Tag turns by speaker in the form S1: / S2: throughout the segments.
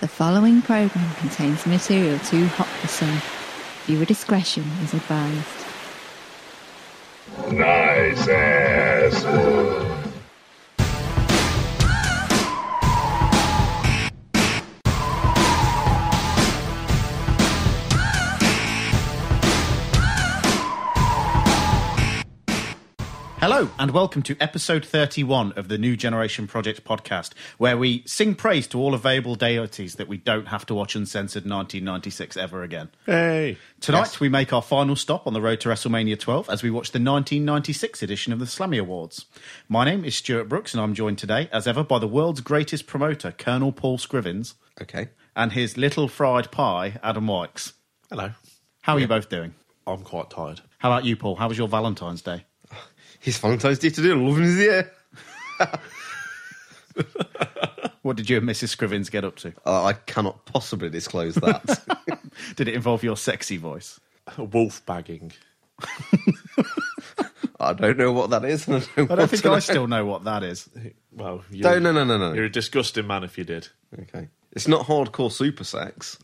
S1: The following program contains material too hot for some. Viewer discretion is advised.
S2: Nice ass.
S3: Hello, and welcome to episode 31 of the New Generation Project podcast, where we sing praise to all available deities that we don't have to watch uncensored 1996 ever again.
S4: Hey.
S3: Tonight, we make our final stop on the road to WrestleMania 12 as we watch the 1996 edition of the Slammy Awards. My name is Stuart Brooks, and I'm joined today, as ever, by the world's greatest promoter, Colonel Paul Scrivens,
S5: Okay.
S3: and his little fried pie, Adam Wykes.
S4: Hello.
S3: How are you both doing?
S4: I'm quite tired.
S3: How about you, Paul? How was your Valentine's Day?
S5: His Valentine's Day today. I'm loving his ear.
S3: What did you and Mrs. Scrivens get up to?
S5: I cannot possibly disclose that.
S3: Did it involve your sexy voice?
S4: Wolf bagging.
S5: I don't know what that is. and I don't,
S3: I
S5: want
S3: don't think
S5: to
S3: I
S5: know.
S3: still know what that is.
S4: Well, you,
S5: No, no, no, no, no.
S4: You're a disgusting man if you did.
S5: Okay. It's not hardcore super sex.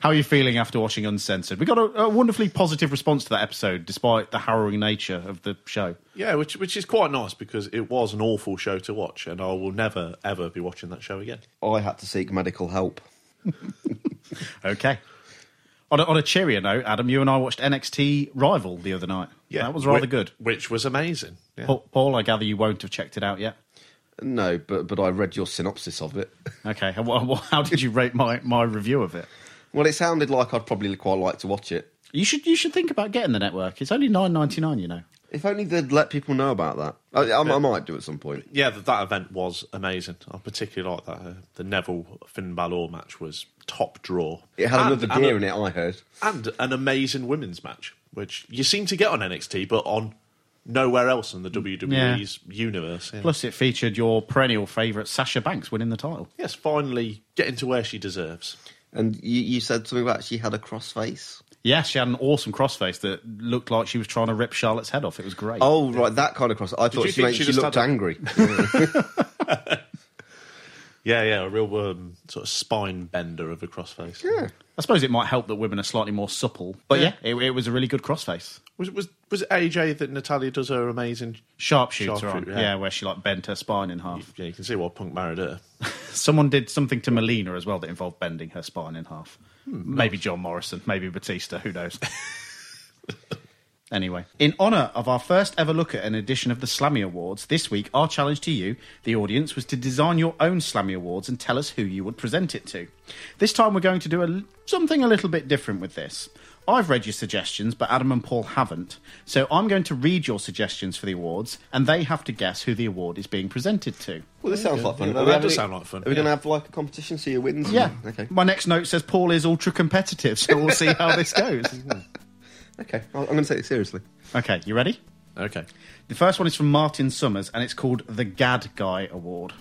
S3: How are you feeling after watching Uncensored? We got a, a wonderfully positive response to that episode, despite the harrowing nature of the show.
S4: Yeah, which which is quite nice because it was an awful show to watch, and I will never ever be watching that show again.
S5: I had to seek medical help.
S3: Okay. On a, on a cheerier note, Adam, you and I watched NXT Rival the other night.
S4: Yeah,
S3: that was rather
S4: Whi-
S3: good.
S4: which was amazing. Yeah.
S3: Paul, Paul, I gather you won't have checked it out yet.
S5: No, but but I read your synopsis of it.
S3: Okay, and wha- wha- how did you rate my, my review of it?
S5: Well, it sounded like I'd probably quite like to watch it.
S3: You should you should think about getting the network. It's only nine ninety nine, you know.
S5: If only they'd let people know about that. I, I, I might do at some point.
S4: Yeah, that, that event was amazing. I particularly like that. Uh, the Neville Finn Balor match was top draw.
S5: It had
S4: And-
S5: another
S4: and
S5: gear
S4: a-
S5: in it, I heard.
S4: and an amazing women's match, which you seem to get on NXT, but on nowhere else in the WWE's universe. Mm, yeah.
S3: Plus, it featured your perennial favourite Sasha Banks winning the title.
S4: yes, finally getting to where she deserves.
S5: And you, you said something about she had a crossface.
S3: Yeah, she had an awesome crossface that looked like she was trying to rip Charlotte's head off. It was great.
S5: Oh, right, that kind of cross. I thought
S4: you
S5: she,
S4: think
S5: meant
S4: she
S5: she
S4: just
S5: looked
S4: had a-
S5: angry.
S4: Yeah, yeah, a real um, sort of spine bender of a crossface. Yeah,
S3: I suppose it might help that women are slightly more supple. But yeah, it, it was a really good crossface.
S4: was was was it AJ that Natalia does her amazing?
S3: Sharpshooter,
S4: Sharpshooter,
S3: on.
S4: yeah.
S3: Yeah. where she like bent her spine in half.
S4: Yeah, you can see why Punk married her.
S3: Someone did something to Melina as well that involved bending her spine in half.
S5: Hmm.
S3: maybe John Morrison, maybe Batista, who knows. Anyway, in honour of our first ever look at an edition of the Slammy Awards, this week our challenge to you, the audience, was to design your own Slammy Awards and tell us who you would present it to. This time we're going to do a, something a little bit different with this. I've read your suggestions, but Adam and Paul haven't, so I'm going to read your suggestions for the awards, and they have to guess who the award is being presented to.
S5: Well, this sounds like fun.
S4: Yeah,
S5: Are we
S4: that
S5: having
S4: does
S5: it-
S4: sound like fun,
S5: Are we
S4: yeah.
S5: going to have like a competition? See who wins.
S3: Yeah.
S5: Okay.
S3: My next note says Paul is ultra competitive, so we'll see how this goes.
S5: Okay. I'll- I'm going to take it seriously.
S3: Okay, you ready?
S4: Okay,
S3: The first one is from Martin Summers, and it's called the Gad Guy Award.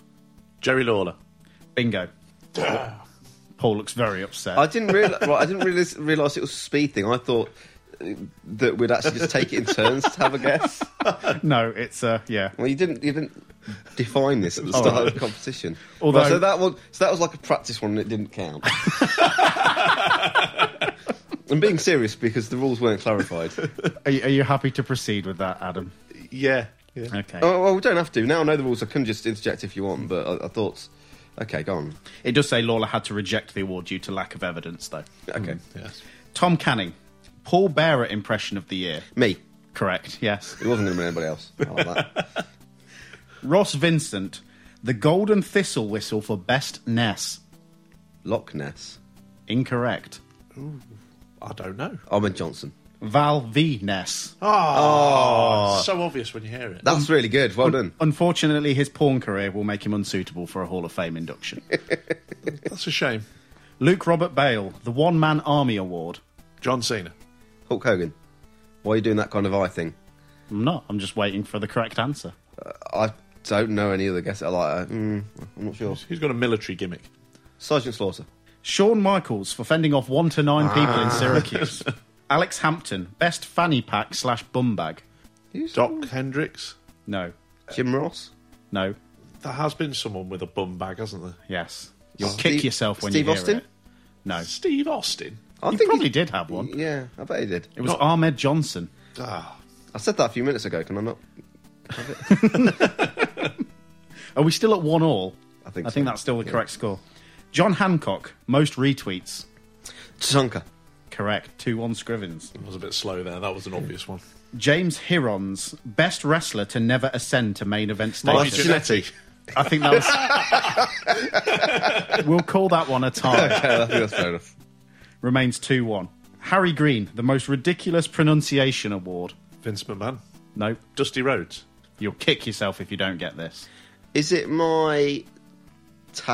S4: Jerry Lawler.
S3: Bingo. Paul looks very upset.
S5: I didn't realize. right, I didn't realize, realize it was a speed thing. I thought uh, that we'd actually just take it in turns to have a guess.
S3: no, it's uh, yeah. Oh.
S5: Well, you didn't. You didn't define this at the start of the competition.
S3: Although-
S5: Right, so that one, so that was like a practice one, and it didn't count. I'm being serious because the rules weren't clarified.
S3: Are you, are you happy to proceed with that, Adam?
S4: Yeah, yeah.
S3: Okay.
S5: Oh, well, we don't have to now. I know the rules. I can just interject if you want, but I, I thought, okay, go on.
S3: It does say Lawler had to reject the award due to lack of evidence, though.
S5: Okay,
S4: Mm,
S5: Mm.
S4: Yes.
S3: Tom Canning, Paul Bearer impression of the year.
S5: me.
S3: Correct. Yes.
S5: It wasn't going to be anybody else. I like that.
S3: Ross Vincent, the Golden Thistle whistle for best Ness.
S5: Loch Ness.
S3: Incorrect.
S4: I don't know.
S5: Ahmed Johnson.
S3: Val V Ness.
S4: Oh, so obvious when you hear it.
S5: That's really good. Well done.
S3: Unfortunately, his porn career will make him unsuitable for a Hall of Fame induction.
S4: That's a shame.
S3: Luke Robert Bale, the One Man Army Award.
S4: John Cena.
S5: Hulk Hogan, why are you doing that kind of eye thing? Uh,
S3: I'm not. I'm just waiting for the correct answer.
S5: I don't know any other guess. I like. uh, Mm, I'm not sure.
S4: He's got a military gimmick.
S5: Sergeant Slaughter.
S3: Shawn Michaels for fending off one to nine people
S5: Ah.
S3: in Syracuse. Alex Hampton, best fanny pack slash bum bag.
S4: Doc Hendricks.
S3: No.
S5: Jim Ross.
S3: Uh, No.
S4: There has been someone with a bum bag, hasn't there?
S3: Yes. You'll
S5: Steve-
S3: kick yourself when
S5: Steve
S3: you hear
S5: Austin?
S3: it. No,
S4: Steve Austin.
S5: I
S3: you
S5: think
S3: probably
S5: he-
S3: did have one.
S5: Yeah, I bet he did.
S3: It was Ahmed Johnson.
S4: Ah,
S5: I said that a few minutes ago. Can I not?
S3: Are we still at one all?
S5: I think
S3: I think
S5: so.
S3: that's still the
S5: Yeah.
S3: correct score. John Hancock, most retweets.
S5: Tsonka.
S3: Correct. 2 1 Scrivens.
S4: I was a bit slow there. That was an obvious one.
S3: James Hirons, best wrestler to never ascend to main event
S4: Marty
S3: status.
S4: Jannetty.
S3: I think that was. we'll call that one a tie.
S5: Yeah, I think that's fair enough.
S3: Remains 2 1. Harry Green, the most ridiculous pronunciation award.
S4: Vince McMahon.
S3: Nope.
S4: Dusty Rhodes.
S3: You'll kick yourself if you don't get this.
S5: Is it my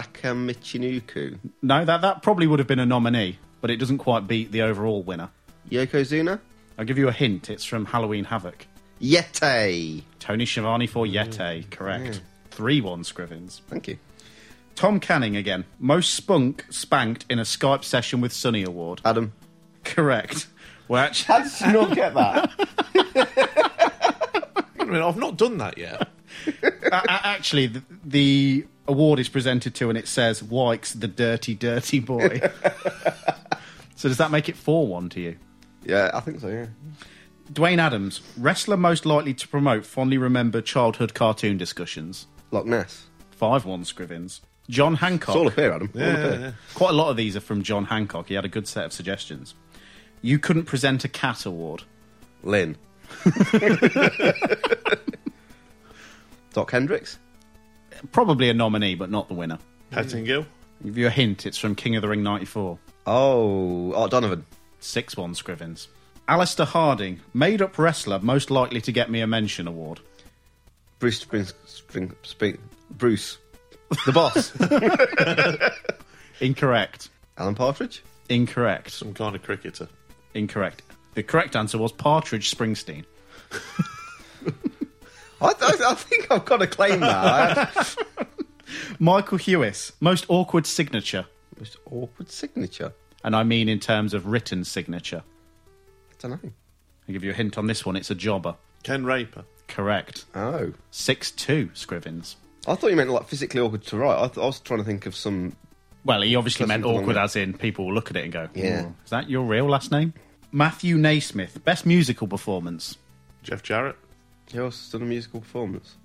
S5: Takamichinuku?
S3: No, that, that probably would have been a nominee, but it doesn't quite beat the overall winner.
S5: Yokozuna?
S3: I'll give you a hint. It's from Halloween Havoc.
S5: Yete.
S3: Tony Schiavone for Yete, correct. 3 1 Scrivens.
S5: Mm. Thank you.
S3: Tom Canning again. Most spunk spanked in a Skype session with Sunny Award.
S5: Adam.
S3: Correct. Well, actually,
S5: How did you not get that?
S4: Wait a minute, I've not done that yet.
S3: a- a- actually the, the award is presented to and it says Wykes the dirty, dirty boy. so does that make it 4 1 to you?
S5: yeah, I think so, yeah.
S3: Dwayne Adams, wrestler most likely to promote fondly remembered childhood cartoon discussions.
S5: Loch Ness.
S3: 5 1 Scrivens. John Hancock.
S5: It's all up here, Adam. all up
S4: Yeah,
S5: here.
S4: yeah.
S3: Quite a lot of these are from John Hancock. He had a good set of suggestions. You couldn't present a cat award.
S5: Lynn. Doc Hendricks?
S3: Probably a nominee, but not the winner.
S4: Pettingill.
S3: I'll give you a hint. It's from King of the Ring 94.
S5: Oh, Art Donovan.
S3: 6 1 Scrivens. Alistair Harding, made up wrestler most likely to get me a mention award.
S5: Bruce Spring, Spring, Spring Bruce. The boss.
S3: Incorrect.
S5: Alan Partridge?
S3: Incorrect.
S4: Some kind of cricketer.
S3: Incorrect. The correct answer was Partridge Springsteen.
S5: I, th- I think I've got to claim that. I had
S3: Michael Hewis, most awkward signature.
S5: most awkward signature.
S3: And I mean in terms of written signature.
S5: I don't know.
S3: I'll give you a hint on this one. It's a jobber.
S4: Ken Raper.
S3: Correct.
S5: Oh.
S3: 6 2 Scrivens.
S5: I thought you meant like physically awkward to write. I, th- I was trying to think of some.
S3: Well, he obviously
S5: That's
S3: meant
S5: something
S3: awkward,
S5: wrong
S3: as in people will look at it and go,
S5: Yeah.
S3: "Ooh, "Is that your real last name?" Matthew Naismith, best musical performance.
S4: Jeff Jarrett.
S5: Who else has done a musical performance?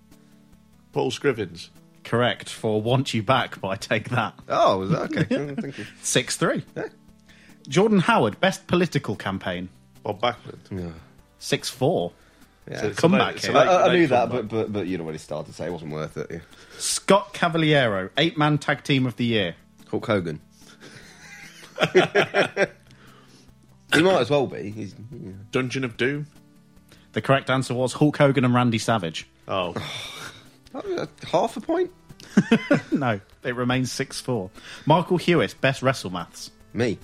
S4: Paul Scrivens.
S3: Correct for "Want You Back" by Take That.
S5: Oh, was that okay? Oh, Thank you.
S3: Six three.
S5: Yeah.
S3: Jordan Howard, best political campaign.
S4: Bob Backlund.
S5: Yeah.
S3: Six four.
S5: Yeah.
S4: So it's
S3: Come
S4: a late-
S3: back
S4: it's a
S3: here.
S4: late-
S5: I, I
S4: late
S5: knew that,
S4: comeback.
S5: but, but but you'd already started, so it wasn't worth it. Yeah.
S3: Scott Cavaliero, eight man tag team of the year.
S5: Hulk Hogan. he might as well be. He's, yeah.
S4: Dungeon of Doom.
S3: The correct answer was Hulk Hogan and Randy Savage.
S4: Oh,
S5: Oh, uh, half a point.
S3: No, it remains six four. Michael Hewitt, best wrestle maths.
S5: Me.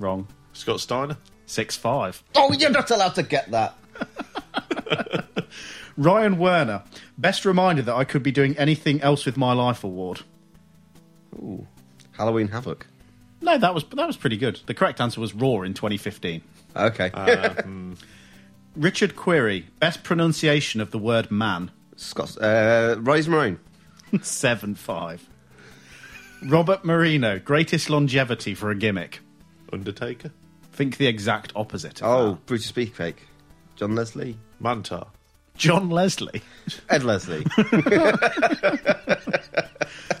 S3: Wrong.
S4: Scott Steiner.
S3: Six five.
S5: Oh, you're not allowed to get that.
S3: Ryan Werner, best reminder that I could be doing anything else with my life award.
S5: Ooh. Halloween Havoc.
S3: No, that was that was pretty good. The correct answer was Raw in 2015.
S5: Okay.
S4: Um, Uh, hmm.
S3: Richard Query, best pronunciation of the word man,
S5: Scott's uh, Rose Marone.
S3: seven five. Robert Marino, greatest longevity for a gimmick.
S4: Undertaker.
S3: Think the exact opposite. Of
S5: Oh,
S3: that.
S5: Brutus Beefcake. John Leslie.
S4: Mantar.
S3: John Leslie.
S5: Ed Leslie.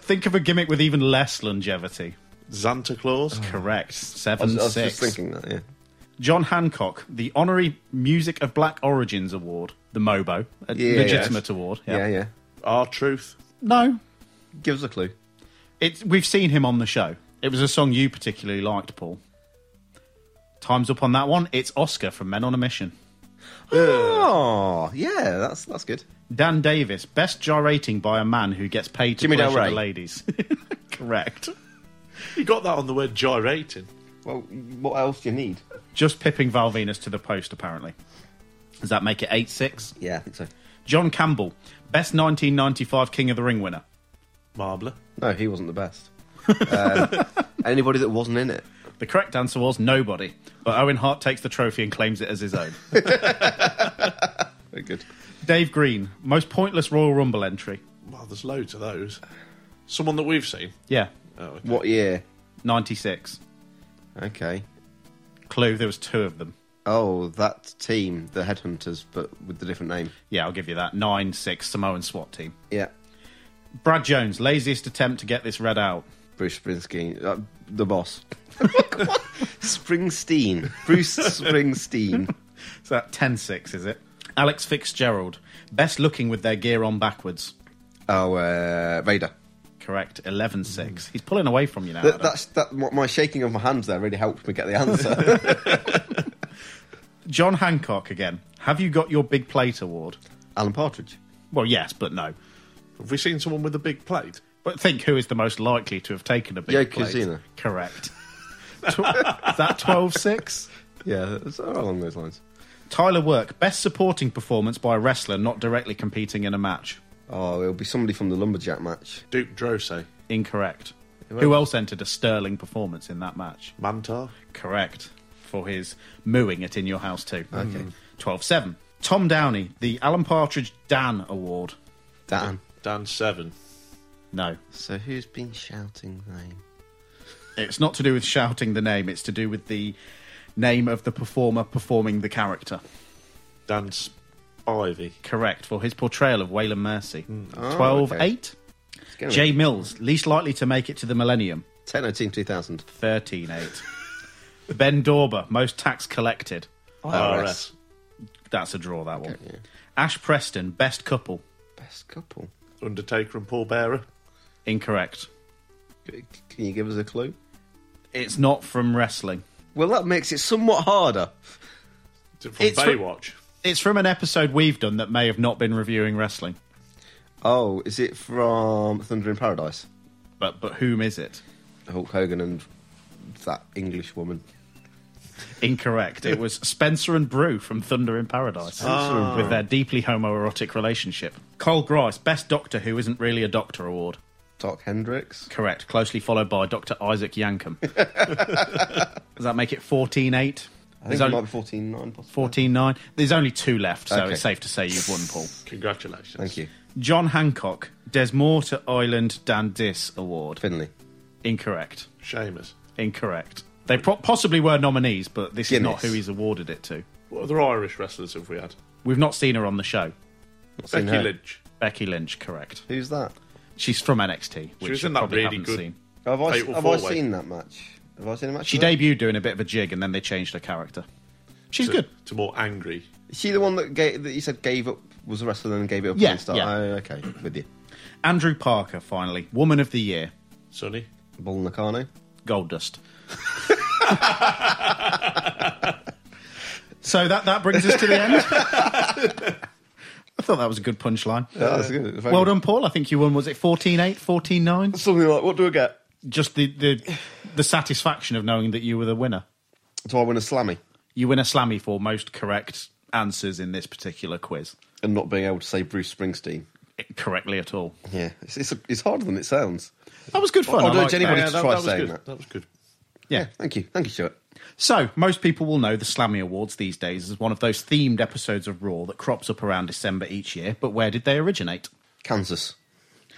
S3: Think of a gimmick with even less longevity.
S4: Santa Claus.
S3: Correct,
S5: I
S3: seven
S5: was, I was
S3: six.
S5: just thinking that. Yeah.
S3: John Hancock, the honorary Music of Black Origins Award, the MOBO, a
S5: Yeah,
S3: legitimate award.
S5: Yeah. yeah.
S4: Our Truth.
S3: No,
S5: Give us a clue.
S3: It's we've seen him on the show. It was a song you particularly liked, Paul. Time's up on that one. It's Oscar from Men on a Mission.
S5: Oh, yeah. That's that's good.
S3: Dan Davis, best gyrating by a man who gets paid to
S5: Jimmy Del
S3: pleasure
S5: Rey.
S3: the ladies. Correct.
S4: You got that on the word gyrating.
S5: Well, what else do you need?
S3: Just pipping Val Venus to the post, apparently. Does that make it 8 6?
S5: Yeah, I think so.
S3: John Campbell, best 1995 King of the Ring winner.
S4: Marbler.
S5: No, he wasn't the best. um, anybody that wasn't in it.
S3: The correct answer was nobody, but Owen Hart takes the trophy and claims it as his own.
S5: Very good.
S3: Dave Green, most pointless Royal Rumble entry.
S4: Well, there's loads of those. Someone that we've seen.
S3: Yeah,
S4: Oh, okay.
S5: What year?
S3: 96.
S5: Okay.
S3: Clue, there was two of them.
S5: Oh, that team, the Headhunters, but with the different name.
S3: Yeah, I'll give you that. 9 6 Samoan SWAT team.
S5: Yeah.
S3: Brad Jones, laziest attempt to get this read out.
S5: Bruce Springsteen, uh, the boss. Springsteen. Bruce Springsteen.
S3: Is that 10 6, is it? Alex Fitzgerald, best looking with their gear on backwards.
S5: Oh, uh, Vader.
S3: Correct, 11 6. He's pulling away from you now.
S5: That,
S3: Adam.
S5: that's that. My my shaking of my hands there really helped me get the answer.
S3: John Hancock again. Have you got your Big Plate Award?
S5: Alan Partridge.
S3: Well, yes, but no.
S4: Have we seen someone with a big plate?
S3: But think who is the most likely to have taken a big
S5: Yo
S3: plate.
S5: Kozuna.
S3: Correct. Tw- is that 12 6?
S5: Yeah, it's along those lines.
S3: Tyler Work, best supporting performance by a wrestler not directly competing in a match.
S5: Oh, it'll be somebody from the lumberjack match.
S4: Duke Drose,
S3: Incorrect.
S5: Who
S3: Who else entered a sterling performance in that match?
S4: Mantar.
S3: Correct. For his mooing it in your house too. Okay. 12 7. Tom Downey, the Alan Partridge Dan Award.
S5: Dan.
S4: Dan Seven.
S3: No.
S5: So who's been shouting the name?
S3: It's not to do with shouting the name, it's to do with the name of the performer performing the character.
S4: Dan Spivey.
S3: Correct. For his portrayal of Waylon Mercy.
S4: Hmm.
S5: Oh,
S3: 12
S5: okay.
S3: 8.
S5: It's gonna
S3: Jay
S5: be
S3: Mills, least likely to make it to the millennium.
S5: Techno Team 2000.
S3: 13 8. ben Dorber, most tax collected.
S5: Oh,
S4: RS.
S3: That's a draw, that one. Ash Preston, best couple.
S5: Best couple.
S4: Undertaker and Paul Bearer.
S3: Incorrect.
S5: C- Can you give us a clue?
S3: It's not from wrestling.
S5: Well, that makes it somewhat harder.
S4: From
S3: It's fr-
S4: Baywatch.
S3: It's from an episode we've done that may have not been reviewing wrestling.
S5: Oh, is it from Thunder in Paradise?
S3: But but whom is it?
S5: Hulk Hogan and that English woman.
S3: Incorrect. it was Spencer and Brew from Thunder in Paradise Ah. with their deeply homoerotic relationship. Cole Grice, best doctor who isn't really a doctor award.
S5: Doc Hendricks.
S3: Correct. Closely followed by Dr. Isaac Yankum. Does that make it 14 8?
S5: I think it might be 14 9 possibly.
S3: 14 9. There's only two left, so
S5: Okay.
S3: it's safe to say you've won, Paul.
S4: Congratulations.
S5: Thank you.
S3: John Hancock, Desmorta Island Dandis Award.
S5: Finley.
S3: Incorrect.
S4: Seamus.
S3: Incorrect. They pro- possibly were nominees, but this is not
S5: Guinness.
S3: who he's awarded it to.
S4: What other Irish wrestlers have we had?
S3: We've not seen her on the show.
S5: seen
S4: Becky
S5: her.
S4: Lynch.
S3: Becky Lynch, correct.
S5: Who's that?
S3: She's from NXT, which
S4: was
S3: you
S4: in that
S3: probably
S4: really
S3: haven't
S4: good-
S3: seen.
S5: Have I,
S4: Fatal
S5: have I
S4: four-way.
S5: seen that match? Have I seen a match?
S3: She
S5: of that?
S3: debuted doing a bit of a jig, and then they changed her character. She's
S4: to,
S3: good.
S4: To more angry.
S5: Is she the one that gave, that you said gave up was a wrestler and gave it up?
S3: Yeah,
S5: and started?
S3: yeah.
S5: Oh, okay, with you.
S3: Andrew Parker, finally, Woman of the Year,
S4: Sonny.
S5: Bull Nakano.
S3: Gold Dust. so that that brings us to the end. I thought that was a good punchline.
S5: Yeah, that's good. Very
S3: Well
S5: good.
S3: done, Paul. I think you won. Was it 14-8, 14-9?
S5: Something like, what do I get?
S3: just the, the the satisfaction of knowing that you were the winner.
S5: Do I win a slammy
S3: You win a slammy for most correct answers in this particular quiz.
S5: and not being able to say Bruce Springsteen?
S3: Correctly at all.
S5: Yeah, it's it's, it's harder than it sounds.
S3: That was good fun.
S5: Well
S3: I
S5: done,
S3: liked
S5: Jenny.
S3: that.
S5: Yeah, that- try
S4: was
S5: saying
S4: good.
S5: that.
S4: was good.
S3: Yeah.
S5: Thank you, thank you, Stuart.
S3: So, most people will know the Slammy Awards these days as one of those themed episodes of Raw that crops up around December each year, but where did they originate?
S5: Kansas.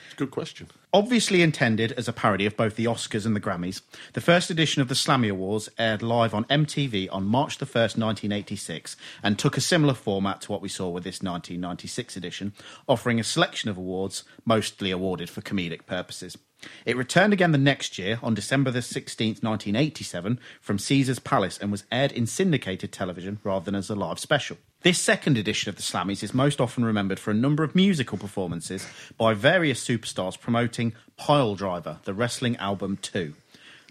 S4: It's a good question.
S3: Obviously intended as a parody of both the Oscars and the Grammys, the first edition of the Slammy Awards aired live on MTV on March the 1st, 1986, and took a similar format to what we saw with this 1996 edition, offering a selection of awards, mostly awarded for comedic purposes. It returned again the next year on December the 16th, 1987, from Caesar's Palace and was aired in syndicated television rather than as a live special. This second edition of the Slammies is most often remembered for a number of musical performances by various superstars promoting Pile Driver, the wrestling album 2.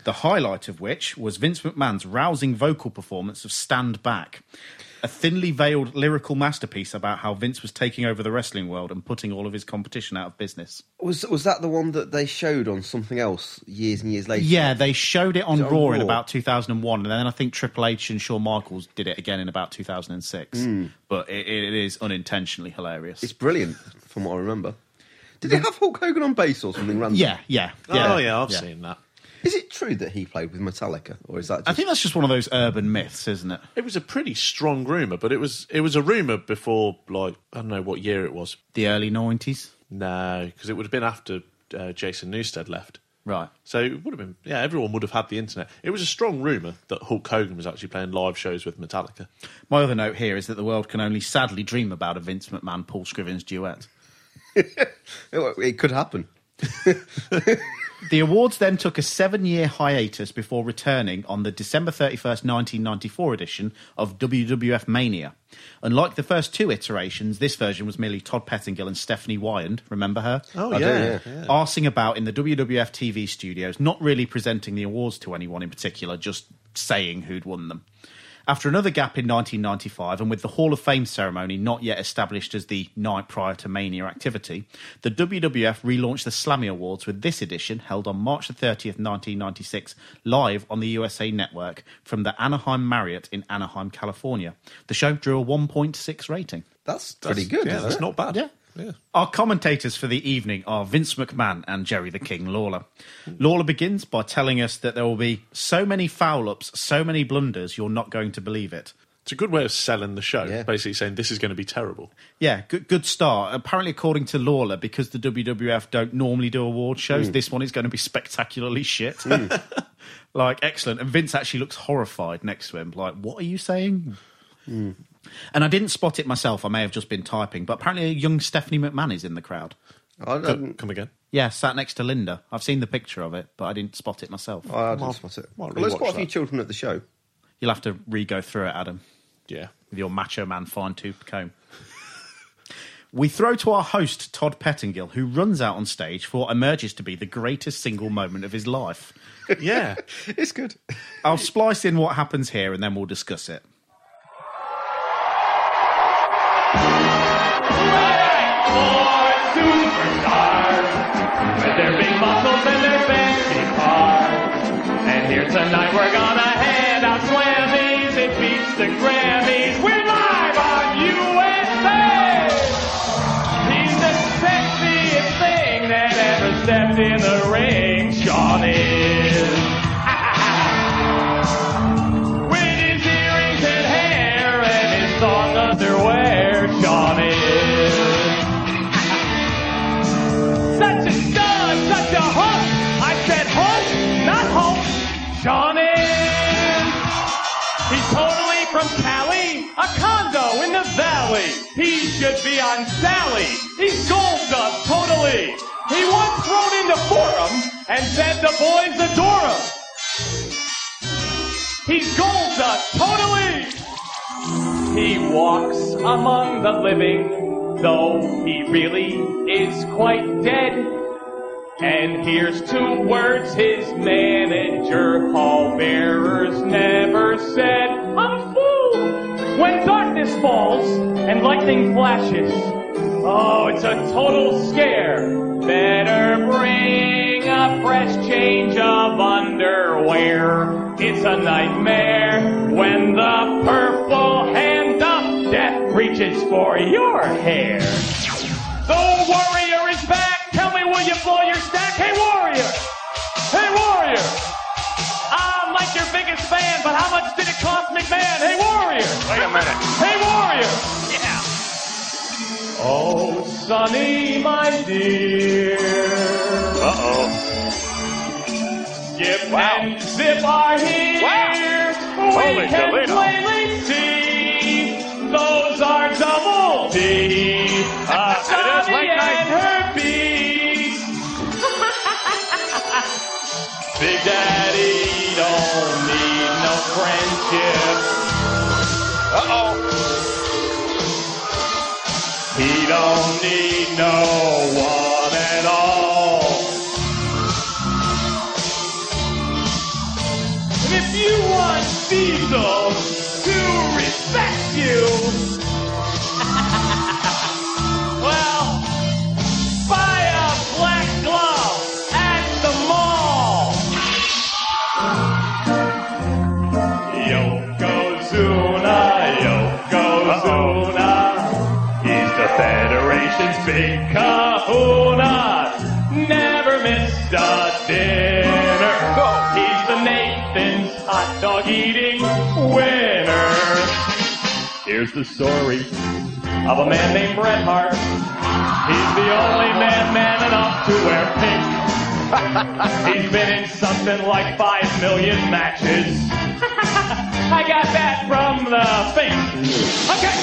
S3: The highlight of which was Vince McMahon's rousing vocal performance of Stand Back, a thinly veiled lyrical masterpiece about how Vince was taking over the wrestling world and putting all of his competition out of business.
S5: Was was that the one that they showed on something else years and years later?
S3: Yeah, they showed it on
S5: on
S3: Raw, in
S5: Raw?
S3: about 2001, and then I think Triple H and Shawn Michaels did it again in about 2006.
S5: Hmm,
S3: But it, it is unintentionally hilarious.
S5: Mm. it's brilliant from what I remember. Did they have Hulk Hogan on bass or something random?
S3: yeah, yeah, yeah.
S4: oh, yeah, I've seen that.
S5: Is it true that he played with Metallica, or is that? Just...
S3: I think that's just one of those urban myths, isn't it?
S4: It was a pretty strong rumour, but it was it was a rumour before, like, I don't know what year it was.
S3: The early 90s.
S4: No, because it would have been after uh, Jason Newstead left.
S3: Right.
S4: So it would have been, yeah, everyone would have had the internet. It was a strong rumour that Hulk Hogan was actually playing live shows with Metallica.
S3: My other note here is that the world can only sadly dream about a Vince McMahon Paul Scrivens duet.
S5: It, it could happen.
S3: The awards then took a seven year hiatus before returning on the December 31st, 1994 edition of WWF Mania. Unlike the first two iterations, this version was merely Todd Pettingill and Stephanie Wyand, remember her?
S4: Oh,
S5: I do,
S4: yeah.
S5: yeah.
S4: yeah.
S3: Arsing about in the WWF TV studios, not really presenting the awards to anyone in particular, just saying who'd won them. After another gap in 1995, and with the Hall of Fame ceremony not yet established as the night prior to Mania activity, the WWF relaunched the Slammy Awards with this edition held on March the 30th, 1996, live on the USA Network from the Anaheim Marriott in Anaheim, California. The show drew a 1.6 rating.
S5: That's,
S4: That's-
S5: pretty good.
S4: Yeah,
S5: isn't
S4: that's
S5: it?
S4: not bad.
S3: Yeah.
S4: yeah.
S3: Our commentators for the evening are Vince McMahon and Jerry the King Lawler. Lawler begins by telling us that there will be so many foul ups, so many blunders, you're not going to believe it.
S4: It's a good way of selling the show,
S5: Yeah.
S4: basically saying this is going to be terrible.
S3: Yeah, good good start. Apparently, according to Lawler, because the WWF don't normally do award
S5: Mm.
S3: shows, this one is going to be spectacularly shit. like, excellent. And Vince actually looks horrified next to him. Like, what are you saying?
S5: Mm.
S3: And I didn't spot it myself. I may have just been typing, but apparently, young Stephanie McMahon is in the crowd.
S5: I
S4: Come,
S5: didn't,
S4: come again.
S3: Yeah, sat next to Linda. I've seen the picture of it, but I didn't spot it myself.
S5: oh, I didn't
S4: Might-
S5: spot it.
S4: might
S5: Well, there's quite
S4: rewatch
S5: a few
S4: that.
S5: children at the show.
S3: You'll have to re go through it, Adam.
S4: Yeah.
S3: with your macho man fine tooth comb. we throw to our host, Todd Pettingill, who runs out on stage for what emerges to be the greatest single moment of his life.
S4: Yeah.
S5: It's good.
S3: I'll splice in what happens here and then we'll discuss it.
S6: superstars with their big muscles and their fancy cars. And here tonight we're gonna hand out swammies. It beats the Grammys. We're live on USA. He's the sexiest thing that ever stepped in the ring. Sean is. With his earrings and hair and his song underwear, Sean is. Such a stud, such a hunk. I said hunk, not hunk. Sean is. He's totally from Cali, a condo in the valley. He should be on Sally. He's gold dust, totally. He once thrown into forum and said the boys adore him. He's gold dust, totally. He walks among the living, though he really is quite dead. And here's two words his manager, Paul Bearers, never said. I'm fooled! When darkness falls and lightning flashes, oh, it's a total scare. Better bring a fresh change of underwear. It's a nightmare when the purple hand of death reaches for your hair. The Warrior is back. Tell me, will you blow your stack? Hey, Warrior! Hey, Warrior! I'm like your biggest fan, but how much did it cost McMahon? Hey, Warrior! Wait a minute. Hey, Warrior! Yeah. Oh, Sonny, my dear. Uh-oh. Skip and Zip are here. We can plainly see those are double D. Uh, Sonny and her beast. Big Daddy don't need no friendship. Uh-oh. He don't need no one at all. And if you want Diesel to respect you, well, buy a black glove at the mall. Yokozuna, Yokozuna. He's the Federation's big kahuna. Never missed a dinner. He's the Nathan's hot dog eating winner. Here's the story of a man named Bret Hart. He's the only man man enough to wear pink. He's been in something like five million matches. I got that from the thing. Okay.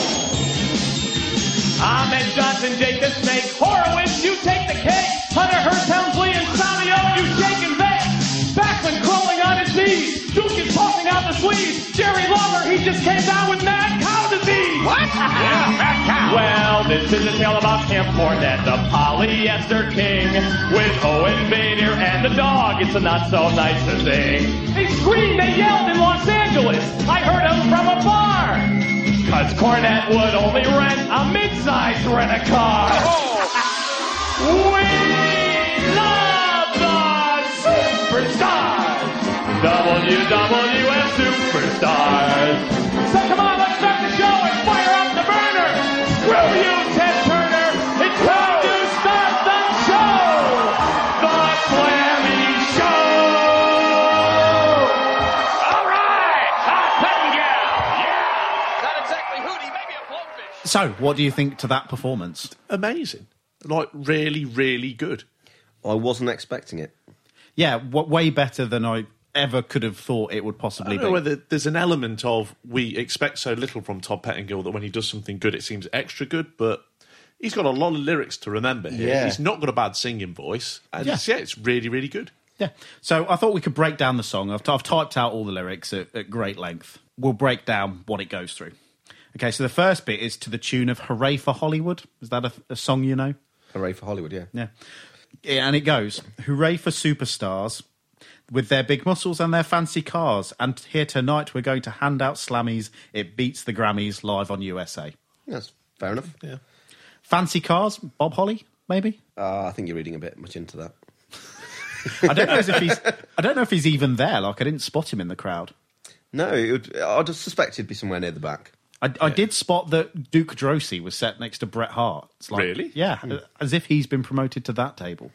S6: Ahmed Johnson, Jake the Snake, Horowitz, you take the cake. Hunter Hearst, Helmsley, and Savio, you shake and bake. Backlund crawling on his knees. Duke is tossing out the sleeves. Jerry Lawler, he just came down with mad cow disease. What? Well, this is a tale about Camp Cornette, the polyester king, with Owen Bader and the dog. It's a not so nice a thing. They screamed, they yelled in Los Angeles. I heard them from afar. Cause Cornette would only rent a mid-size rent-a-car. We love the superstars. WWF superstars. So come on, let's start the show and fire up the burner. Screw you, Ted Turner. It's time to start the show. The Clammy Show. All right, hot pettingow. Yeah. Not exactly hootie, maybe a blowfish.
S3: So, what do you think to that performance?
S4: Amazing. Like, really, really good.
S5: I wasn't expecting it.
S3: Yeah, w- way better than I ever could have thought it would
S4: I
S3: possibly
S4: don't know
S3: be.
S4: whether there's an element of we expect so little from Todd Pettingill that when he does something good, it seems extra good, but he's got a lot of lyrics to remember here.
S5: Yeah.
S4: He's not got a bad singing voice. And
S3: Yeah.
S4: it's- yeah, it's really, really good.
S3: Yeah. So I thought we could break down the song. I've, I've typed out all the lyrics at, at great length. We'll break down what it goes through. Okay, so the first bit is to the tune of Hooray for Hollywood. Is that a, a song you know?
S5: Hooray for Hollywood, yeah.
S3: Yeah. Yeah, And it goes Hooray for superstars with their big muscles and their fancy cars. And here tonight we're going to hand out slammies. It beats the Grammys live on USA.
S5: That's fair enough.
S4: Yeah.
S3: Fancy cars, Bob Holly, maybe?
S5: Uh, I think you're reading a bit much into that.
S3: I don't know as if he's I don't know if he's even there. Like I didn't spot him in the crowd.
S5: No, it would, I'd suspect it'd be somewhere near the back.
S3: I, I did spot that Duke Drosy was sat next to Bret Hart. It's like,
S4: Really?
S3: Yeah,
S5: Hmm.
S3: as if he's been promoted to that table.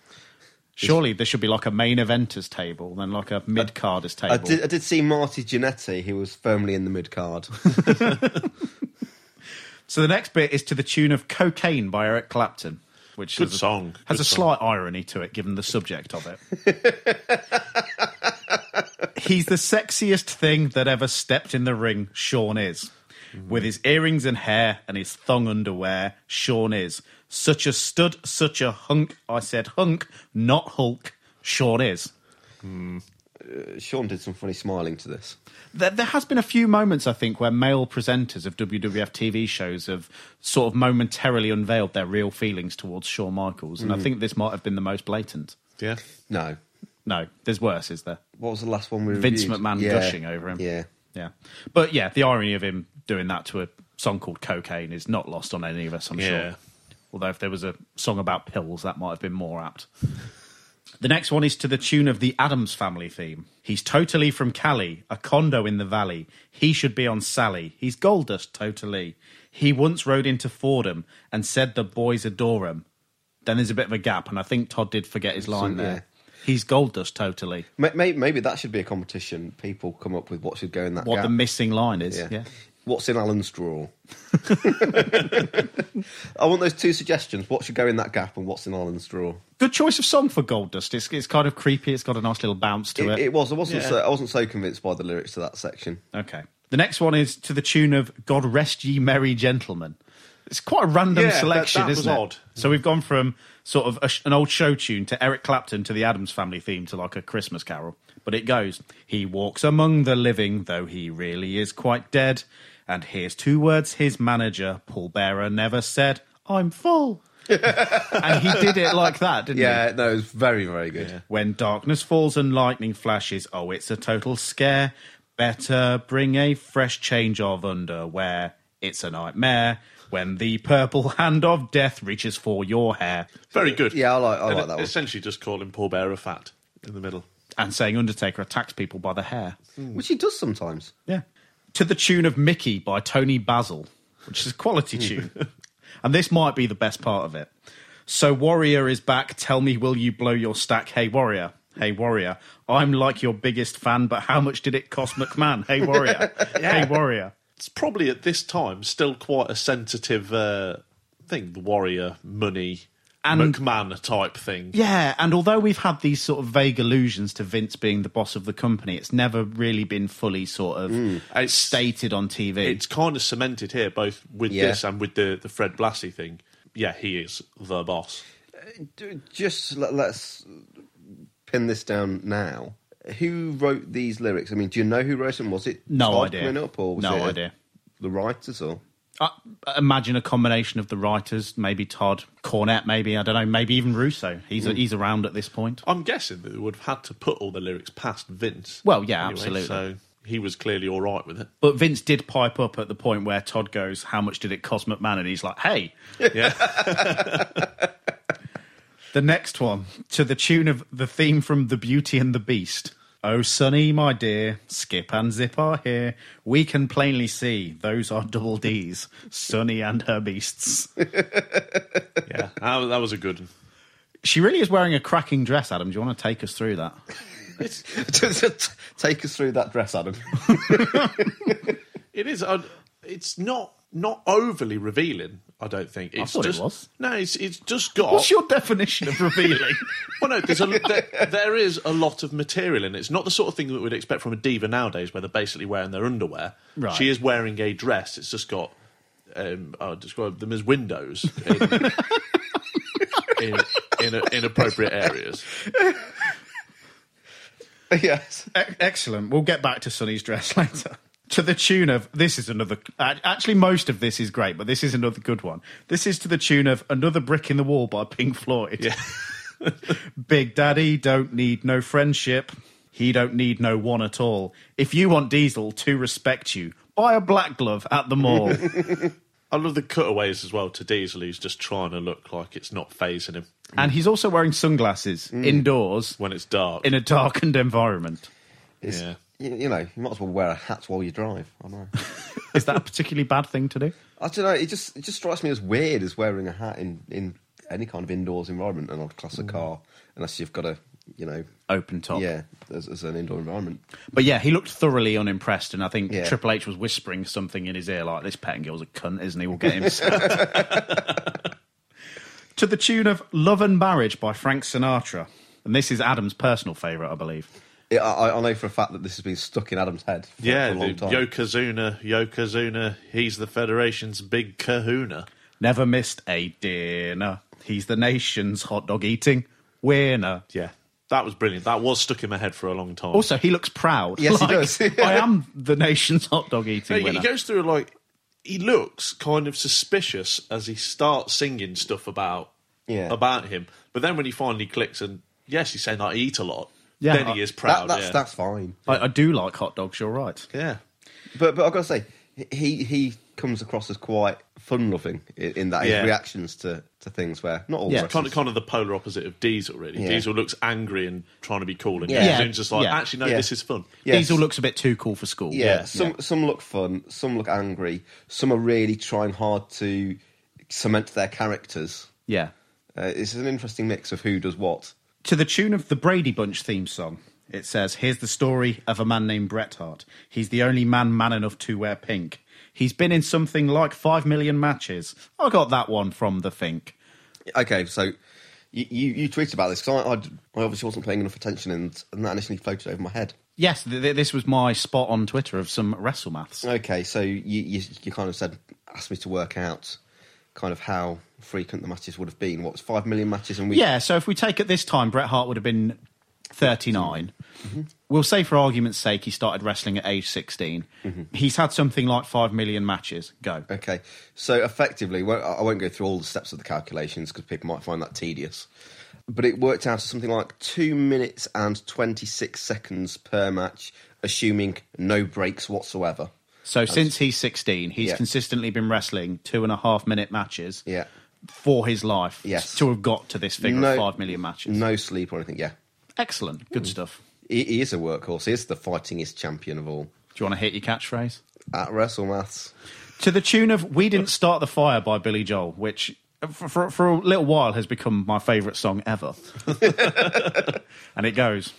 S3: Surely there should be like a main eventers table, then like a mid carders table.
S5: I did, I did see Marty Jannetty, who was firmly in the mid card.
S3: So the next bit is to the tune of "Cocaine" by Eric Clapton, which
S4: Good
S3: has a-
S4: song.
S3: has
S4: Good
S3: a
S4: song.
S3: slight irony to it, given the subject of it. He's the sexiest thing that ever stepped in the ring. Sean is, with his earrings and hair and his thong underwear. Sean is such a stud, such a hunk. I said hunk, not hulk. Sean is.
S5: Mm. Uh, Sean did some funny smiling to this.
S3: There, there has been a few moments, I think, where male presenters of WWF TV shows have sort of momentarily unveiled their real feelings towards Shawn Michaels, and I think this might have been the most blatant.
S4: Yeah.
S5: Mm. No.
S3: No, there's worse, is there?
S5: What was the last one we reviewed?
S3: Vince McMahon
S5: Yeah.
S3: gushing over him.
S5: Yeah.
S3: Yeah. But yeah, the irony of him doing that to a song called Cocaine is not lost on any of us, I'm
S4: Yeah.
S3: sure. Although if there was a song about pills, that might have been more apt. The next one is to the tune of the Adams Family theme. He's totally from Cali, a condo in the valley. He should be on Sally. He's gold dust totally. He once rode into Fordham and said the boys adore him. Then there's a bit of a gap, and I think Todd did forget his line
S5: Yeah.
S3: there. He's gold dust totally.
S5: May- may- Maybe that should be a competition. People come up with what should go in that
S3: What
S5: gap.
S3: the missing line is.
S5: Yeah.
S3: yeah.
S5: What's in Alan's drawer? I want those two suggestions. What should go in that gap and what's in Alan's drawer?
S3: good choice of song for Goldust. It's it's kind of creepy. It's got a nice little bounce
S5: It,
S3: to it.
S5: it was. I wasn't.
S4: Yeah.
S5: So, I wasn't so convinced by the lyrics to that section.
S3: Okay. The next one is to the tune of "God Rest Ye Merry Gentlemen." It's quite a random
S4: Yeah, that-
S3: selection,
S4: that was
S3: isn't it?
S4: odd.
S3: So we've gone from sort of a, sh- an old show tune to Eric Clapton to the Adams Family theme to like a Christmas carol. But it goes: He walks among the living, though he really is quite dead. And here's two words his manager, Paul Bearer, never said: "I'm full." and he did it like that, didn't he?
S5: Yeah, no, it was very, very good.
S3: When darkness falls and lightning flashes, oh, it's a total scare. Better bring a fresh change of underwear. It's a nightmare. When the purple hand of death reaches for your hair.
S4: Very good.
S5: Yeah, I like- I
S4: And
S5: like that one.
S4: Essentially just calling Paul Bearer fat in the middle. Hmm.
S3: And saying Undertaker attacks people by the hair.
S5: Which he does sometimes.
S3: Yeah. To the tune of Mickey by Tony Basil, which is a quality tune. And this might be the best part of it. So Warrior is back. Tell me, will you blow your stack? Hey Warrior. Hey Warrior. I'm like your biggest fan, but how much did it cost McMahon? Hey Warrior. Hey Warrior.
S4: It's probably at this time still quite a sensitive uh, thing, the warrior, money.
S3: And
S4: McMahon type thing.
S3: yeah, and although we've had these sort of vague allusions to Vince being the boss of the company, it's never really been fully sort of
S4: Hmm. It's-
S3: stated on TV.
S4: It's kind of cemented here, both with
S5: Yeah.
S4: this and with the, the Fred Blassie thing. Yeah, he is the boss.
S5: D- Just let, let's pin this down now. Who wrote these lyrics? I mean, do you know who wrote them? Was it
S3: No
S5: Todd
S3: idea.
S5: coming up, or was
S3: No
S5: it
S3: idea.
S5: The writers, or
S3: I imagine a combination of the writers, maybe Todd Cornett, maybe I don't know, maybe even Russo. He's he's around at this point.
S4: I'm guessing that they would have had to put all the lyrics past Vince.
S3: Well, yeah, absolutely.
S4: So he was clearly all right with it.
S3: But Vince did pipe up at the point where Todd goes, "How much did it cost McMahon?" And he's like, "Hey."
S4: Yeah,
S3: The next one to the tune of the theme from The Beauty and the Beast. Oh, Sonny, my dear, Skip and Zip are here. We can plainly see those are double D's, Sonny and her beasts.
S4: yeah, that, that was a good. one.
S3: She really is wearing a cracking dress, Adam. Do you want to take us through that?
S5: take us through that dress, Adam?
S4: It is. uh, It's not not overly revealing. I don't think. It's
S3: thought it
S4: just,
S3: was.
S4: No, it's it's just got.
S3: What's your definition of revealing?
S4: Well, no, there's a, there, there is a lot of material in it. It's not the sort of thing that we'd expect from a diva nowadays, where they're basically wearing their underwear.
S3: Right.
S4: She is wearing a dress. It's just got, um, I'll describe them as windows in, in, in inappropriate areas.
S5: yes.
S3: E- Excellent. We'll get back to Sonny's dress later. To the tune of this is another. uh, Actually, most of this is great, but this is another good one. This is to the tune of "Another Brick in the Wall" by Pink Floyd.
S4: Yeah.
S3: Big Daddy don't need no friendship. He don't need no one at all. If you want Diesel to respect you, buy a black glove at the mall.
S4: I love the cutaways as well to Diesel, who's just trying to look like it's not phasing him
S3: and he's also wearing sunglasses
S4: Mm.
S3: indoors
S4: when it's dark.
S3: in a darkened environment.
S5: It's-
S4: Yeah.
S5: You, you know, you might as well wear a hat while you drive. I know.
S3: Is that a particularly bad thing to do?
S5: I don't know. It just it just strikes me as weird as wearing a hat in in any kind of indoors environment, and I'd class a
S3: Mm.
S5: car unless you've got a you know
S3: Open top.
S5: yeah as, as an indoor environment.
S3: But yeah, he looked thoroughly unimpressed, and I think
S5: Yeah.
S3: Triple H was whispering something in his ear like, "This Pettingill's a cunt, isn't he? We'll get him." sacked." to the tune of "Love and Marriage" by Frank Sinatra, and this is Adam's personal favourite, I believe.
S5: Yeah, I, I- I know for a fact that this has been stuck in Adam's head for,
S4: yeah,
S5: for a long
S4: the
S5: time.
S4: Yokozuna, Yokozuna, he's the Federation's big kahuna.
S3: Never missed a dinner. He's the nation's hot dog eating winner.
S4: Yeah, that was brilliant. That was stuck in my head for a long time.
S3: Also, he looks proud.
S5: Yes, he
S3: Like,
S5: does.
S3: I am the nation's hot dog
S4: No,
S3: eating
S4: he
S3: winner.
S4: goes through like he looks kind of suspicious as he starts singing stuff about
S5: Yeah.
S4: about him, but then when he finally clicks and yes, he's saying I eat a lot.
S3: Yeah,
S4: then he
S3: I-
S4: is
S5: that,
S4: proud.
S5: that's
S4: yeah.
S5: that's fine.
S3: I, I do like hot dogs. You're right.
S4: yeah.
S5: But but I've got to say he he comes across as quite fun loving in, in that
S4: Yeah.
S5: his reactions to, to things where not all
S3: Yeah,
S5: wrestlers-
S4: Kind of, kind of the polar opposite of Diesel, really.
S5: Yeah.
S4: Diesel looks angry and trying to be cool, and
S5: Yeah.
S4: yeah.
S3: Yeah.
S4: just like,
S3: Yeah.
S4: actually, no,
S5: Yeah.
S4: this is fun.
S5: Yes.
S3: Diesel looks a bit too cool for school.
S5: yeah, some some look fun, some look angry, some are really trying hard to cement their characters.
S3: yeah.
S5: Uh, it's an interesting mix of who does what.
S3: to the tune of the Brady Bunch theme song. It says, "Here's the story of a man named Bret Hart. He's the only man man enough to wear pink. He's been in something like five million matches. I got that one from the Fink.
S5: Okay, so you you, you tweeted about this because I, I'd- I obviously wasn't paying enough attention and, and that initially floated over my head.
S3: Yes, th- th- this was my spot on Twitter of some wrestle maths.
S5: Okay, so you, you you kind of said asked me to work out kind of how frequent the matches would have been. What was five million matches and we
S3: Yeah, so if we take at this time, Bret Hart would have been 39. We'll say, for argument's sake, he started wrestling at age 16.
S5: Mm-hmm.
S3: He's had something like 5 million matches. Go.
S5: Okay, so effectively, well, I I won't go through all the steps of the calculations because people might find that tedious. But it worked out to something like two minutes and twenty six seconds per match, assuming no breaks whatsoever.
S3: So since he's 16, he's
S5: Yeah.
S3: consistently been wrestling two and a half minute matches.
S5: Yeah,
S3: for his life
S5: Yes.
S3: to have got to this figure
S5: No-
S3: of 5 million matches.
S5: no sleep or anything. Yeah, Mm.
S3: Excellent. Good stuff.
S5: he, he is a workhorse. He is the fightingest champion of all
S3: Do you want to hit your catchphrase?
S5: at WrestleMaths.
S3: To the tune of We Didn't Start the Fire by Billy Joel, which for, for, for a little while has become my favourite song ever. and it goes.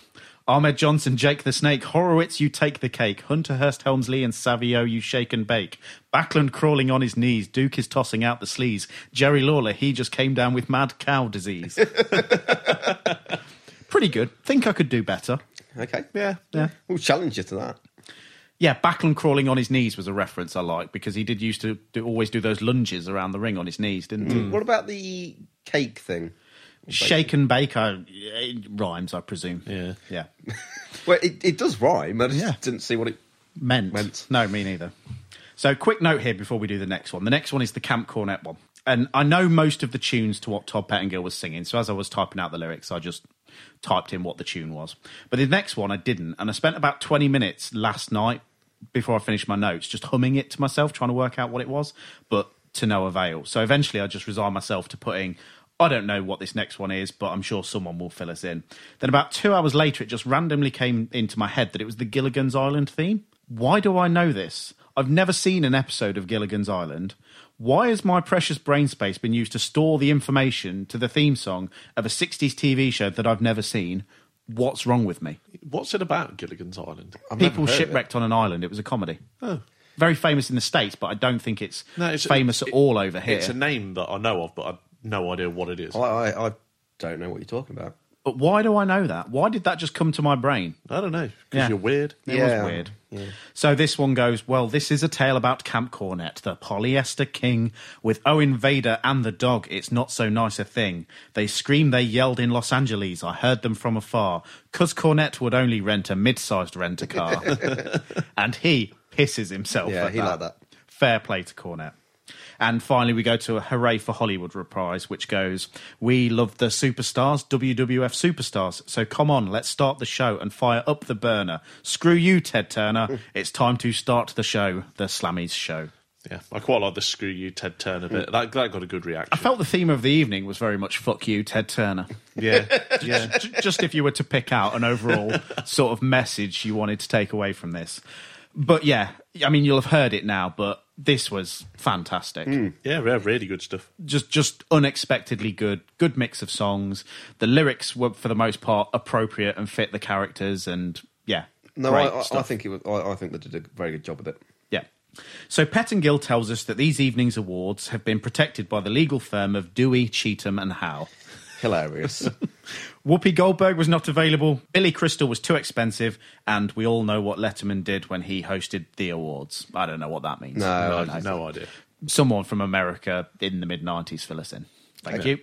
S3: Ahmed Johnson, Jake the Snake, Horowitz, you take the cake. Hunter Hurst, Helmsley, and Savio, you shake and bake. Backlund crawling on his knees. Duke is tossing out the sleaze. Jerry Lawler, he just came down with mad cow disease. Pretty good. Think I could do better.
S5: Okay. Yeah.
S3: Yeah.
S5: We'll challenge you to that.
S3: Yeah, Backlund crawling on his knees was a reference I like because he did used to do, always do those lunges around the ring on his knees, didn't he?
S5: Mm. What about the cake thing?
S3: Shake and bake, I, it rhymes, I presume.
S4: Yeah.
S3: Yeah.
S5: Well, it, it does rhyme. I just
S3: Yeah.
S5: didn't see what it.
S3: Meant.
S5: Meant.
S3: No, me neither. So, quick note here before we do the next one. The next one is the Camp Cornet one. And I know most of the tunes to what Todd Pettingill was singing. So, as I was typing out the lyrics, I just typed in what the tune was. But the next one, I didn't. And I spent about 20 minutes last night before I finished my notes just humming it to myself, trying to work out what it was, but to no avail. So, eventually, I just resigned myself to putting. I don't know what this next one is, but I'm sure someone will fill us in. Then, about two hours later, it just randomly came into my head that it was the Gilligan's Island theme. Why do I know this? I've never seen an episode of Gilligan's Island. Why has my precious brain space been used to store the information to the theme song of a 60s TV show that I've never seen? What's wrong with me?
S4: What's it about, Gilligan's Island?
S5: I've never
S3: People
S5: heard of it.
S3: shipwrecked on an island. It was a comedy. Oh. Very famous in the States, but I don't think it's,
S4: No, it's-
S3: famous
S4: it-
S3: at all over here.
S4: It's a name that I know of, but I've no idea what it is.
S5: I, I, I don't know what you're talking about.
S3: but why do I know that? Why did that just come to my brain?
S4: I don't know because
S3: Yeah.
S4: you're weird.
S3: It
S5: Yeah.
S3: was weird. So this one goes, well, this is a tale about Camp Cornet, the polyester king, with Owen Vader and the dog. It's not so nice a thing. They screamed, they yelled in Los Angeles. I heard them from afar. 'Cause Cornet would only rent a mid-sized rent-a-car. and he pisses himself
S5: Yeah,
S3: at
S5: he liked that.
S3: Fair play to Cornet. And finally, we go to a Hooray for Hollywood reprise, which goes, We love the superstars, WWF superstars. So come on, let's start the show and fire up the burner. Screw you, Ted Turner. it's time to start the show, the Slammies show.
S4: Yeah, I quite like the screw you Ted Turner bit. That that got a good reaction.
S3: I felt the theme of the evening was very much fuck you, Ted Turner.
S4: yeah, yeah.
S3: J- just if you were to pick out an overall sort of message you wanted to take away from this. But yeah, I mean, you'll have heard it now, but this was fantastic.
S5: Hmm.
S4: Yeah, yeah, really good stuff.
S3: just just unexpectedly good good mix of songs the lyrics were for the most part appropriate and fit the characters and yeah
S5: No,
S3: great
S5: I, I, I
S3: stuff.
S5: think it was. I, I think they did a very good job with it.
S3: yeah so pettingill tells us that these evening's awards have been protected by the legal firm of dewey cheatham and howe
S5: Hilarious.
S3: whoopi goldberg was not available billy crystal was too expensive and we all know what letterman did when he hosted the awards i don't know what that means
S5: No,
S4: I had no idea.
S3: someone from America in the mid 90s fill us in. Thank you.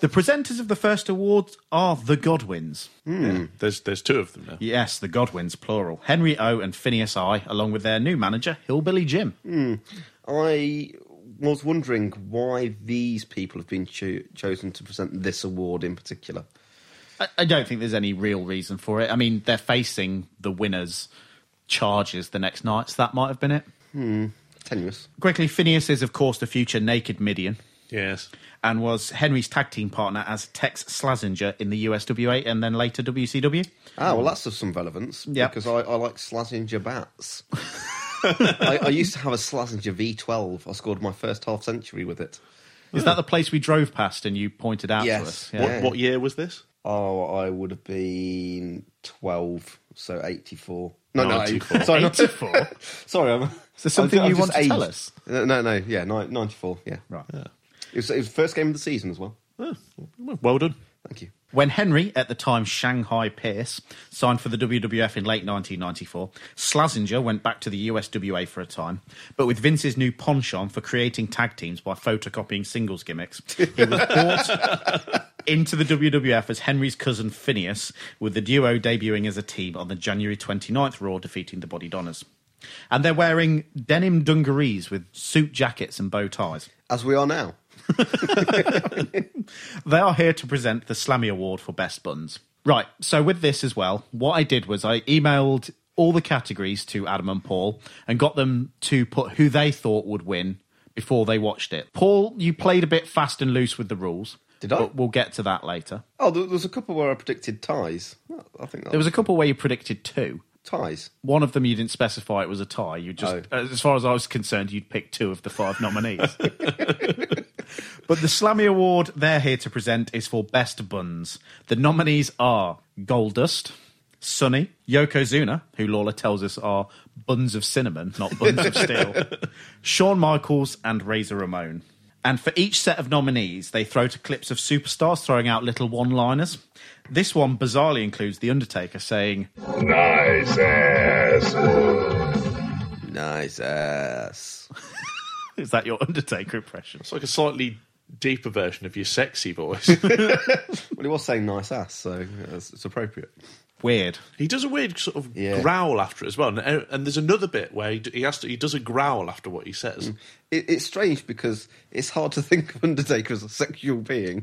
S3: The presenters of the first awards are the Godwins.
S4: Hmm.
S5: Hmm.
S4: There's there's two of them now.
S3: Yes, the Godwins, plural. Henry O and Phineas I, along with their new manager, Hillbilly Jim.
S5: Hmm. I was wondering why these people have been cho- chosen to present this award in particular.
S3: I, I don't think there's any real reason for it. I mean, they're facing the winners' charges the next night, so that might have been it.
S5: Hmm. Tenuous.
S3: Quickly, Phineas is, of course, the future naked Midian.
S4: Yes,
S3: and was Henry's tag team partner as Tex Slazenger in the USWA and then later WCW.
S5: Ah, well, that's of some relevance
S3: Yeah.
S5: because I, I like Slazenger bats. I, I used to have a Slazenger V12. I scored my first half century with it.
S3: Is that the place we drove past and you pointed out
S5: Yes.
S3: to us?
S5: Yeah.
S4: What what year was this?
S5: Oh, I would have been 12, so 84. No, no,
S4: 94.
S5: sorry, not
S3: 84?
S5: Sorry, I'm.
S3: So something
S5: I'm- I'm
S3: you
S5: just
S3: want to tell
S5: aged.
S3: us?
S5: No, no, no, yeah, nine- 94, yeah.
S3: Right.
S5: It was, it was the first game of the season as well.
S4: Oh, well done.
S5: Thank you.
S3: When Henry, at the time Shanghai Pierce, signed for the WWF in late 1994, Slazenger went back to the USWA for a time, but with Vince's new penchant for creating tag teams by photocopying singles gimmicks, he was brought into the WWF as Henry's cousin Phineas, with the duo debuting as a team on the January 29th Raw, defeating the Body Donners. And they're wearing denim dungarees with suit jackets and bow ties.
S5: As we are now.
S3: They are here to present the Slammy Award for Best Buns. Right, so with this as well, what I did was I emailed all the categories to Adam and Paul and got them to put who they thought would win before they watched it. Paul, you played a bit fast and loose with the rules.
S5: Did I?
S3: But we'll get to that later.
S5: Oh, there there was a couple where I predicted ties. Well, I think that
S3: There was a couple where you predicted two.
S5: ties.
S3: One of them you didn't specify it was a tie. You just,
S5: Oh.
S3: as far as I was concerned, you'd pick two of the five nominees. But the Slammy Award they're here to present is for Best Buns. The nominees are Goldust, Sonny, Yokozuna, who Lawler tells us are buns of cinnamon, not buns of steel, Shawn Michaels, and Razor Ramon. And for each set of nominees, they throw to clips of superstars throwing out little one liners. This one bizarrely includes The Undertaker saying,
S2: Nice ass move.
S5: Nice ass.
S3: Is that your Undertaker impression?
S4: It's like a slightly deeper version of your sexy voice.
S5: Well, he was saying nice ass, so yeah, it's, it's appropriate.
S3: Weird.
S4: he does a weird sort of
S5: Yeah.
S4: growl after it as well. And, and there's another bit where he, d- he has to, he does a growl after what he says.
S5: Hmm. It, it's strange because it's hard to think of Undertaker as a sexual being.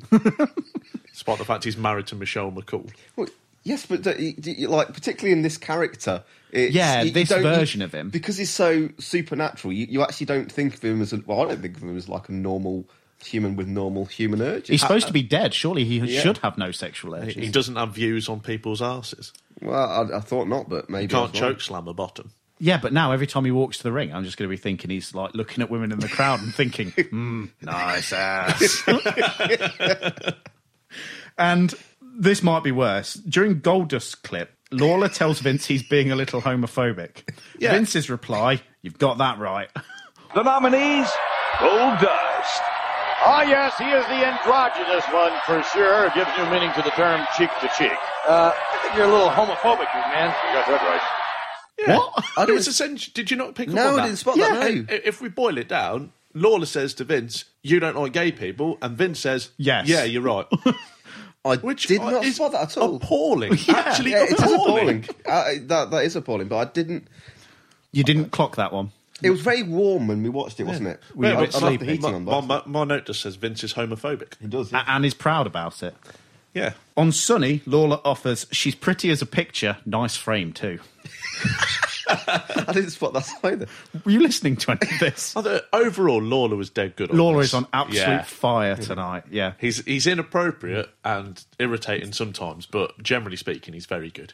S4: Despite the fact he's married to Michelle McCool.
S5: Well, yes, but don't you, do you- like particularly in this character, it's,
S3: Yeah,
S5: you- you
S3: this
S5: don't- you-
S3: version of him.
S5: because he's so supernatural. You, you actually don't think of him as a, well. I don't think of him as like a normal human with normal human urges.
S3: He's supposed to be dead. Surely he
S5: Yeah.
S3: should have no sexual
S4: He-
S3: urges.
S4: He doesn't have views on people's asses.
S5: well, I, I thought not, but maybe I
S4: Can't
S5: was
S4: choke slam a bottom.
S3: Yeah, but now every time he walks to the ring, I'm just going to be thinking he's like looking at women in the crowd and thinking, mm, nice ass. and this might be worse. During Goldust's clip, Lawler tells Vince he's being a little homophobic. Vince's reply, you've got that right.
S7: The nominees, Gold Dust.
S8: Ah, yes, he is the androgynous one for sure. Gives new meaning to the term cheek to cheek.
S7: Uh, I think you're a little homophobic, you man.
S8: You got that right.
S3: What?
S5: wrong. I
S4: It
S5: didn't,
S4: was essentially, did you not pick up on
S5: no,
S4: that?
S5: I didn't spot that. No.
S4: I- If we boil it down, Lawler says to Vince, "You don't like gay people," and Vince says,
S3: Yes.
S4: yeah, you're right."
S5: I
S4: Which
S5: did not
S4: is
S5: spot that at all.
S4: Appalling, actually
S5: Yeah, it is
S4: appalling.
S5: appalling. I, that that is appalling, but I didn't.
S3: You didn't clock that one.
S5: It was very warm when we watched it, wasn't it?
S3: We were a bit
S5: I, I left
S3: sleepy.
S5: the heating on.
S4: My,
S5: but
S4: my, my note just says Vince is homophobic.
S5: it does.
S3: A-
S5: yeah.
S3: And is proud about it.
S4: Yeah,
S3: On Sunny, Lawler offers, she's pretty as a picture, nice frame too.
S5: I didn't spot that either.
S3: Were you listening to any of this?
S4: Although, overall, Lawler was dead good. On
S3: Lawler
S4: this.
S3: is on absolute
S4: Yeah.
S3: fire tonight. Yeah.
S4: He's he's inappropriate and irritating sometimes, but generally speaking, he's very good.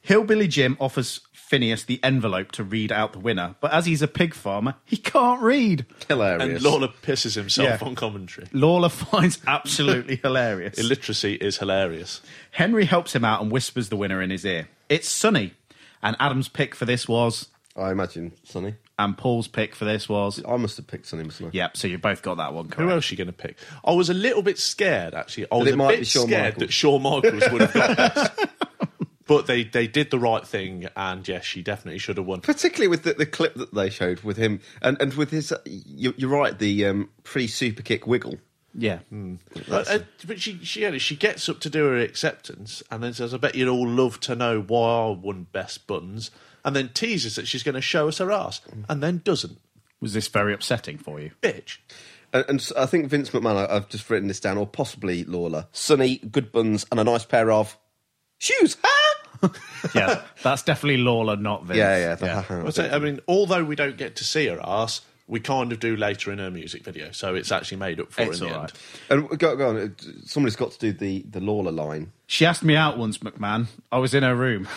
S3: Hillbilly Jim offers Phineas the envelope to read out the winner, but as he's a pig farmer, he can't read.
S5: Hilarious.
S4: And Lawler pisses himself
S3: Yeah.
S4: on commentary.
S3: Lawler finds absolutely hilarious.
S4: Illiteracy is hilarious.
S3: Henry helps him out and whispers the winner in his ear. It's Sonny. And Adam's pick for this was,
S5: I imagine Sonny.
S3: and Paul's pick for this was.
S5: I must have picked Sonny Muslim.
S3: Yep, so you both got that one
S4: Who
S3: correct.
S4: else are you going to pick? I was a little bit scared, actually. I was
S5: it
S4: a
S5: might
S4: bit
S5: be Shawn
S4: scared
S5: Michaels.
S4: that Shawn Michaels would have got this. But they, they did the right thing, and yes, she definitely should have won.
S5: particularly with the, the clip that they showed with him and, and with his uh, you, you're right the um, pre super kick wiggle
S3: Yeah.
S4: But, uh, but she she, yeah, she gets up to do her acceptance, and then says, "I bet you'd all love to know why I won best buns," and then teases that she's going to show us her ass, and then doesn't.
S3: Was this very upsetting for you?
S4: Bitch.
S5: and, and so I think Vince McMahon I- I've just written this down or possibly Lawler Sonny good buns and a nice pair of shoes ha
S3: Yeah. that's definitely Lawler, not Vince.
S5: yeah yeah, the ha-ha.
S4: I, say, I mean, although we don't get to see her ass, we kind of do later in her music video, so it's actually made up for
S3: It's
S4: in the
S3: all
S4: end.
S3: right.
S5: and go, go on uh, somebody's got to do the the Lawler line
S3: She asked me out once, McMahon. I was in her room.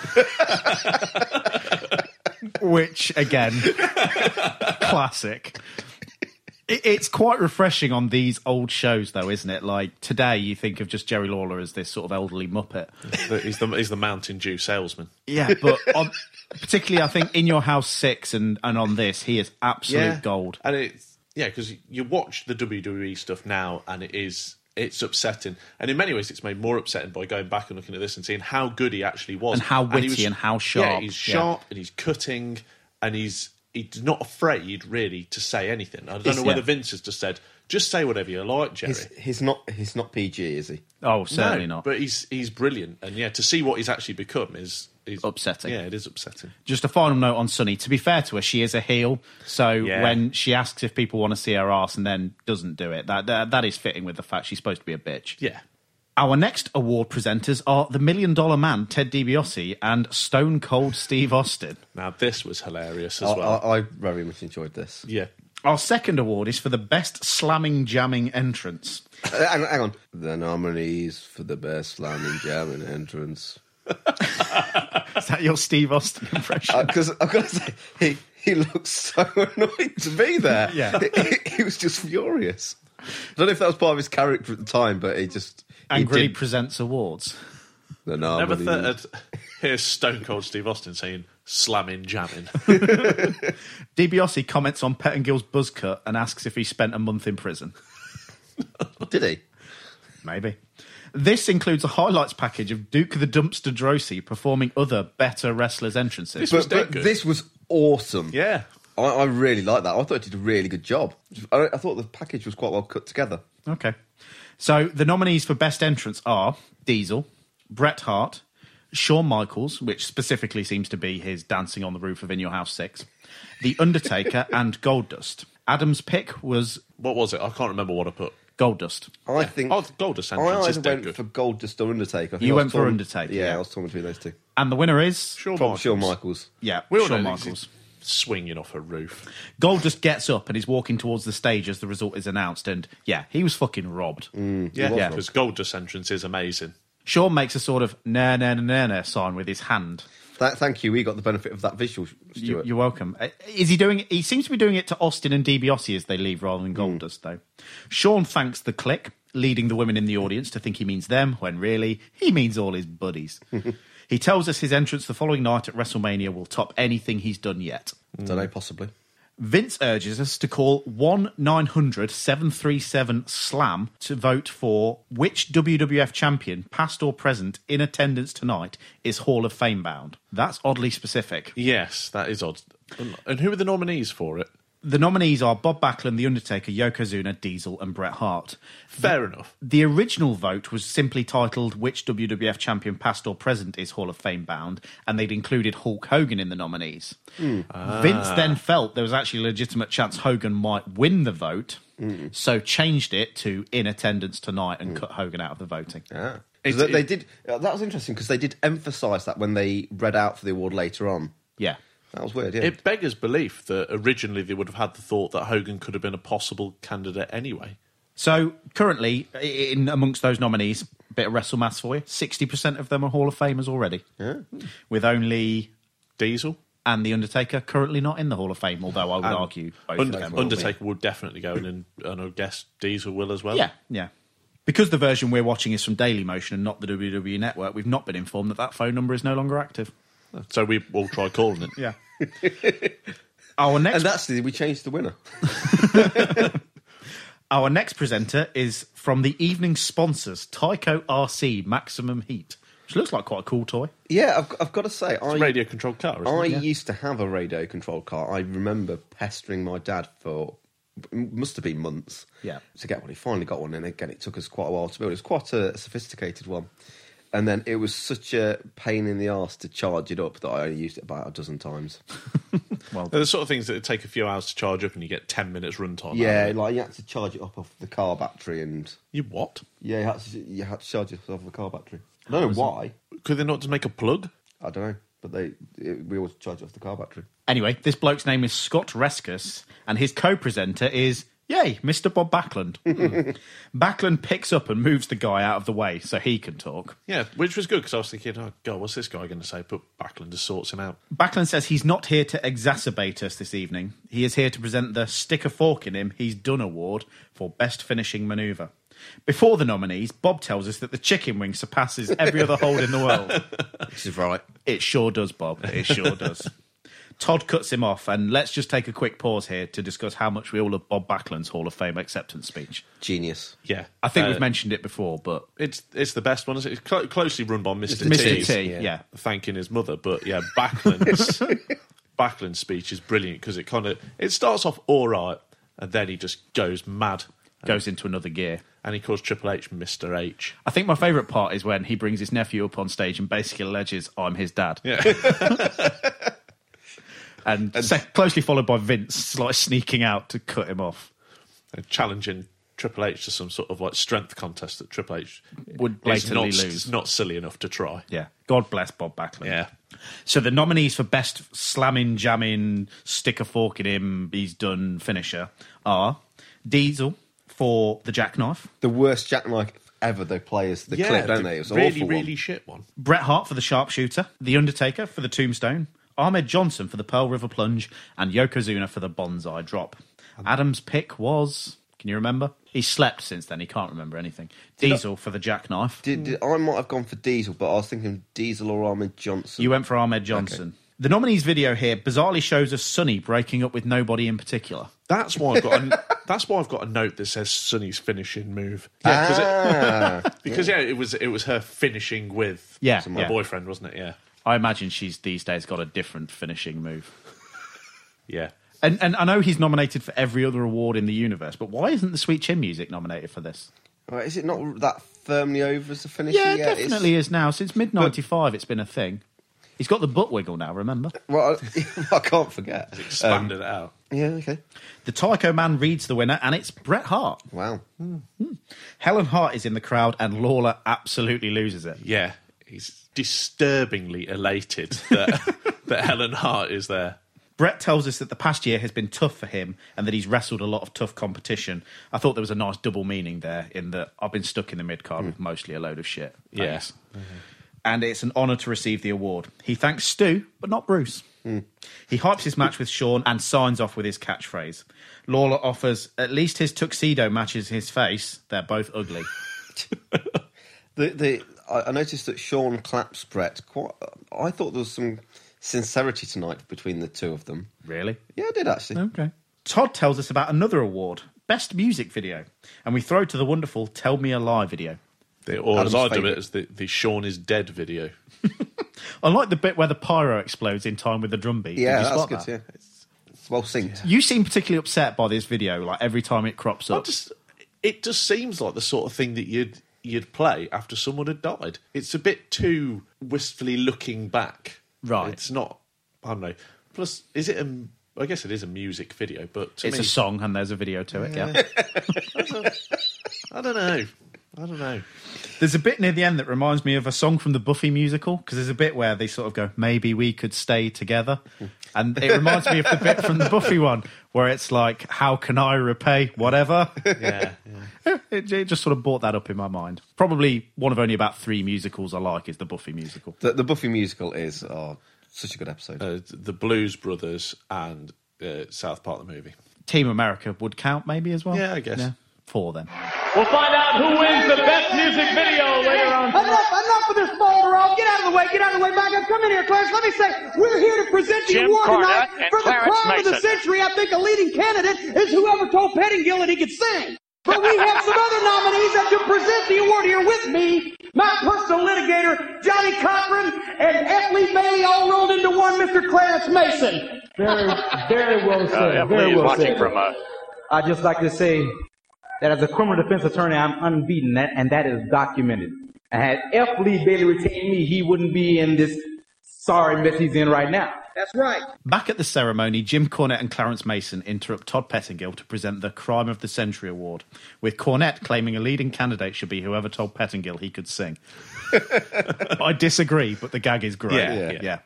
S3: Which, again, classic. It- It's quite refreshing on these old shows, though, isn't it? Like today, you think of just Jerry Lawler as this sort of elderly muppet.
S4: The- he's, the, he's the Mountain Dew salesman.
S3: Yeah, but on, particularly, I think in Your House Six and and on this, he is absolute gold.
S4: And it's yeah, because you watch the WWE stuff now, and it is it's upsetting, and in many ways, it's made more upsetting by going back and looking at this and seeing how good he actually was,
S3: And how
S4: he
S3: witty and how
S4: Yeah,
S3: sharp,
S4: he's
S3: yeah.
S4: sharp and he's cutting, and he's he's not afraid really to say anything. I don't know
S3: yeah.
S4: whether Vince has just said, just say whatever you like, Jerry.
S5: he's, he's not he's not PG is he
S3: Oh, certainly
S4: no,
S3: not.
S4: But he's he's brilliant, and yeah, to see what he's actually become is. is
S3: Upsetting.
S4: Yeah, it is upsetting.
S3: Just a final note on Sunny. To be fair to her, she is a heel. So
S4: Yeah.
S3: when she asks if people want to see her ass and then doesn't do it, that, that that is fitting with the fact she's supposed to be a bitch.
S4: Yeah.
S3: Our next award presenters are the Million Dollar Man Ted DiBiase and Stone Cold Steve Austin.
S4: Now this was hilarious as
S5: I,
S4: well.
S5: I, I very much enjoyed this
S4: yeah.
S3: Our second award is for the best slamming jamming entrance.
S5: Uh, hang, on, hang on the nominees for the best slamming jamming entrance
S3: Is that your Steve Austin impression?
S5: because Uh, I've got to say, he, he looked so annoyed to be there.
S3: Yeah.
S5: he, he was just furious. I don't know if that was part of his character at the time, but he just he
S3: Angrily
S5: did-
S3: presents awards.
S5: The Nom
S4: Never
S5: and Ease.
S4: third. Here's Stone Cold Steve Austin saying slamming, jamming.
S3: DiBiase comments on Pettingill's buzz cut and asks if he spent a month in prison.
S5: Did he?
S3: Maybe. This includes a highlights package of Duke the Dumpster Drosy performing other better wrestlers' entrances.
S4: was
S5: But,
S4: dead
S5: but
S4: good.
S5: this was awesome.
S4: yeah.
S5: I, I really like that. I thought it did a really good job. I, I thought the package was quite well cut together.
S3: Okay. So the nominees for best entrance are Diesel, Bret Hart, Shawn Michaels, which specifically seems to be his dancing on the roof of In Your House 6, The Undertaker, and Goldust. Adam's pick was
S4: What was it? I can't remember what I put.
S3: Goldust.
S5: I think
S4: Oh, the Goldust
S5: I
S4: entrance is
S5: either
S4: dead
S5: went
S4: good.
S5: for Goldust or Undertaker. I think
S3: You
S5: I was
S3: went for
S5: torn-
S3: Undertaker,
S5: Yeah,
S3: yeah.
S5: I was torn between those two.
S3: And the winner is.
S4: Sure,
S5: Probably Shawn Michaels.
S3: Yeah,
S4: We all
S3: Shawn
S4: know that he's-
S3: Michaels.
S4: Swinging off a roof.
S3: Goldust gets up and is walking towards the stage as the result is announced. And yeah, he was fucking robbed.
S4: Mm. Yeah,
S3: Yeah.
S4: because Goldust entrance is amazing.
S3: Sean makes a sort of nah, nah, nah, nah, nah sign with his hand.
S5: That, thank you. We got the benefit of that visual,
S3: You,
S5: Stuart.
S3: you're welcome. Uh, Is he doing? He seems to be doing it to Austin and DiBiase as they leave, rather
S5: Hmm.
S3: than Goldust, though. Sean thanks the clique, leading the women in the audience to think he means them when really he means all his buddies. he tells us his entrance the following night at WrestleMania will top anything he's done yet.
S5: Don't know, possibly.
S3: Vince urges us to call 1 900 737 SLAM to vote for which WWF champion, past or present, in attendance tonight is Hall of Fame bound. That's oddly specific.
S4: Yes, that is odd. And who are the nominees for it?
S3: The nominees are Bob Backlund, The Undertaker, Yokozuna, Diesel, and Bret Hart.
S4: Fair enough.
S3: The original vote was simply titled Which WWF Champion Past or Present is Hall of Fame Bound, and they'd included Hulk Hogan in the nominees.
S4: Ah.
S3: Vince then felt there was actually a legitimate chance Hogan might win the vote,
S4: Mm.
S3: so changed it to In Attendance Tonight and cut Hogan out of the voting.
S5: Ah.
S4: It-
S5: So they, they
S4: it-
S5: did. uh, That was interesting because they did emphasise that when they read out for the award later on.
S3: Yeah.
S5: That was weird. Yeah.
S4: It beggars belief that originally they would have had the thought that Hogan could have been a possible candidate anyway.
S3: So currently, i- in amongst those nominees, bit of wrestle maths for you, 60% of them are Hall of Famers already, with only
S4: Diesel?
S3: and The Undertaker currently not in the Hall of Fame, although I would
S4: And
S3: argue both
S4: Und-
S3: of them will be.
S4: Undertaker will definitely go in, and, and I guess Diesel will as well.
S3: Yeah, yeah. Because the version we're watching is from Daily Motion and not the WWE Network, we've not been informed that that phone number is no longer active.
S4: So we will try calling it.
S3: Yeah. our next
S5: and that's the, we changed the winner.
S3: our next presenter is from the evening sponsors Tyco RC Maximum Heat, which looks like quite a cool toy.
S5: yeah, I've, I've got to say, I
S4: Radio controlled car, isn't
S5: I
S4: it?
S5: used to have a radio controlled car. I remember pestering my dad for it must have been months.
S3: Yeah.
S5: To get one, he finally got one, and again, it took us quite a while to build. It was quite a sophisticated one, and then it was such a pain in the ass to charge it up that I only used it about a dozen times.
S4: They're the sort of things that take a few hours to charge up and you get 10 minutes runtime. out
S5: yeah,
S4: of it.
S5: like you had to charge it up off the car battery, and
S4: You what?
S5: yeah, you had to, you had to charge it off the car battery. I don't know why.
S4: Could they not just make a plug?
S5: I don't know, but they it, we always charge it off the car battery.
S3: Anyway, this bloke's name is Scott Reskus, and his co-presenter is Yay, Mr. Bob Backlund. Hmm. Backlund picks up and moves the guy out of the way so he can talk.
S4: Yeah, which was good because I was thinking, oh, God, what's this guy going to say? But Backlund just sorts him out.
S3: Backlund says he's not here to exacerbate us this evening. He is here to present the Stick a Fork in Him He's Done Award for Best Finishing Maneuver. Before the nominees, Bob tells us that the chicken wing surpasses every other hold in the world.
S5: This is right.
S3: It sure does, Bob. It sure does. Todd cuts him off, and let's just take a quick pause here to discuss how much we all love Bob Backlund's Hall of Fame acceptance speech.
S5: Genius.
S4: Yeah.
S3: I think
S4: Uh,
S3: we've mentioned it before, but
S4: It's it's the best one. isn't it? It's clo- closely run by Mr.
S3: Mr.
S4: T's,
S3: T,
S5: yeah.
S3: yeah.
S4: thanking his mother, but yeah, Backlund's Backlund's speech is brilliant because it kind of it starts off all right, and then he just goes mad,
S3: goes into another gear.
S4: and he calls Triple H Mister H.
S3: I think my favourite part is when he brings his nephew up on stage and basically alleges I'm his dad.
S4: Yeah.
S3: and, sec- closely followed by Vince like sneaking out to cut him off.
S4: and challenging Triple H to some sort of like strength contest that Triple H
S3: Would
S4: is not,
S3: blatantly lose.
S4: is not silly enough to try.
S3: Yeah, God bless Bob Backlund.
S4: Yeah.
S3: So the nominees for best slamming, jamming, stick a fork in him, he's done finisher are Diesel for the jackknife,
S5: the worst jackknife ever they play is the clip, don't
S4: the
S5: they? It's an
S4: really,
S5: awful
S4: really
S5: one.
S4: shit one.
S3: Bret Hart for the sharpshooter, The Undertaker for the tombstone, Ahmed Johnson for the Pearl River plunge, and Yokozuna for the bonsai drop. Adam's pick was Can you remember? He slept since then. He can't remember anything. Diesel for the jackknife.
S5: Did, did, I might have gone for Diesel, but I was thinking Diesel or Ahmed Johnson.
S3: You went for Ahmed Johnson. The nominees video here bizarrely shows us Sonny breaking up with nobody in particular.
S4: That's why I've got. A, that's why I've got a note that says Sunny's finishing move. Yeah, 'cause it-
S5: ah,
S4: because yeah. it was it was her finishing with
S3: Yeah,
S4: my
S3: yeah.
S4: boyfriend, wasn't it? Yeah,
S3: I imagine she's these days got a different finishing move.
S4: yeah.
S3: And and I know he's nominated for every other award in the universe, but why isn't the Sweet Chin music nominated for this?
S5: Right, is it not that firmly over as a finish?
S3: Yeah,
S5: yet? It's-
S3: definitely is now. Since mid '95, it's been a thing. He's got the butt wiggle now. Remember,
S5: Well, I, I can't forget. Um,
S4: Expanded it out.
S5: yeah, okay.
S3: the Tycho Man reads the winner, and it's Bret Hart. Hmm.
S5: Wow.
S3: Helen Hart is in the crowd, and Lawler absolutely loses it.
S4: Yeah, he's disturbingly elated that that Helen Hart is there.
S3: Brett tells us that the past year has been tough for him and that he's wrestled a lot of tough competition. I thought there was a nice double meaning there in that I've been stuck in the mid
S5: Hmm.
S3: card with mostly a load of shit.
S4: Yeah.
S3: Thanks. And it's an honour to receive the award. He thanks Stu, but not Bruce.
S5: Hmm.
S3: He hypes his match with Sean and signs off with his catchphrase. Lawler offers, at least his tuxedo matches his face. They're both ugly.
S5: The, the, I I noticed that Sean claps Brett quite. I thought there was some sincerity tonight between the two of them.
S3: really?
S5: Yeah, I did actually.
S3: Okay. Todd tells us about another award, Best Music Video. And we throw to the wonderful Tell Me a Lie video.
S4: They, or
S5: Adam's
S4: as I do
S5: favourite.
S4: it, as the, the Sean is dead video.
S3: I like the bit where the pyro explodes in time with the drum beat. Did
S5: Yeah,
S3: you
S5: that's
S3: spot
S5: good.
S3: that?
S5: Yeah, it's well synced.
S3: You seem particularly upset by this video, like every time it crops
S4: I
S3: up.
S4: just, it just seems like the sort of thing that you'd you'd play after someone had died. It's a bit too wistfully looking back.
S3: Right.
S4: It's not. I don't know. Plus, is it a? I guess it is a music video, but to
S3: It's
S4: me,
S3: a song and there's a video to it, yeah.
S4: I don't know. I don't know.
S3: there's a bit near the end that reminds me of a song from the Buffy musical, because there's a bit where they sort of go, maybe we could stay together. And it reminds me of the bit from the Buffy one where it's like, how can I repay whatever?
S4: Yeah.
S3: It, it just sort of brought that up in my mind. Probably one of only about three musicals I like is the Buffy musical.
S5: The, the Buffy musical is oh, such a good episode.
S4: uh, the Blues Brothers and uh, South Park the movie.
S3: Team America would count maybe as well.
S4: Yeah, I guess.
S3: Four then.
S6: We'll find out who wins the best music video later on.
S9: Enough, enough of this folder roll. Get out of the way. Get out of the way, back up. Come in here, Clarence. Let me say, we're here to present the
S8: Jim
S9: award
S8: Cornette
S9: tonight
S8: and
S9: for the
S8: Clarence
S9: crime of the
S8: Mason.
S9: century. I think a leading candidate is whoever told Pettingill that he could sing. But we have some other nominees that to present the award here with me. My personal litigator, Johnny Cochran, and Epley Bailey all rolled into one, Mr. Clarence Mason.
S10: Very, very well
S8: Uh,
S10: said.
S8: Emily
S10: very
S8: is
S10: well
S8: watching
S10: said.
S8: from uh,
S10: I'd just like to say that as a criminal defense attorney, I'm unbeaten, that, and that is documented. And had F. Lee Bailey retained me, he wouldn't be in this sorry mess he's in right now.
S9: That's right.
S3: Back at the ceremony, Jim Cornette and Clarence Mason interrupt Todd Pettingill to present the Crime of the Century Award, with Cornette claiming a leading candidate should be whoever told Pettingill he could sing. I disagree, but the gag is great.
S4: Yeah, yeah.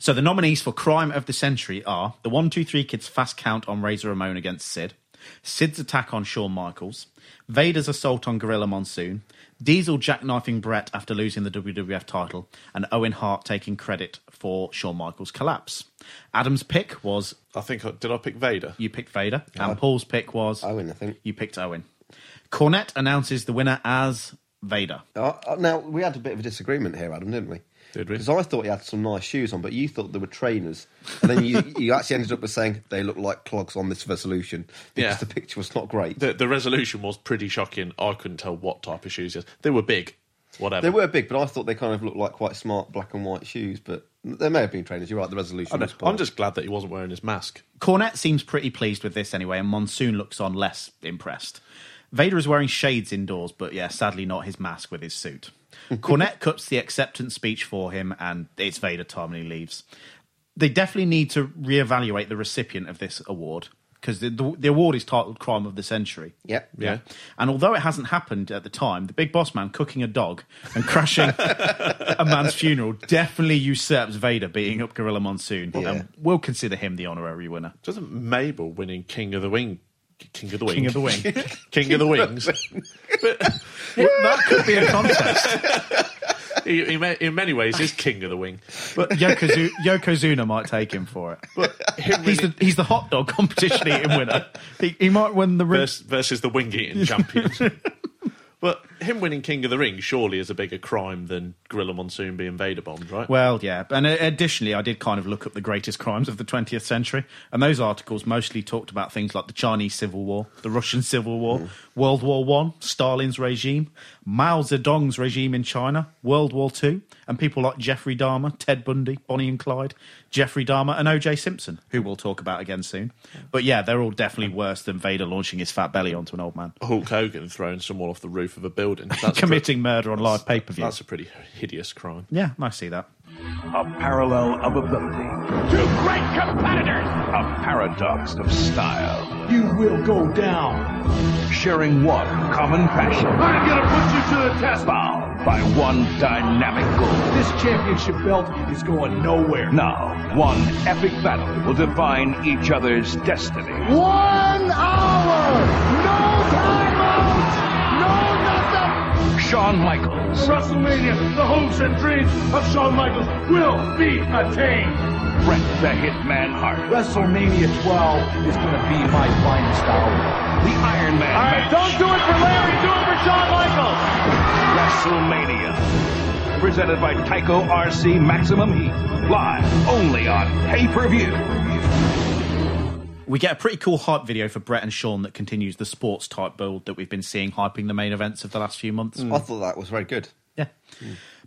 S3: So the nominees for Crime of the Century are the 123 Kids Fast Count on Razor Ramon against Sid, Sid's attack on Shawn Michaels, Vader's assault on Gorilla Monsoon, Diesel jackknifing Brett after losing the WWF title, and Owen Hart taking credit for Shawn Michaels' collapse. Adam's pick was
S4: I think I, did I pick Vader?
S3: you picked Vader, and Paul's pick was
S5: Owen, I think.
S3: you picked Owen. Cornette announces the winner as Vader.
S5: Uh, uh, now we had a bit of a disagreement here, Adam, didn't we?
S4: Did we?
S5: Because I thought he had some nice shoes on, but you thought they were trainers, and then you, you actually ended up with saying they look like clogs on this resolution because
S4: Yeah.
S5: the picture was not great.
S4: The, the resolution was pretty shocking. I couldn't tell what type of shoes it was. They were big. Whatever.
S5: They were big, but I thought they kind of looked like quite smart black and white shoes. But they may have been trainers. You're right. The resolution.
S4: I know.
S5: was poor.
S4: I'm just glad that he wasn't wearing his mask.
S3: Cornette seems pretty pleased with this anyway, and Monsoon looks on less impressed. Vader is wearing shades indoors, but yeah, sadly not his mask with his suit. Cornette cuts the acceptance speech for him, and it's Vader time and he leaves. They definitely need to reevaluate the recipient of this award because the, the, the award is titled Crime of the Century.
S5: Yep.
S4: Yeah.
S3: And although it hasn't happened at the time, the big boss man cooking a dog and crashing a man's funeral definitely usurps Vader beating up Gorilla Monsoon.
S5: Yeah.
S3: And we'll consider him the honorary winner.
S4: Doesn't Mabel winning King of the Wing? King of the Wing.
S3: King of the Wing.
S4: King of the Wings.
S3: that could be a contest.
S4: He- he ma- in many ways, is king of the wing. But
S3: Yokozu- Yokozuna might take him for it. he's, the, he's the hot dog competition eating winner. He, he might win the ring.
S4: versus, versus the wing eating champions. but him winning King of the Ring surely is a bigger crime than Gorilla Monsoon being Vader bombed, right?
S3: Well, yeah. And uh, additionally, I did kind of look up the greatest crimes of the 20th century, and those articles mostly talked about things like the Chinese Civil War, the Russian Civil
S4: Hmm.
S3: War, World War One, Stalin's regime, Mao Zedong's regime in China, World War Two, and people like Jeffrey Dahmer, Ted Bundy, Bonnie and Clyde, Jeffrey Dahmer, and O.J. Simpson, who we'll talk about again soon. But yeah, they're all definitely worse than Vader launching his fat belly onto an old man,
S4: Hulk Hogan throwing someone off the roof of a building. That's
S3: committing murder on live pay per
S4: pre-
S3: view.
S4: that's a pretty hideous crime.
S3: Yeah, I see that.
S11: A parallel of ability. Two great competitors! A paradox of style. You will go down. Sharing one common passion. I'm gonna put you to the test. Bound by one dynamic goal. This championship belt is going nowhere. Now, one epic battle will define each other's destiny.
S9: One hour! No timeout! No nothing!
S11: Shawn Michaels. WrestleMania, the hopes and dreams of Shawn Michaels will be attained. Brett the Hitman Hart. WrestleMania 12 is going to be my finest hour. The Iron Man. All right, don't do it for Larry, do it for Shawn Michaels. WrestleMania. Presented by Tyco RC Maximum Heat. Live only on pay per view.
S3: We get a pretty cool hype video for Brett and Sean that continues the sports type build that we've been seeing hyping the main events of the last few months.
S5: Mm. I thought that was very good.
S3: Yeah.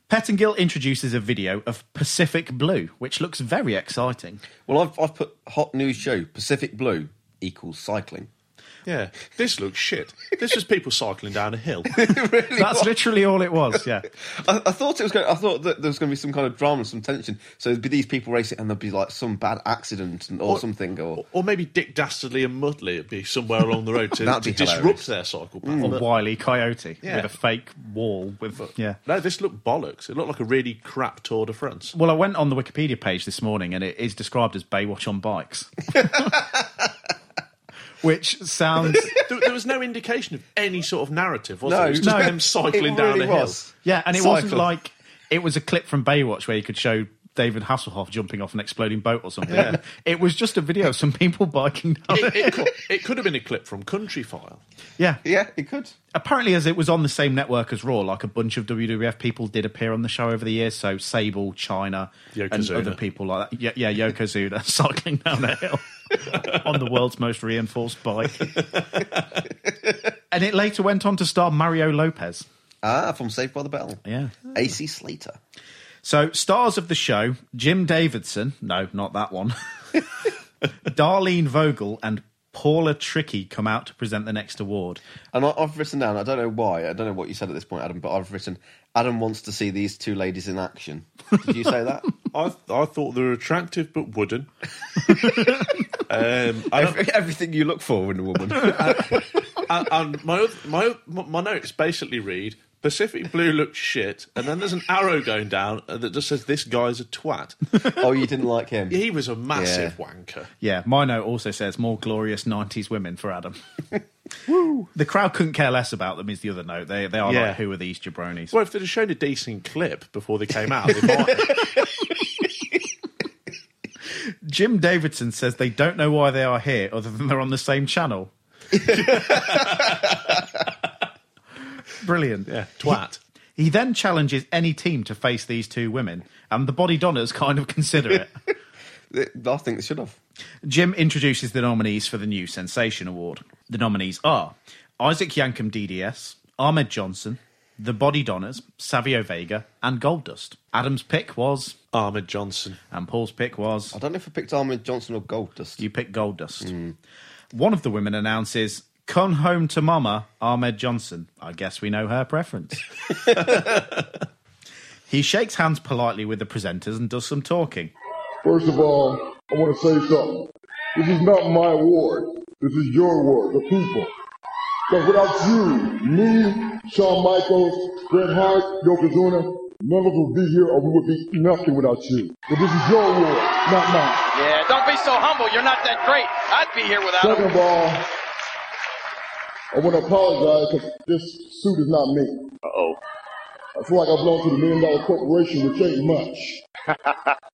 S3: Pettingill introduces a video of Pacific Blue, which looks very exciting.
S5: Well, I've, I've put hot news show Pacific Blue equals cycling.
S4: Yeah, this looks shit. This was people cycling down a hill.
S3: That's literally all it was, yeah.
S5: I, I thought it was. Going, I thought that there was going to be some kind of drama, some tension. So there'd be these people racing, and there'd be like some bad accident and, or,
S4: Or-
S5: something. Or
S4: Or maybe Dick Dastardly and Mudley would be somewhere along the road to,
S5: That'd
S4: to
S5: be
S4: disrupt
S5: hilarious.
S4: their cycle path.
S3: Or
S4: But-
S3: Wily Coyote
S4: Yeah.
S3: with a fake wall with yeah.
S4: No, this looked bollocks. It looked like a really crap Tour de France.
S3: Well, I went on the Wikipedia page this morning and it is described as Baywatch on bikes. which sounds
S4: There, there was no indication of any sort of narrative, was
S5: No,
S4: there? It was just
S3: no.
S4: them cycling
S5: It
S4: down
S5: really
S4: a
S5: was.
S3: Yeah, and it wasn't
S5: Cycle.
S3: like it was a clip from Baywatch where you could show David Hasselhoff jumping off an exploding boat or something. It was just a video of some people biking down.
S4: hill. It, it could, it could have been a clip from Country File.
S3: yeah.
S5: yeah, it could.
S3: Apparently, as it was on the same network as Raw, like a bunch of WWF people did appear on the show over the years. So Sable, China, and
S4: Yokozuna.
S3: other people like that. Yeah, yeah Yokozuna cycling down the hill on the world's most reinforced bike. and it later went on to star Mario Lopez.
S5: Ah, from Saved by the Bell.
S3: Yeah.
S5: AC Slater.
S3: So, stars of the show Jim Davidson, no, not that one, Darlene Vogel, and Paula Tricky come out to present the next award.
S5: And I, I've written down. I don't know why. I don't know what you said at this point, Adam. But I've written. Adam wants to see these two ladies in action. Did you say that?
S4: I, I thought they were attractive but wooden. um, I don't-
S5: Every- everything you look for in a woman.
S4: and, and my, oth- my oth- my notes basically read Pacific Blue looks shit, and then there's an arrow going down uh, that just says this guy's a twat.
S5: oh, you didn't like him.
S4: He was a massive wanker.
S3: Yeah, my note also says more glorious 90s women for Adam. The crowd couldn't care less about them, is the other note. They, they are
S4: Yeah.
S3: like, who are these jabronis?
S4: Well, if they'd have shown a decent clip before they came out, they might.
S3: Jim Davidson says they don't know why they are here other than they're on the same channel. Brilliant.
S4: yeah, twat.
S3: He then challenges any team to face these two women, and the body donners kind of consider it.
S5: I think they should have.
S3: Jim introduces the nominees for the new Sensation Award. The nominees are Isaac Yankum DDS, Ahmed Johnson, The Body Donners, Savio Vega, and Goldust. Adam's pick was,
S4: Ahmed Johnson.
S3: and Paul's pick was,
S5: I don't know if I picked Armin Johnson or Hmm. Goldust.
S3: you picked Goldust. One of the women announces, Come home to Mama, Ahmed Johnson. I guess we know her preference. he shakes hands politely with the presenters and does some talking.
S12: First of all, I want to say something. This is not my award. This is your award, the people. Because without you, me, Shawn Michaels, Bret Hart, Yokozuna, none of us would be here or we would be nothing without you. But this is your award, not mine.
S7: Yeah, don't be so humble. You're not that great. I'd be here without
S12: Second
S7: him.
S12: of all, I want to apologize because this suit is not me.
S8: Uh oh.
S12: I feel like I belong to the million dollar corporation, which ain't much.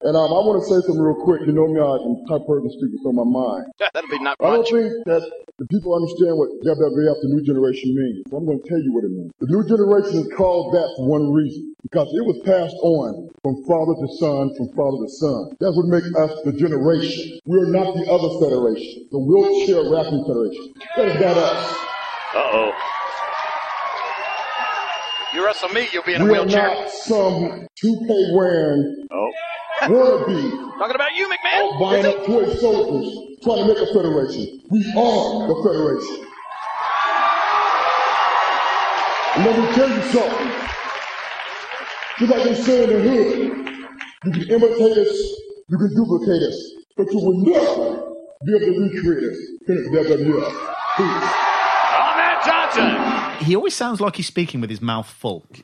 S12: and um, I want to say something real quick. You know me, I'm the type of person to speak what's on my mind.
S7: That'll be not
S12: I don't
S7: much.
S12: think that the people understand what WWF, the new generation, means. So I'm going to tell you what it means. The new generation is called that for one reason, because it was passed on from father to son, from father to son. That's what makes us the generation. We are not the other federation, the wheelchair wrestling federation. That is not us.
S7: Uh-oh. You wrestle me, you'll be in a
S12: we
S7: wheelchair. Oh.
S12: are not some 2K wearing wannabe
S7: Talking about you, McMahon.
S12: buying up toy soldiers trying to make a federation. We are the federation. And let me tell you something. Just like they say in the hood, you can imitate us, you can duplicate us, but you will never be able to recreate us in the WWF. Peace.
S3: He always sounds like he's speaking with his mouth full.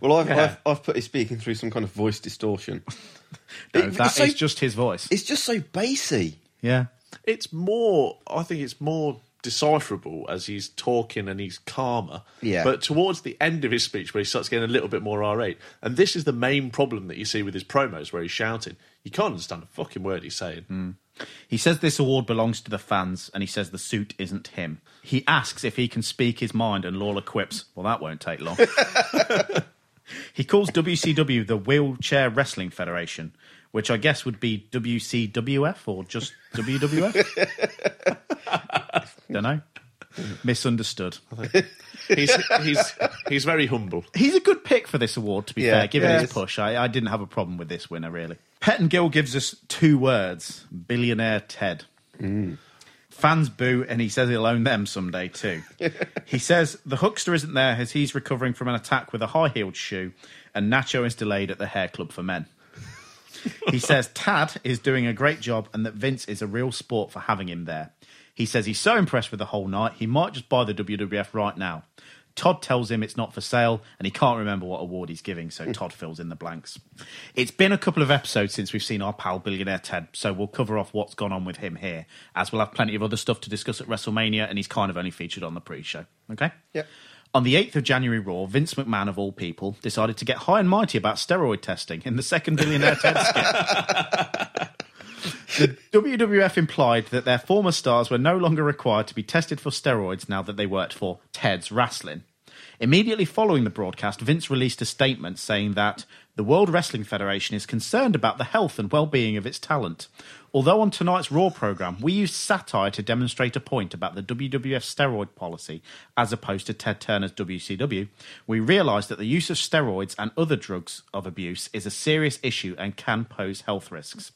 S5: Well, I've,
S3: Yeah.
S5: I've, I've put his speaking through some kind of voice distortion.
S3: No,
S5: It-
S3: that
S5: it's so-
S3: is just his voice.
S5: It's just so bassy.
S3: Yeah.
S4: It's more. I think it's more decipherable as he's talking and he's calmer.
S5: Yeah.
S4: But towards the end of his speech, where he starts getting a little bit more irate, and this is the main problem that you see with his promos, where he's shouting, you can't understand a fucking word he's saying.
S3: He says this award belongs to the fans, and he says the suit isn't him. He asks if he can speak his mind, and Lawler quips, Well, that won't take long. he calls WCW the Wheelchair Wrestling Federation, which I guess would be WCWF or just WWF. Don't know. Misunderstood.
S4: He's he's he's very humble.
S3: He's a good pick for this award, to be
S4: Yeah,
S3: fair, given
S4: yeah.
S3: his push. I, I didn't have a problem with this winner, really. Pettingill gives us two words billionaire Ted.
S4: Mm.
S3: Fans boo, and he says he'll own them someday, too. he says the hookster isn't there as he's recovering from an attack with a high heeled shoe, and Nacho is delayed at the hair club for men. he says Tad is doing a great job and that Vince is a real sport for having him there. He says he's so impressed with the whole night, he might just buy the WWF right now. Todd tells him it's not for sale and he can't remember what award he's giving, so Todd fills in the blanks. It's been a couple of episodes since we've seen our pal billionaire Ted, so we'll cover off what's gone on with him here, as we'll have plenty of other stuff to discuss at WrestleMania and he's kind of only featured on the pre show. Okay?
S5: Yep.
S3: On the 8th of January Raw, Vince McMahon, of all people, decided to get high and mighty about steroid testing in the second Billionaire Ted skit. The WWF implied that their former stars were no longer required to be tested for steroids now that they worked for Ted's Wrestling. Immediately following the broadcast, Vince released a statement saying that the World Wrestling Federation is concerned about the health and well being of its talent. Although on tonight's Raw program, we used satire to demonstrate a point about the WWF steroid policy as opposed to Ted Turner's WCW, we realised that the use of steroids and other drugs of abuse is a serious issue and can pose health risks.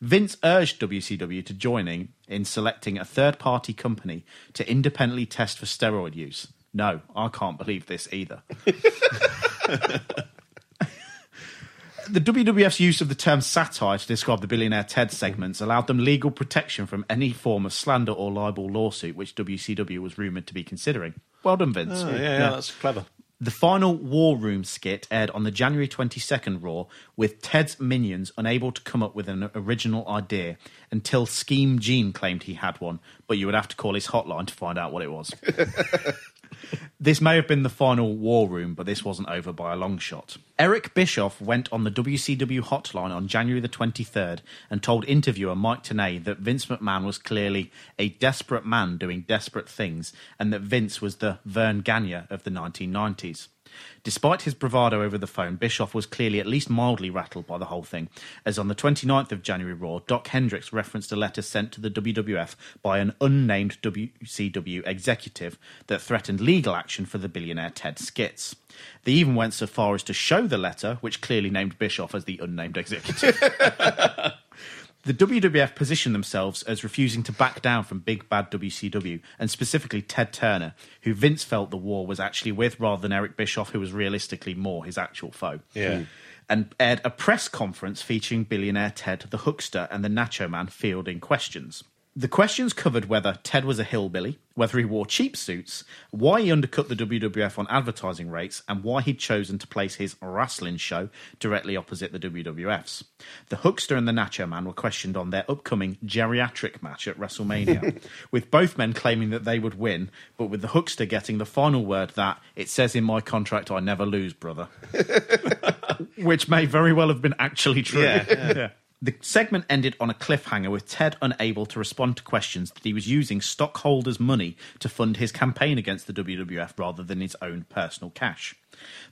S3: Vince urged WCW to joining in selecting a third party company to independently test for steroid use. No, I can't believe this either. The WWF's use of the term satire to describe the billionaire Ted segments allowed them legal protection from any form of slander or libel lawsuit which WCW was rumoured to be considering. Well done, Vince.
S4: Oh, yeah, yeah, that's clever.
S3: The final War Room skit aired on the January 22nd Raw with Ted's minions unable to come up with an original idea until Scheme Gene claimed he had one, but you would have to call his hotline to find out what it was. this may have been the final War Room, but this wasn't over by a long shot. Eric Bischoff went on the WCW hotline on January the 23rd and told interviewer Mike Tenay that Vince McMahon was clearly a desperate man doing desperate things and that Vince was the Vern Gagne of the 1990s. Despite his bravado over the phone, Bischoff was clearly at least mildly rattled by the whole thing, as on the 29th of January Raw, Doc Hendricks referenced a letter sent to the WWF by an unnamed WCW executive that threatened legal action for the billionaire Ted Skits. They even went so far as to show the letter, which clearly named Bischoff as the unnamed executive. The WWF positioned themselves as refusing to back down from big bad WCW, and specifically Ted Turner, who Vince felt the war was actually with, rather than Eric Bischoff, who was realistically more his actual foe.
S4: Yeah. Hmm.
S3: And aired a press conference featuring billionaire Ted the Hookster and the Nacho Man fielding questions. The questions covered whether Ted was a hillbilly, whether he wore cheap suits, why he undercut the WWF on advertising rates, and why he'd chosen to place his wrestling show directly opposite the WWF's. The Hookster and the Nacho Man were questioned on their upcoming geriatric match at WrestleMania, with both men claiming that they would win, but with the Hookster getting the final word that it says in my contract I never lose, brother. Which may very well have been actually true.
S4: Yeah, yeah. Yeah.
S3: The segment ended on a cliffhanger with Ted unable to respond to questions that he was using stockholders' money to fund his campaign against the WWF rather than his own personal cash.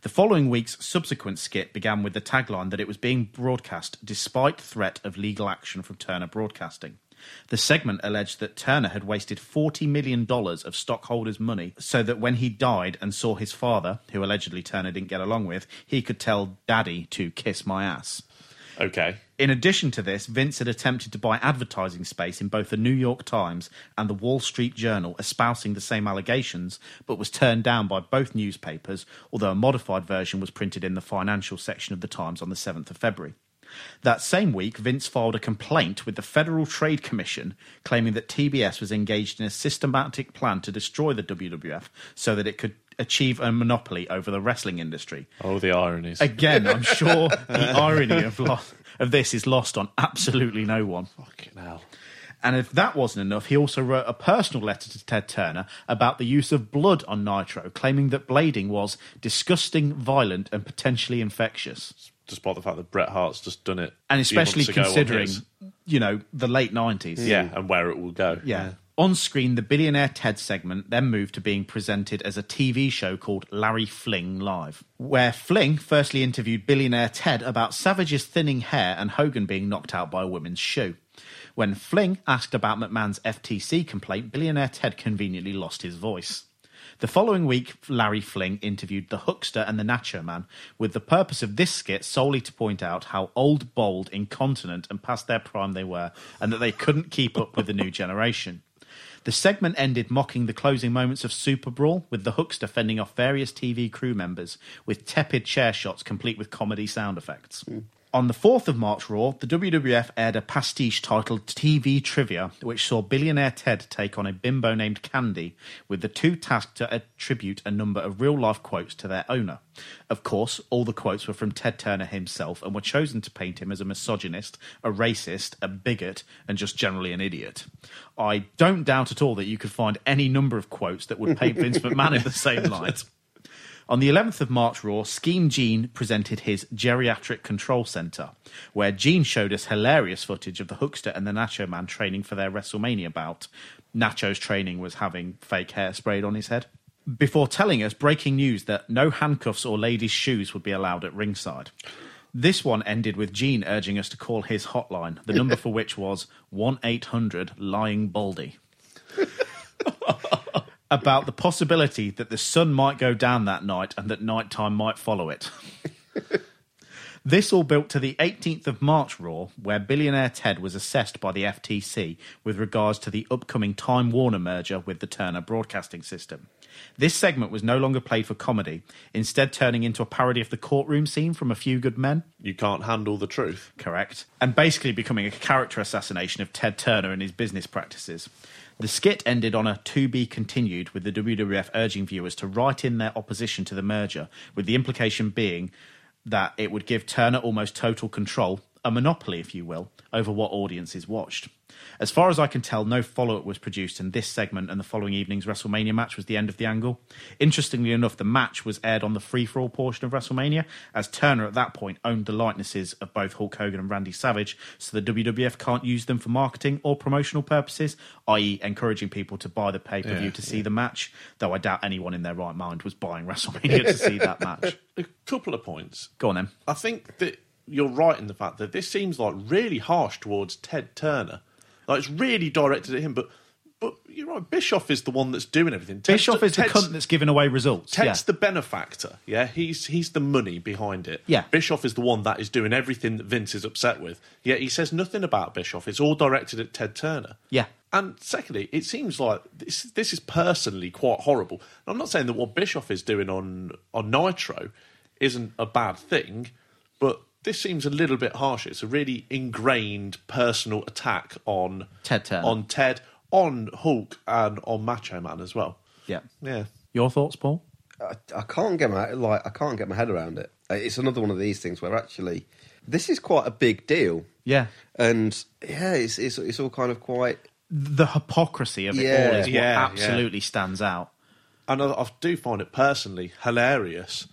S3: The following week's subsequent skit began with the tagline that it was being broadcast despite threat of legal action from Turner Broadcasting. The segment alleged that Turner had wasted $40 million of stockholders' money so that when he died and saw his father, who allegedly Turner didn't get along with, he could tell Daddy to kiss my ass.
S4: Okay.
S3: In addition to this, Vince had attempted to buy advertising space in both the New York Times and the Wall Street Journal, espousing the same allegations, but was turned down by both newspapers, although a modified version was printed in the financial section of the Times on the 7th of February. That same week, Vince filed a complaint with the Federal Trade Commission claiming that TBS was engaged in a systematic plan to destroy the WWF so that it could achieve a monopoly over the wrestling industry.
S4: Oh, the ironies.
S3: Again, I'm sure the irony of, lo- of this is lost on absolutely no one. Fucking
S4: hell.
S3: And if that wasn't enough, he also wrote a personal letter to Ted Turner about the use of blood on Nitro, claiming that blading was disgusting, violent, and potentially infectious.
S4: Despite the fact that Bret Hart's just done it.
S3: And
S4: a few months
S3: especially
S4: ago on
S3: considering,
S4: his.
S3: you know, the late 90s.
S4: Yeah, and where it will go.
S3: Yeah. On screen, the billionaire Ted segment then moved to being presented as a TV show called Larry Fling Live, where Fling firstly interviewed billionaire Ted about Savage's thinning hair and Hogan being knocked out by a women's shoe. When Fling asked about McMahon's FTC complaint, billionaire Ted conveniently lost his voice. The following week, Larry Fling interviewed the Hookster and the Nacho Man, with the purpose of this skit solely to point out how old, bold, incontinent, and past their prime they were, and that they couldn't keep up with the new generation. The segment ended mocking the closing moments of Super Brawl, with the Hookster fending off various TV crew members with tepid chair shots complete with comedy sound effects. On the 4th of March Raw, the WWF aired a pastiche titled TV Trivia, which saw billionaire Ted take on a bimbo named Candy, with the two tasked to attribute a number of real life quotes to their owner. Of course, all the quotes were from Ted Turner himself and were chosen to paint him as a misogynist, a racist, a bigot, and just generally an idiot. I don't doubt at all that you could find any number of quotes that would paint Vince McMahon in the same light. On the 11th of March Raw, Scheme Gene presented his Geriatric Control Center, where Gene showed us hilarious footage of the Hookster and the Nacho Man training for their WrestleMania bout. Nacho's training was having fake hair sprayed on his head. Before telling us breaking news that no handcuffs or ladies' shoes would be allowed at ringside. This one ended with Gene urging us to call his hotline, the number for which was 1 800 Lying Baldy about the possibility that the sun might go down that night and that nighttime might follow it. this all built to the 18th of March Raw, where billionaire Ted was assessed by the FTC with regards to the upcoming Time Warner merger with the Turner Broadcasting System. This segment was no longer played for comedy, instead, turning into a parody of the courtroom scene from A Few Good Men.
S4: You can't handle the truth.
S3: Correct. And basically becoming a character assassination of Ted Turner and his business practices. The skit ended on a to be continued, with the WWF urging viewers to write in their opposition to the merger, with the implication being that it would give Turner almost total control, a monopoly, if you will, over what audiences watched. As far as I can tell, no follow up was produced, and this segment and the following evening's WrestleMania match was the end of the angle. Interestingly enough, the match was aired on the free for all portion of WrestleMania, as Turner at that point owned the likenesses of both Hulk Hogan and Randy Savage, so the WWF can't use them for marketing or promotional purposes, i.e., encouraging people to buy the pay per view
S4: Yeah,
S3: to see the match, though I doubt anyone in their right mind was buying WrestleMania to see that match.
S4: A couple of points.
S3: Go on, then.
S4: I think that you're right in the fact that this seems like really harsh towards Ted Turner. Like it's really directed at him, but but you're right. Bischoff is the one that's doing everything. Ted-
S3: Bischoff is the
S4: Ted's-
S3: cunt that's giving away results.
S4: Ted's
S3: yeah.
S4: the benefactor. Yeah, he's he's the money behind it.
S3: Yeah.
S4: Bischoff is the one that is doing everything that Vince is upset with. Yet he says nothing about Bischoff. It's all directed at Ted Turner.
S3: Yeah.
S4: And secondly, it seems like this this is personally quite horrible. And I'm not saying that what Bischoff is doing on on Nitro isn't a bad thing, but this seems a little bit harsh. It's a really ingrained personal attack on
S3: Ted Turner.
S4: on Ted, on Hulk, and on Macho Man as well.
S3: Yeah.
S4: Yeah.
S3: Your thoughts, Paul?
S5: I, I can't get my like I can't get my head around it. Uh, It's another one of these things where actually this is quite a big deal.
S3: Yeah.
S5: And yeah, it's it's, it's all kind of quite
S3: The hypocrisy of it all is what absolutely stands out.
S4: And I, I do find it personally hilarious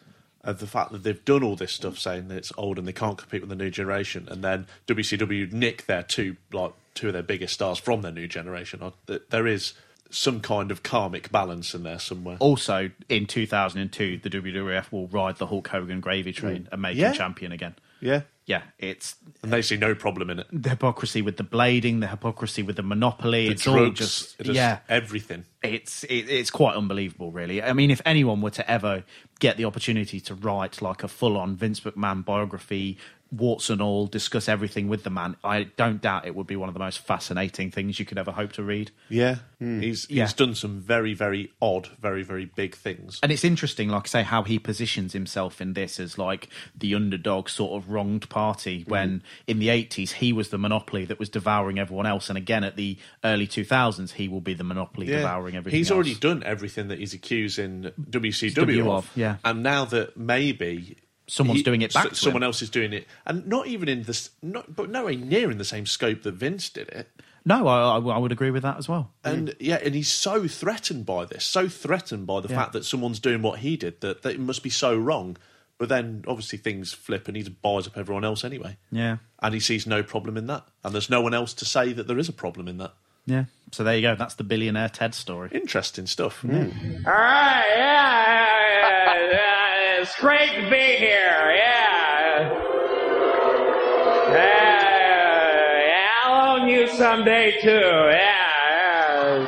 S4: of the fact that they've done all this stuff saying that it's old and they can't compete with the new generation, and then WCW nick their two like two of their biggest stars from their new generation. I, th- there is some kind of karmic balance in there somewhere.
S3: Also, in 2002, the WWF will ride the Hulk Hogan gravy train and make
S4: Mm. Yeah.
S3: him champion again.
S4: Yeah.
S3: Yeah, it's
S4: and they see no problem in it.
S3: The hypocrisy with the blading, the hypocrisy with the monopoly.
S4: The
S3: it's all
S4: drugs,
S3: just,
S4: just
S3: yeah,
S4: everything.
S3: it's it, it's quite unbelievable, really. I mean, if anyone were to ever get the opportunity to write like a full-on Vince McMahon biography, warts and all, discuss everything with the man, I don't doubt it would be one of the most fascinating things you could ever hope to read. Mm.
S4: Yeah, Hmm. he's he's
S3: Yeah.
S4: done some very very odd, very very big things.
S3: And it's interesting, like I say, how he positions himself in this as like the underdog, sort of wronged party.
S4: Mm-hmm.
S3: When in the eighties he was the monopoly that was devouring everyone else, and again at the early two thousands he will be the monopoly
S4: Yeah.
S3: devouring everything.
S4: He's
S3: else.
S4: already done everything that he's accusing WCW
S3: W
S4: of,
S3: of, yeah.
S4: And now that maybe
S3: Someone's doing it back
S4: so-
S3: to
S4: someone
S3: him.
S4: else is doing it, and not even in this, not but nowhere near in the same scope that Vince did it.
S3: No, I, I I would agree with that as well.
S4: And yeah, and he's so threatened by this, so threatened by the
S3: Yeah.
S4: fact that someone's doing what he did that, that it must be so wrong. But then obviously things flip, and he just buys up everyone else anyway,
S3: Yeah,
S4: and he sees no problem in that, and there's no one else to say that there is a problem in that.
S3: yeah. So there you go. That's the billionaire Ted story. Mm.
S4: Interesting stuff.
S13: All right, yeah, yeah, yeah, it's great to be here. Yeah, yeah, yeah, I'll own you someday too. Yeah. yeah.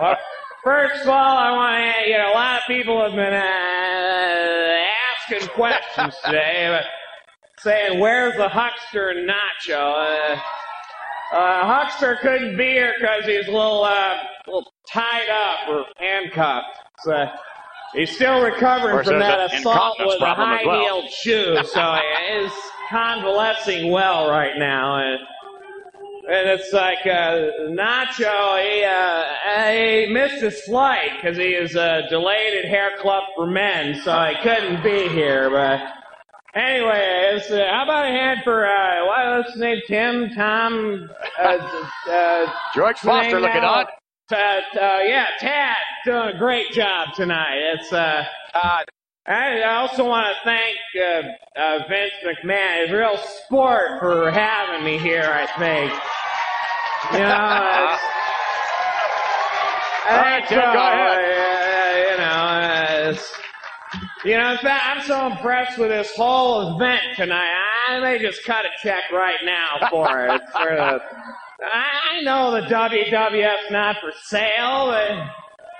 S13: Well, first of all, I want to, you know, a lot of people have been uh, asking questions today, but saying, "Where's the huckster Nacho?" Uh, uh, Huckster couldn't be here because he's a little, uh, little tied up or handcuffed. So he's still recovering
S9: Or
S13: from
S9: there's
S13: that
S9: an
S13: assault
S9: incontinence
S13: with a
S9: problem as well.
S13: high-heeled shoe, so he is convalescing well right now. And, and it's like uh, Nacho, he, uh, he missed his flight because he is uh, delayed at Hair Club for Men, so he couldn't be here. But anyway, it's, uh, how about a hand for uh, what, what's his name? Tim, Tom, uh, uh,
S11: George
S13: what's his name
S11: Foster looking
S13: now?
S11: on.
S13: Tad, uh, yeah, Tad doing a great job tonight. It's uh, uh I I also want to thank uh, uh, Vince McMahon. He's a real sport for having me here. I think. You know, it's,
S9: All
S13: I
S9: right,
S13: think
S9: Tim,
S13: so.
S9: go ahead.
S13: Yeah, yeah, you know, uh, it's- you know, in fact, I'm so impressed with this whole event tonight. I may just cut a check right now for it. For the, I I know the WWF's not for sale, but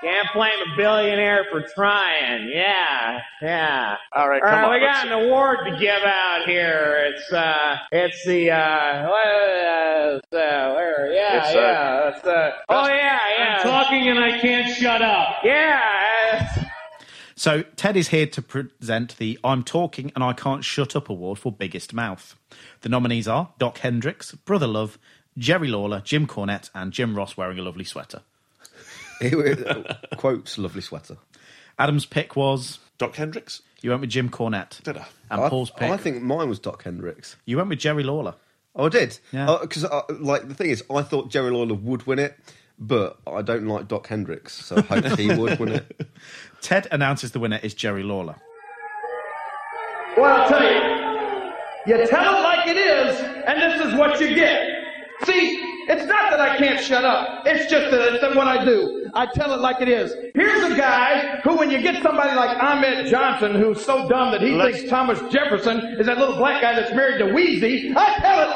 S13: can't blame a billionaire for trying. Yeah, yeah.
S9: All right,
S13: All
S9: come
S13: right,
S9: on,
S13: we
S9: let's-
S13: got an award to give out here. It's uh, it's the uh, what, uh, uh, where, yeah,
S9: It's, uh,
S13: yeah. it's, uh, oh yeah, yeah.
S9: I'm talking
S13: and I can't shut up. Yeah. uh, it's-
S3: So Ted is here to present the I'm Talking and I Can't Shut Up award for Biggest Mouth. The nominees are Doc Hendricks, Brother Love, Jerry Lawler, Jim Cornette, and Jim Ross wearing a lovely sweater.
S5: quotes lovely sweater.
S3: Adam's pick was
S4: Doc Hendricks.
S3: You went with Jim Cornette.
S4: Did I?
S3: And
S5: I,
S3: Paul's pick.
S5: I think mine was Doc Hendricks.
S3: You went with Jerry Lawler.
S5: Oh, I did. Yeah. Because like the thing is, I thought Jerry Lawler would win it, but I don't like Doc Hendricks, so I hoped he would win it.
S3: Ted announces the winner is Jerry Lawler.
S9: Well, I'll tell you, you tell it like it is, and this is what you get. See, it's not that I can't shut up. It's just that it's what I do. I tell it like it is. Here's a guy who, when you get somebody like Ahmed Johnson, who's so dumb that he thinks Thomas Jefferson is that little black guy that's married to Wheezy, I tell it.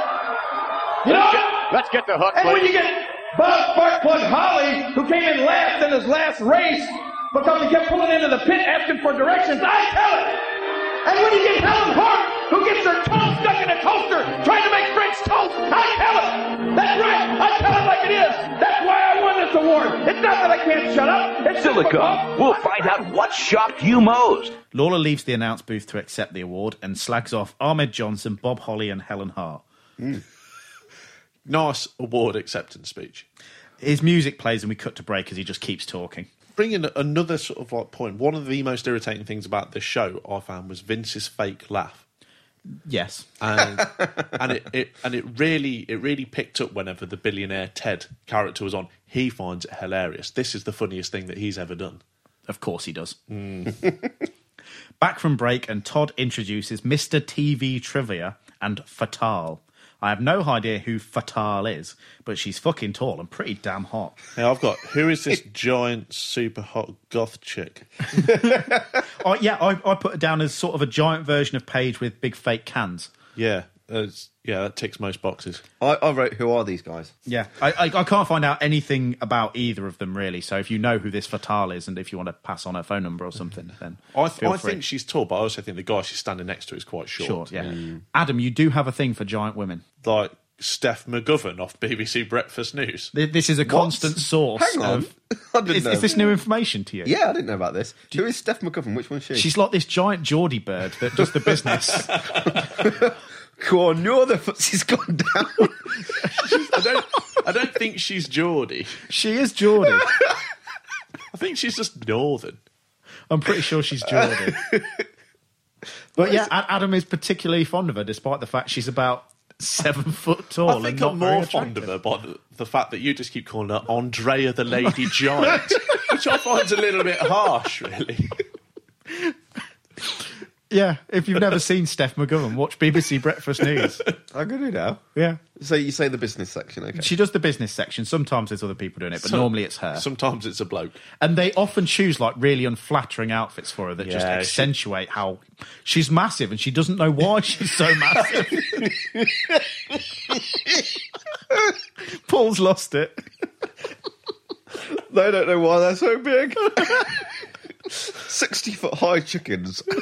S9: You know?
S11: Let's get, let's get the hook,
S9: And when
S11: please.
S9: you get Bob Sparkplug Holly, who came in last in his last race because he kept pulling into the pit asking for directions, I tell it. And when you get Helen Hart, who gets her tongue stuck in a toaster trying to make French toast, I tell it. That's right. I tell it like it is. That's why I won this this award. It's not that I can't shut up. It's just
S11: Silicon, we'll find out what shocked you most.
S3: Lawler leaves the announce booth to accept the award and slags off Ahmed Johnson, Bob Holly, and Helen Hart.
S4: Mm. Nice award acceptance speech.
S3: His music plays and we cut to break as he just keeps talking.
S4: Bringing another sort of like point, one of the most irritating things about this show I found was Vince's fake laugh.
S3: Yes.
S4: and and it, it and it really it really picked up whenever the billionaire Ted character was on. He finds it hilarious. This is the funniest thing that he's ever done. Mm.
S3: Of course he does. Back from break, and Todd introduces Mr. TV Trivia and Fatal. I have no idea who Fatal is, but she's fucking tall and pretty damn hot.
S4: Now I've got who is this giant super hot goth chick?
S3: Oh, yeah, I, I put it down as sort of a giant version of Paige with big fake cans.
S4: Yeah, that's- yeah, that ticks most boxes.
S5: I, I wrote, who are these guys?
S3: Yeah, I, I, I can't find out anything about either of them really. So if you know who this Fatal is, and if you want to pass on her phone number or something, then
S4: Mm-hmm. I, th-
S3: feel
S4: I
S3: free.
S4: think she's tall, but I also think the guy she's standing next to is quite short.
S3: Short, yeah.
S5: Mm.
S3: Adam, Um, you do have a thing for giant women.
S4: Like Steph McGovern off BBC Breakfast News.
S3: Th- This is a constant source.
S4: Hang on.
S3: Of,
S5: I didn't
S3: is,
S5: know.
S3: is this new information to you?
S5: Yeah, I didn't know about this. Who is Steph McGovern? Which one's she?
S3: She's like this giant Geordie bird that does the business.
S5: Go on, no other footsie's gone down.
S4: I don't, I don't think she's Geordie.
S3: she is Geordie.
S4: I think she's just Northern.
S3: I'm pretty sure she's Geordie. But yeah, Ad- Adam is particularly fond of her, despite the fact she's about seven foot tall.
S4: I think
S3: and not
S4: I'm
S3: very
S4: more fond of her by the, the fact that you just keep calling her Andrea the Lady Giant, which I find's a little bit harsh, really.
S3: Yeah, if you've never seen Steph McGovern, watch BBC Breakfast News.
S5: I can do now.
S3: Yeah.
S5: So you say the business section, okay?
S3: She does the business section. Sometimes there's other people doing it, but
S4: Some-
S3: normally it's her.
S4: Sometimes it's a bloke.
S3: and they often choose like really unflattering outfits for her that just
S4: Yeah, she-
S3: accentuate how she's massive and she doesn't know why she's so massive. Paul's lost it.
S5: They don't know why they're so big. 60 foot high chickens.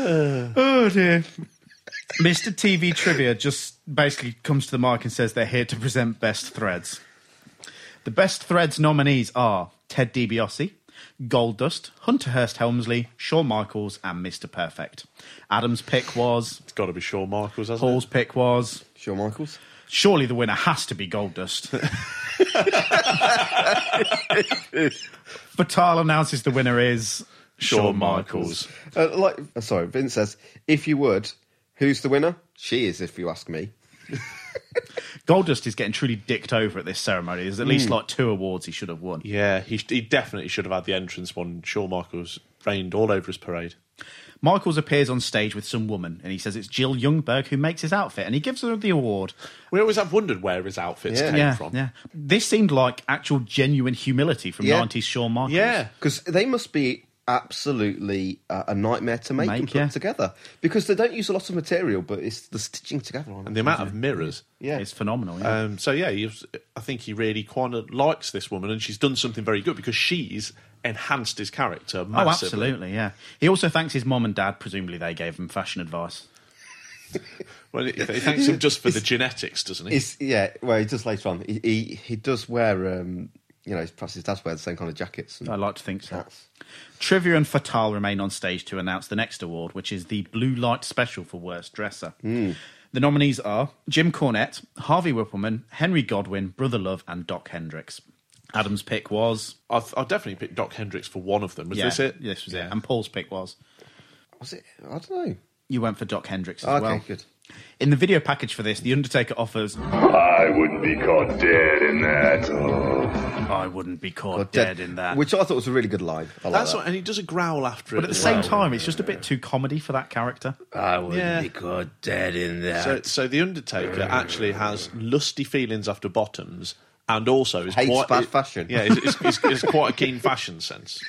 S3: Oh dear. Mr. TV Trivia just basically comes to the mic and says they're here to present best threads. The best threads nominees are Ted DiBiase, Goldust, Hunterhurst Helmsley, Shawn Michaels, and Mr. Perfect. Adam's pick was,
S4: It's got to be Shawn Michaels, hasn't
S3: Paul's pick was,
S5: Shawn Michaels.
S3: surely the winner has to be Goldust. Fatal announces the winner is Shawn Michaels.
S5: Uh, like, uh, sorry, Vince says, if you would, who's the winner? She is, if you ask me.
S3: Goldust is getting truly dicked over at this ceremony. There's at least
S5: Mm.
S3: like two awards he should have won.
S4: Hmm. Yeah, he, he definitely should have had the entrance one. Shawn Michaels rained all over his parade.
S3: Michaels appears on stage with some woman and he says it's Jill Youngberg who makes his outfit and he gives her the award.
S4: We always have wondered where his outfits came
S3: yeah,
S4: from.
S3: yeah. This seemed like actual genuine humility from
S5: Yeah.
S3: 90s Shawn Michaels.
S4: Yeah.
S5: Because they must be absolutely uh, a nightmare to make,
S3: Make,
S5: and put
S3: yeah.
S5: together. Because they don't use a lot of material, but it's the stitching together on
S4: And the amount of mirrors.
S5: Yeah.
S3: It's phenomenal. Yeah.
S4: Um, so yeah, he was, I think he really kind of likes this woman, and she's done something very good because she's enhanced his character. Massively.
S3: oh, absolutely, yeah. He also thanks his mom and dad. Presumably they gave him fashion advice.
S4: Well, he, he thanks him just for the genetics, doesn't he?
S5: It's, yeah, well, he does later on. He, he, he does wear, um, you know, perhaps his dad's wear the same kind of jackets. And
S3: I like to think so.
S5: hats.
S3: Trivia and Fatal remain on stage to announce the next award, which is the Blue Light Special for Worst Dresser.
S5: Hmm.
S3: The nominees are Jim Cornette, Harvey Whippleman, Henry Godwin, Brother Love, and Doc Hendricks. Adam's pick was
S4: I, I definitely picked Doc Hendricks for one of them. Was
S3: yeah,
S4: this it?
S3: This was it. And Paul's pick was
S5: Was it? I don't know.
S3: you went for Doc Hendricks as
S5: Okay,
S3: well.
S5: good.
S3: In the video package for this, The Undertaker offers
S2: I wouldn't be caught dead in that.
S3: I wouldn't be caught
S5: Or
S3: dead, in that.
S5: Which I thought was a really good line. I like
S4: That's
S5: that.
S4: what, and he does a growl after it.
S3: but at the
S4: as
S3: same
S4: well.
S3: time, it's just a bit too comedy for that character.
S5: I wouldn't
S4: Yeah. be
S5: caught dead in that.
S4: So, so the Undertaker actually has lusty feelings after bottoms, and also is
S5: Hates
S4: quite
S5: bad fashion.
S4: Yeah, is, is, is, is quite a keen fashion sense.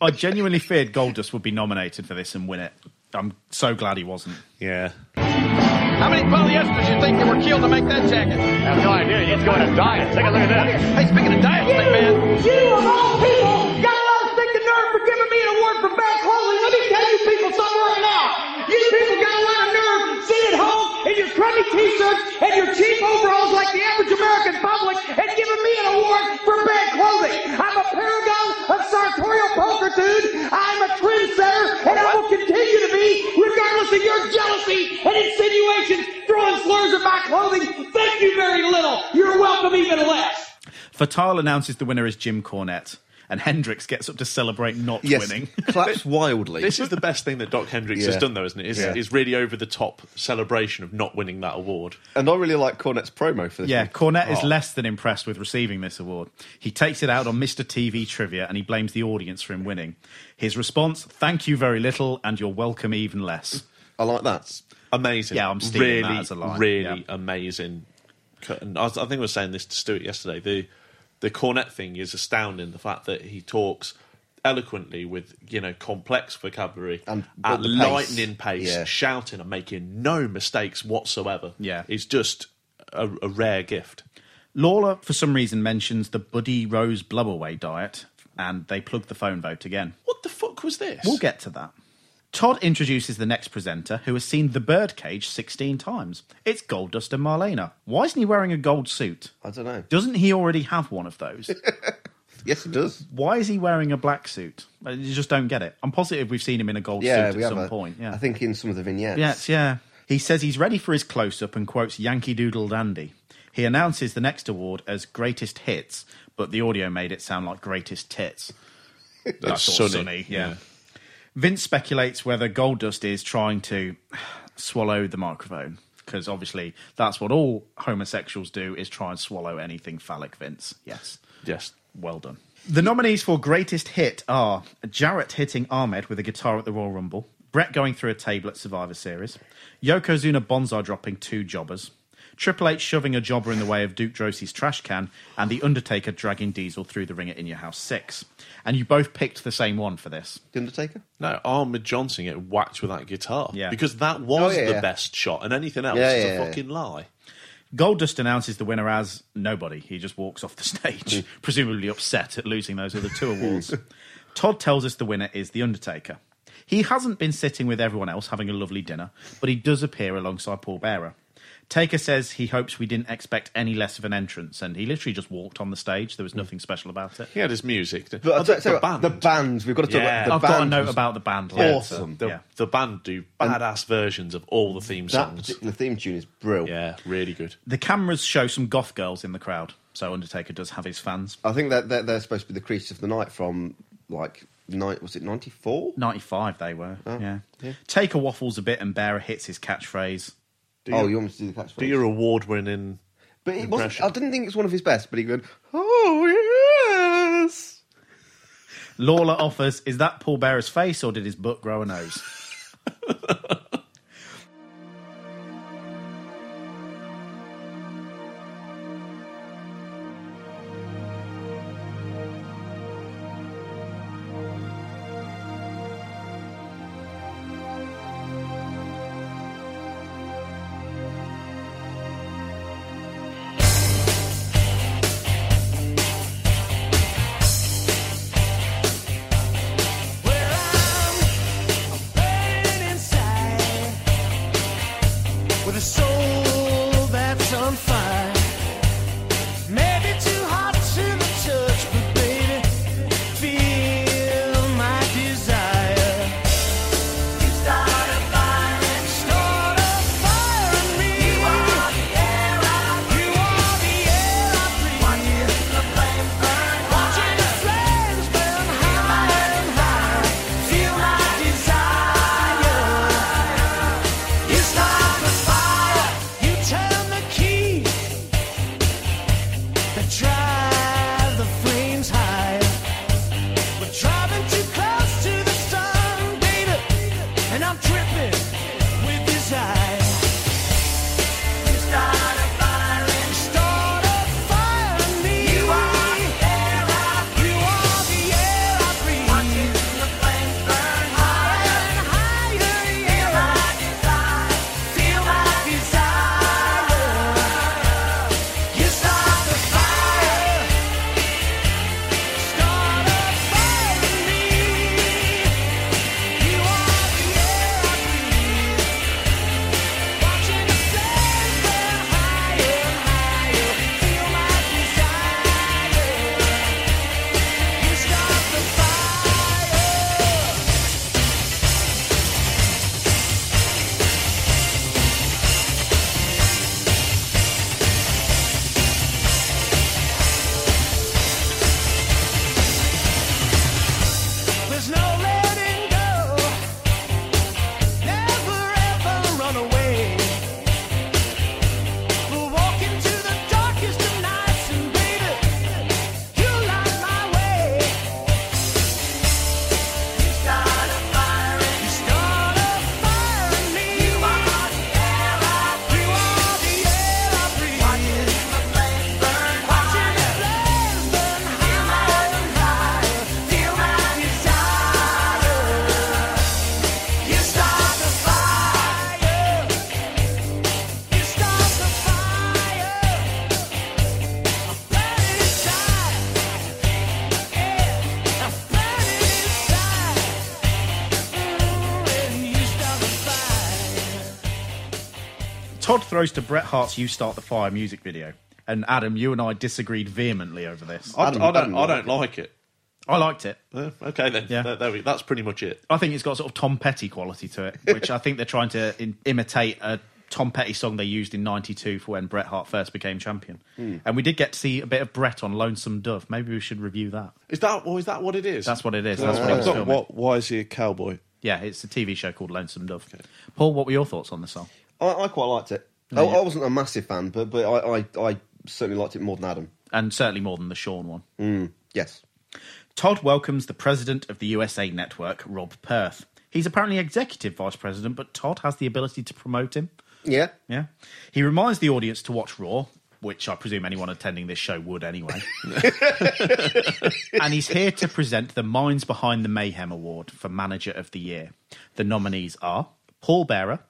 S3: I genuinely feared Goldust would be nominated for this and win it. I'm so glad he wasn't.
S4: Yeah,
S7: How many polyesters you think they were killed to make that jacket?
S8: I have no idea. He's going to diet. Take a look at this.
S7: Hey, speaking of diets, big man,
S9: You of all people got a lot of stinking nerve for giving me an award for bad clothing. Let me tell you people something right now. You people got a lot of nerve sitting at home in your crummy t-shirts and your cheap overalls like the average American public and giving me an award for bad clothing. I'm a paragon of sartorial pulchritude. I'm a trendsetter and I will continue to be regardless of your jealousy and insinuations throwing slurs at my clothing. Thank you very little. You're welcome even less.
S3: Fatale announces the winner is Jim Cornette, and Hendrix gets up to celebrate not
S4: Yes,
S3: winning.
S5: claps wildly.
S4: This is the best thing that Doc Hendricks
S5: Yeah.
S4: has done, though, isn't it? Is,
S5: Yeah.
S4: is really over the top celebration of not winning that award.
S5: And I really like Cornet's promo for this.
S3: Yeah,
S5: one.
S3: Cornette is
S5: Oh.
S3: less than impressed with receiving this award. He takes it out on Mr. TV Trivia and he blames the audience for him winning. His response: "Thank you very little, and you're welcome even less."
S5: I like that.
S4: Amazing.
S3: Yeah, I'm stealing
S4: really,
S3: that as a line.
S4: Really amazing. cut. And I, was, I think I was saying this to Stuart yesterday. The the cornet thing is astounding. The fact that he talks eloquently with you know complex vocabulary
S5: And
S4: at
S5: at the pace.
S4: lightning pace,
S5: Yeah.
S4: shouting and making no mistakes whatsoever.
S3: Yeah.
S4: is just a, a rare gift.
S3: Lawler, for some reason, mentions the Buddy Rose Blubberway diet, and they plug the phone vote again.
S4: What the fuck was this?
S3: We'll get to that. Todd introduces the next presenter, who has seen the birdcage 16 times. It's Goldust and Marlena. Why isn't he wearing a gold suit?
S5: I don't know.
S3: Doesn't he already have one of those?
S5: yes, he does.
S3: Why is he wearing a black suit? I just don't get it. I'm positive we've seen him in a gold
S5: Yeah,
S3: suit
S5: we
S3: at
S5: have
S3: some
S5: a-
S3: point. Yeah.
S5: I think in some of the vignettes.
S3: Yes, yeah. He says he's ready for his close up and quotes Yankee Doodle Dandy. He announces the next award as Greatest Hits, but the audio made it sound like Greatest Tits. That's all sunny, yeah. Vince speculates whether Goldust is trying to swallow the microphone because obviously that's what all homosexuals do is try and swallow anything phallic, Vince. Yes.
S4: Yes.
S3: Well done. The nominees for greatest hit are Jarrett hitting Ahmed with a guitar at the Royal Rumble, Brett going through a table at Survivor Series, Yokozuna Bonsai dropping two jobbers, Triple H shoving a jobber in the way of Duke Drosey's trash can, and The Undertaker dragging Diesel through the ring at In Your House 6. And you both picked the same one for this.
S5: The Undertaker?
S4: No, Armored Johnson getting whacked with that guitar.
S3: Yeah.
S4: Because that was
S3: Oh, yeah,
S4: the
S3: yeah.
S4: best shot, and anything else
S3: Yeah,
S4: is
S3: yeah,
S4: a
S3: yeah.
S4: fucking lie.
S3: Goldust announces the winner as nobody. He just walks off the stage,
S5: Hmm.
S3: presumably upset at losing those other two awards. Todd tells us the winner is The Undertaker. He hasn't been sitting with everyone else having a lovely dinner, but he does appear alongside Paul Bearer. Taker says he hopes we didn't expect any less of an entrance, and he literally just walked on the stage. There was nothing special about it.
S4: He had his music.
S5: Hmm. But I'll tell- tell you what, the band. We've got to talk about the
S3: I've
S5: band.
S3: got a note about the band. later.
S5: Awesome.
S4: The,
S3: Yeah.
S4: the band do badass versions of all the theme
S3: That
S4: songs.
S5: The theme tune is brilliant.
S4: Yeah, really good.
S3: The cameras show some goth girls in the crowd, so Undertaker does have his fans.
S5: I think that they're, they're supposed to be the creatures of the night from like night. Was it Oh. ninety four?
S3: Ninety five. They were. Yeah. Taker waffles a bit, and Bearer hits his catchphrase.
S5: Do Oh, your- you want me to do the catchphrase? do
S4: your award-winning?
S5: But it wasn't,
S3: Impression.
S5: I didn't think it was one of his best. But he went, oh yes.
S3: Lawler offers, "Is that Paul Bearer's face, or did his butt grow a nose?"
S13: Burning inside.
S3: throws to Bret Hart's "You Start the Fire" music video, and Adam, you and I disagreed vehemently over this.
S4: I, I don't. I don't like it.
S3: I liked it.
S4: okay, then. There- there we- that's pretty much it.
S3: I think it's got sort of Tom Petty quality to it, which I think they're trying to in- imitate a Tom Petty song they used in '92 for when Bret Hart first became champion.
S5: Hmm.
S3: And we did get to see a bit of Bret on "Lonesome Dove." Maybe we should review that.
S4: Is that? Well, is that what it is?
S3: That's what it is.
S5: Uh,
S3: That's what he
S4: I've
S3: was
S4: got
S3: filming.
S4: what- why is he a cowboy?
S3: Yeah, it's a TV show called Lonesome Dove. Paul, what were your thoughts on the song?
S5: I, I quite liked it.
S3: Yeah,
S5: I,
S3: Oh, yeah.
S5: I wasn't a massive fan, but but I, I, I certainly liked it more than Adam.
S3: And certainly more than the Sean one.
S5: yes.
S3: Todd welcomes the president of the USA Network, Rob Perth. He's apparently executive vice president, but Todd has the ability to promote him.
S5: Yeah.
S3: Yeah. He reminds the audience to watch Raw, which I presume anyone attending this show would anyway. and he's here to present the Minds Behind the Mayhem Award for Manager of the Year. The nominees are Paul Bearer,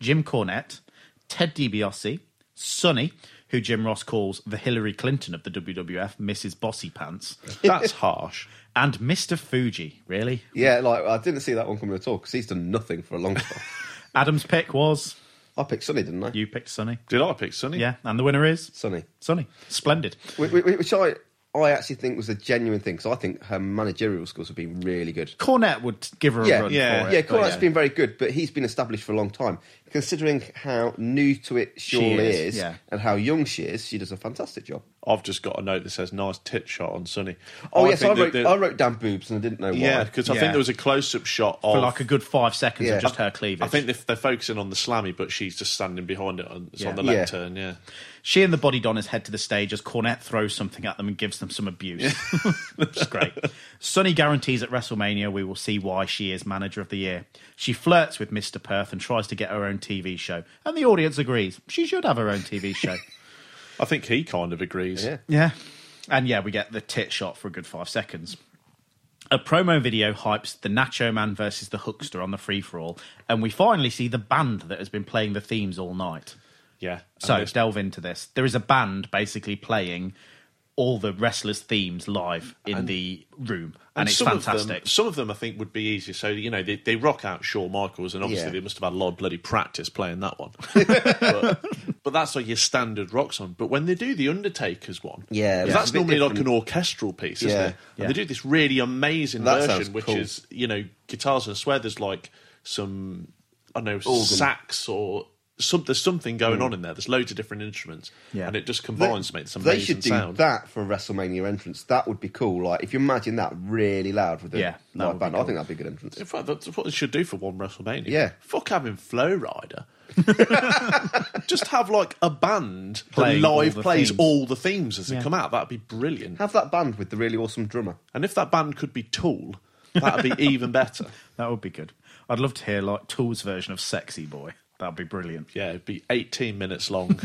S3: Jim Cornette, Ted DiBiase, Sonny, who Jim Ross calls the Hillary Clinton of the WWF, Mrs. Bossy Pants.
S5: That's
S4: harsh.
S3: And Mr. Fuji, really?
S5: Yeah, like I didn't see that one coming at all because he's done nothing for a long time.
S3: Adam's pick was.
S5: I picked Sunny, didn't I?
S3: You picked Sunny.
S4: Did I pick Sunny?
S3: Yeah, and the winner is
S5: Sunny.
S3: Sunny. Splendid.
S5: Which, which I I actually think was a genuine thing because I think her managerial skills have been really good.
S3: Cornette would give her a
S5: yeah,
S3: run
S5: yeah,
S3: for it.
S5: yeah.
S3: but
S5: Cornette's been very good, but he's been established for a long time. Considering how new to it
S4: She
S5: Sean
S4: is,
S5: is,
S4: yeah.
S5: and how young she is, she does a fantastic job.
S4: I've just got a note that says "nice tit shot on Sunny."
S5: Oh, yes,
S4: think
S5: I
S4: that
S5: wrote,
S4: the-
S5: I wrote down boobs and I didn't know why.
S4: Yeah, because I think there was a close-up shot of
S3: For like a good five seconds of just her cleavage.
S4: I think they're, they're focusing on the slammy, but she's just standing behind it. On, it's on
S3: Yeah.
S4: the
S3: Yeah.
S4: lectern. Yeah.
S3: She and the body donners head to the stage as Cornette throws something at them and gives them some abuse. Which is great. Sonny guarantees at WrestleMania we will see why she is manager of the year. She flirts with Mr. Perth and tries to get her own TV show. And the audience agrees. She should have her own TV show.
S4: I think he kind of agrees. Yeah.
S3: Yeah. And yeah, we get the tit shot for a good five seconds. A promo video hypes the Nacho Man versus the Hookster on the free for all, and we finally see the band that has been playing the themes all night.
S4: Yeah.
S3: So
S4: And this-
S3: delve into this. There is a band basically playing all the wrestlers' themes live in
S4: And-
S3: the room, and, it's
S4: some Of
S3: fantastic.
S4: them, some of them, I think, would be easier. So you know, they, they rock out Shawn Michaels, and obviously
S3: Yeah.
S4: they must have had a lot of bloody practice playing that one. but, but that's like your standard rock song. But when they do the Undertaker's one,
S5: Yeah,
S4: 'cause
S5: that's
S4: that's
S5: a bit
S4: normally like
S5: different.
S4: an orchestral piece, isn't
S5: Yeah.
S4: it? And
S5: Yeah.
S4: they do this really amazing
S5: That sounds
S4: version, which
S5: cool.
S4: is you know guitars and I swear there's like some I don't know
S5: Organ.
S4: sax or. Some, there's something going
S5: Mm.
S4: on in there. There's loads of different instruments,
S5: Yeah.
S4: and it just combines to make this amazing
S5: They should do
S4: sound.
S5: that for a WrestleMania entrance. That would be cool. Like if you imagine that really loud with a
S4: Yeah, that would
S5: live
S4: be
S5: band, I
S4: cool.
S5: think that'd be a good entrance.
S4: In fact, that's what they should do for one WrestleMania.
S5: Yeah.
S4: Fuck having Flow Rider. Just have like a band
S5: Playing
S4: that
S5: all
S4: live
S5: the
S4: plays
S5: themes.
S4: all the themes as they
S5: Yeah.
S4: come out. That'd be brilliant.
S5: Have that band with the really awesome drummer.
S4: And if that band could be Tool, that'd be even better.
S3: That would be good. I'd love to hear like Tool's version of Sexy Boy. That'd be brilliant.
S4: Yeah, it'd be 18 minutes long.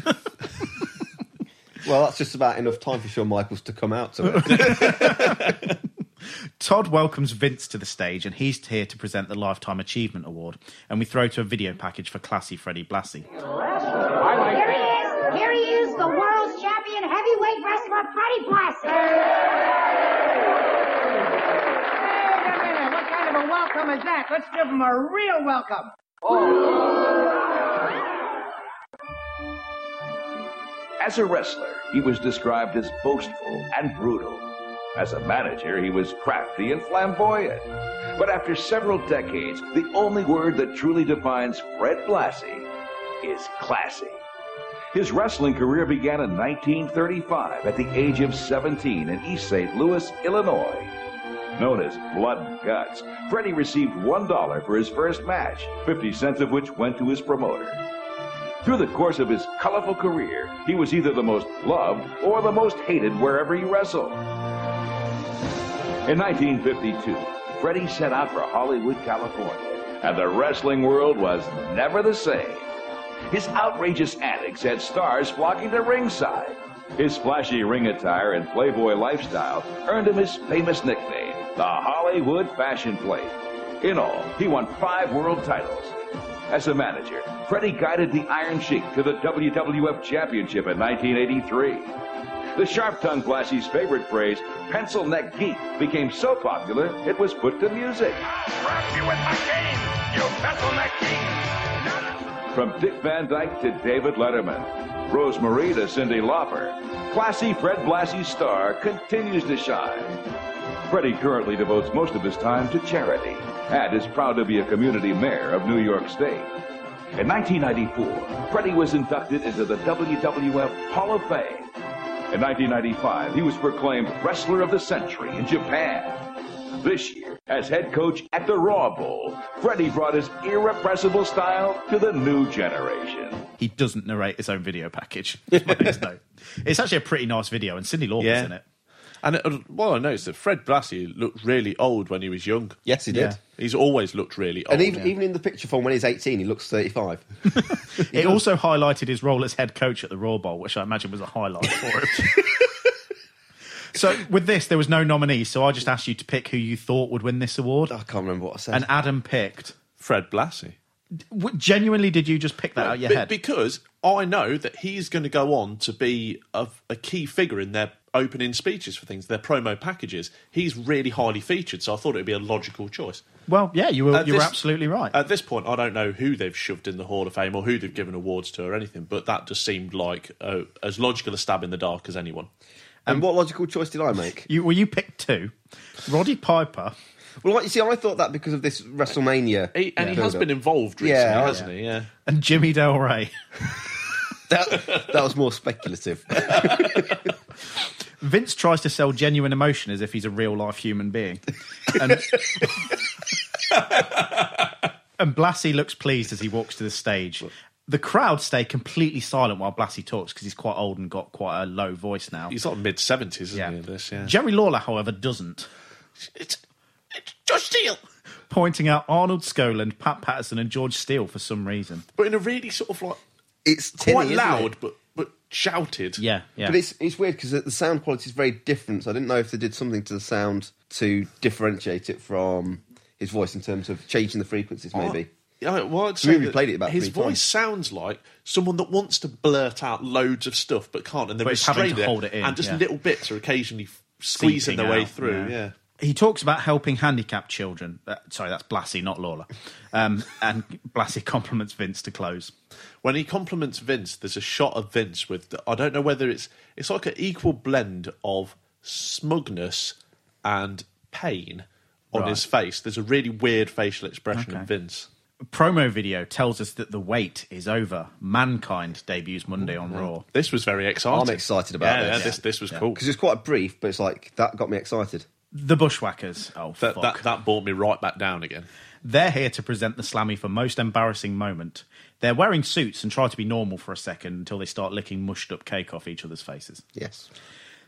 S5: Well, that's just about enough time for Shawn Michaels to come out to it.
S3: Todd welcomes Vince to the stage, and he's here to present the Lifetime Achievement Award. And we throw to a video package for classy Freddie Blassie.
S13: Here he is. Here he is, the world's champion heavyweight wrestler, Freddie Blassie.
S14: What kind of a welcome is that? Let's give him a real welcome.
S11: As a wrestler, he was described as boastful and brutal. As a manager, he was crafty and flamboyant. But after several decades, the only word that truly defines Fred Blassie is classy. His wrestling career began in 1935 at the age of 17 in East St. Louis, Illinois. Known as Blood and Guts, Freddie received $1 for his first match, 50 cents of which went to his promoter. Through the course of his colorful career, he was either the most loved or the most hated wherever he wrestled. In 1952, Freddie set out for Hollywood, California, and the wrestling world was never the same. His outrageous antics had stars flocking to ringside. His flashy ring attire and playboy lifestyle earned him his famous nickname, the Hollywood Fashion Plate. In all, he won five world titles. As a manager, Freddie guided the Iron Sheik to the WWF Championship in 1983. The sharp tongued Blassie's favorite phrase, pencil neck geek, became so popular it was put to music.
S15: you with my cane, you vessel neck king. From Dick Van Dyke to David Letterman, Rosemarie to Cindy Lauper, classy Fred Blassie star continues to shine. Freddie currently devotes most of his time to charity and is proud to be a community mayor of New York State. In 1994, Freddie was inducted into the WWF Hall of Fame. In 1995, he was proclaimed Wrestler of the Century in Japan. This year, as head coach at the Raw Bowl, Freddie brought his irrepressible style to the new generation.
S3: He doesn't narrate his own video package. That's my next note. It's actually a pretty nice video, and Cindy Lauper's
S4: Yeah.
S3: in it.
S4: And it, well, I noticed that Fred Blassie looked really old when he was young.
S5: Yes, he did. Yeah.
S4: He's always looked really old.
S5: And even, even in the picture form, when he's 18, he looks 35.
S3: It also highlighted his role as head coach at the Raw Bowl, which I imagine was a highlight for him. so with this, there was no nominee, so I just asked you to pick who you thought would win this award. I
S5: can't remember what I said.
S3: And Adam picked
S4: Fred Blassie.
S3: W- genuinely, did you just pick that out of your
S4: Be-
S3: head?
S4: Because I know that he's going to go on to be a, a key figure in their opening speeches for things, their promo packages. He's really highly featured, so I thought it would be a logical choice.
S3: Well, yeah, you were
S5: Uh,
S4: At
S3: you were
S4: this-
S3: absolutely right.
S4: At this point, I don't know who they've shoved in the Hall of Fame or who they've given awards to or anything, but that just seemed like uh, as logical a stab in the dark as anyone.
S5: And what logical choice did I make?
S3: You, well, you picked two. Roddy Piper.
S5: Well, like you see, I thought that because of this WrestleMania.
S4: He, and he
S5: build-up.
S4: has been involved recently,
S5: Yeah, I-
S4: hasn't he? Yeah.
S3: And Jimmy Del Rey.
S5: that, that was more speculative.
S3: Vince tries to sell genuine emotion as if he's a real life human being. And, and Blassie looks pleased as he walks to the stage. The crowd stay completely silent while Blassie talks because he's quite old and got quite a low voice now.
S4: He's like mid 70s, isn't he? This, yeah.
S3: Jerry Lawler, however, doesn't,
S4: Josh Steele!
S3: pointing out Arnold Skoland, Pat Patterson, and George Steele for some reason.
S4: But in a really sort of like.
S5: It's
S4: quite
S5: tinny, isn't
S4: loud,
S5: it?
S4: but but shouted.
S3: Yeah, yeah.
S5: But it's it's weird because the sound quality is very different. So I didn't know if they did something to the sound to differentiate it from his voice in terms of changing the frequencies, maybe.
S4: Oh. Yeah, well, I'd
S5: We
S4: say
S5: only
S4: that
S5: played it about
S4: his
S5: three times.
S4: voice sounds like someone that wants to blurt out loads of stuff but can't, and they're
S3: But it's having
S4: restrained
S3: to
S4: it,
S3: hold it in,
S4: and just
S3: yeah.
S4: little bits are occasionally f- squeezing their
S3: seeping
S4: way
S3: out,
S4: through. Yeah.
S3: He talks about helping handicapped children. Uh, sorry, that's Blassie, not Lawler. Um, and Blassie compliments Vince to close.
S4: When he compliments Vince, there's a shot of Vince with the- I don't know whether it's it's like an equal blend of smugness and pain on
S3: Right.
S4: his face. There's a really weird facial expression
S3: Okay.
S4: of Vince.
S3: promo video tells us that the wait is over. Mankind debuts Monday on Raw.
S4: Mm-hmm. This was very exciting.
S5: I'm excited about
S4: Yeah,
S5: this.
S4: yeah, this- this was cool.
S5: because it's quite brief, but it's like that got me excited.
S3: The Bushwhackers. Oh,
S4: That,
S3: fuck.
S4: that that brought me right back down again.
S3: They're here to present the Slammy for most embarrassing moment. They're wearing suits and try to be normal for a second until they start licking mushed up cake off each other's faces.
S5: Yes.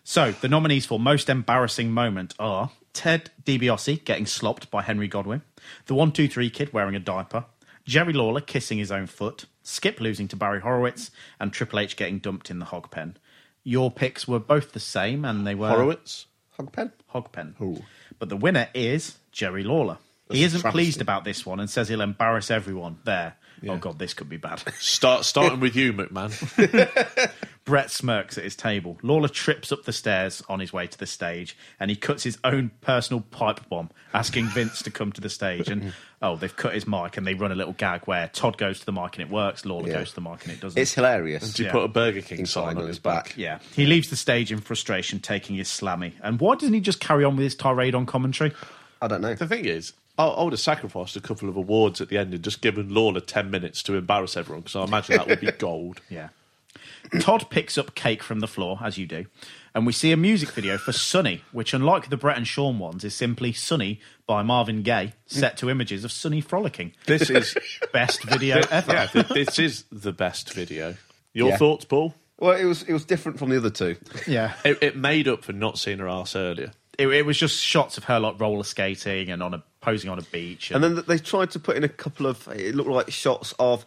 S3: So, the nominees for most embarrassing moment are Ted DiBiase getting slopped by Henry Godwin, the 123 kid wearing a diaper, Jerry Lawler kissing his own foot, Skip losing to Barry Horowitz, and Triple H getting dumped in the hog pen. Your picks were both the same, and they were
S4: Horowitz,
S5: Hogpen,
S3: Hogpen. But the winner is Jerry Lawler. he isn't pleased about this one and says he'll embarrass everyone there. Oh god, this could be bad.
S4: Start starting with you, McMahon.
S3: Brett smirks at his table. Lawler trips up the stairs on his way to the stage and he cuts his own personal pipe bomb, asking Vince to come to the stage. And oh, they've cut his mic and they run a little gag where Todd goes to the mic and it works, Lawler
S5: Yeah.
S3: goes to the mic and it doesn't.
S5: It's hilarious.
S3: Yeah.
S4: Burger King sign on his back?
S3: Yeah. He leaves the stage in frustration, taking his slammy. And why doesn't he just carry on with his tirade on commentary?
S5: I don't know.
S4: The thing is, I, I would have sacrificed a couple of awards at the end and just given Lawler 10 minutes to embarrass everyone because I imagine that would be gold.
S3: Yeah. Todd picks up cake from the floor, as you do, and we see a music video for Sunny, which, unlike the Brett and Sean ones, is simply Sunny by Marvin Gaye, set to images of Sunny frolicking.
S4: This is
S3: best video ever.
S4: Yeah, th- this is the best video. Your
S5: Yeah.
S4: thoughts, Paul?
S5: Well, it was it was different from the other two.
S3: Yeah.
S4: It, it made up for not seeing her ass earlier.
S3: It, it was just shots of her like roller skating and on a posing on a beach.
S5: And then th- they tried to put in a couple of it looked like shots of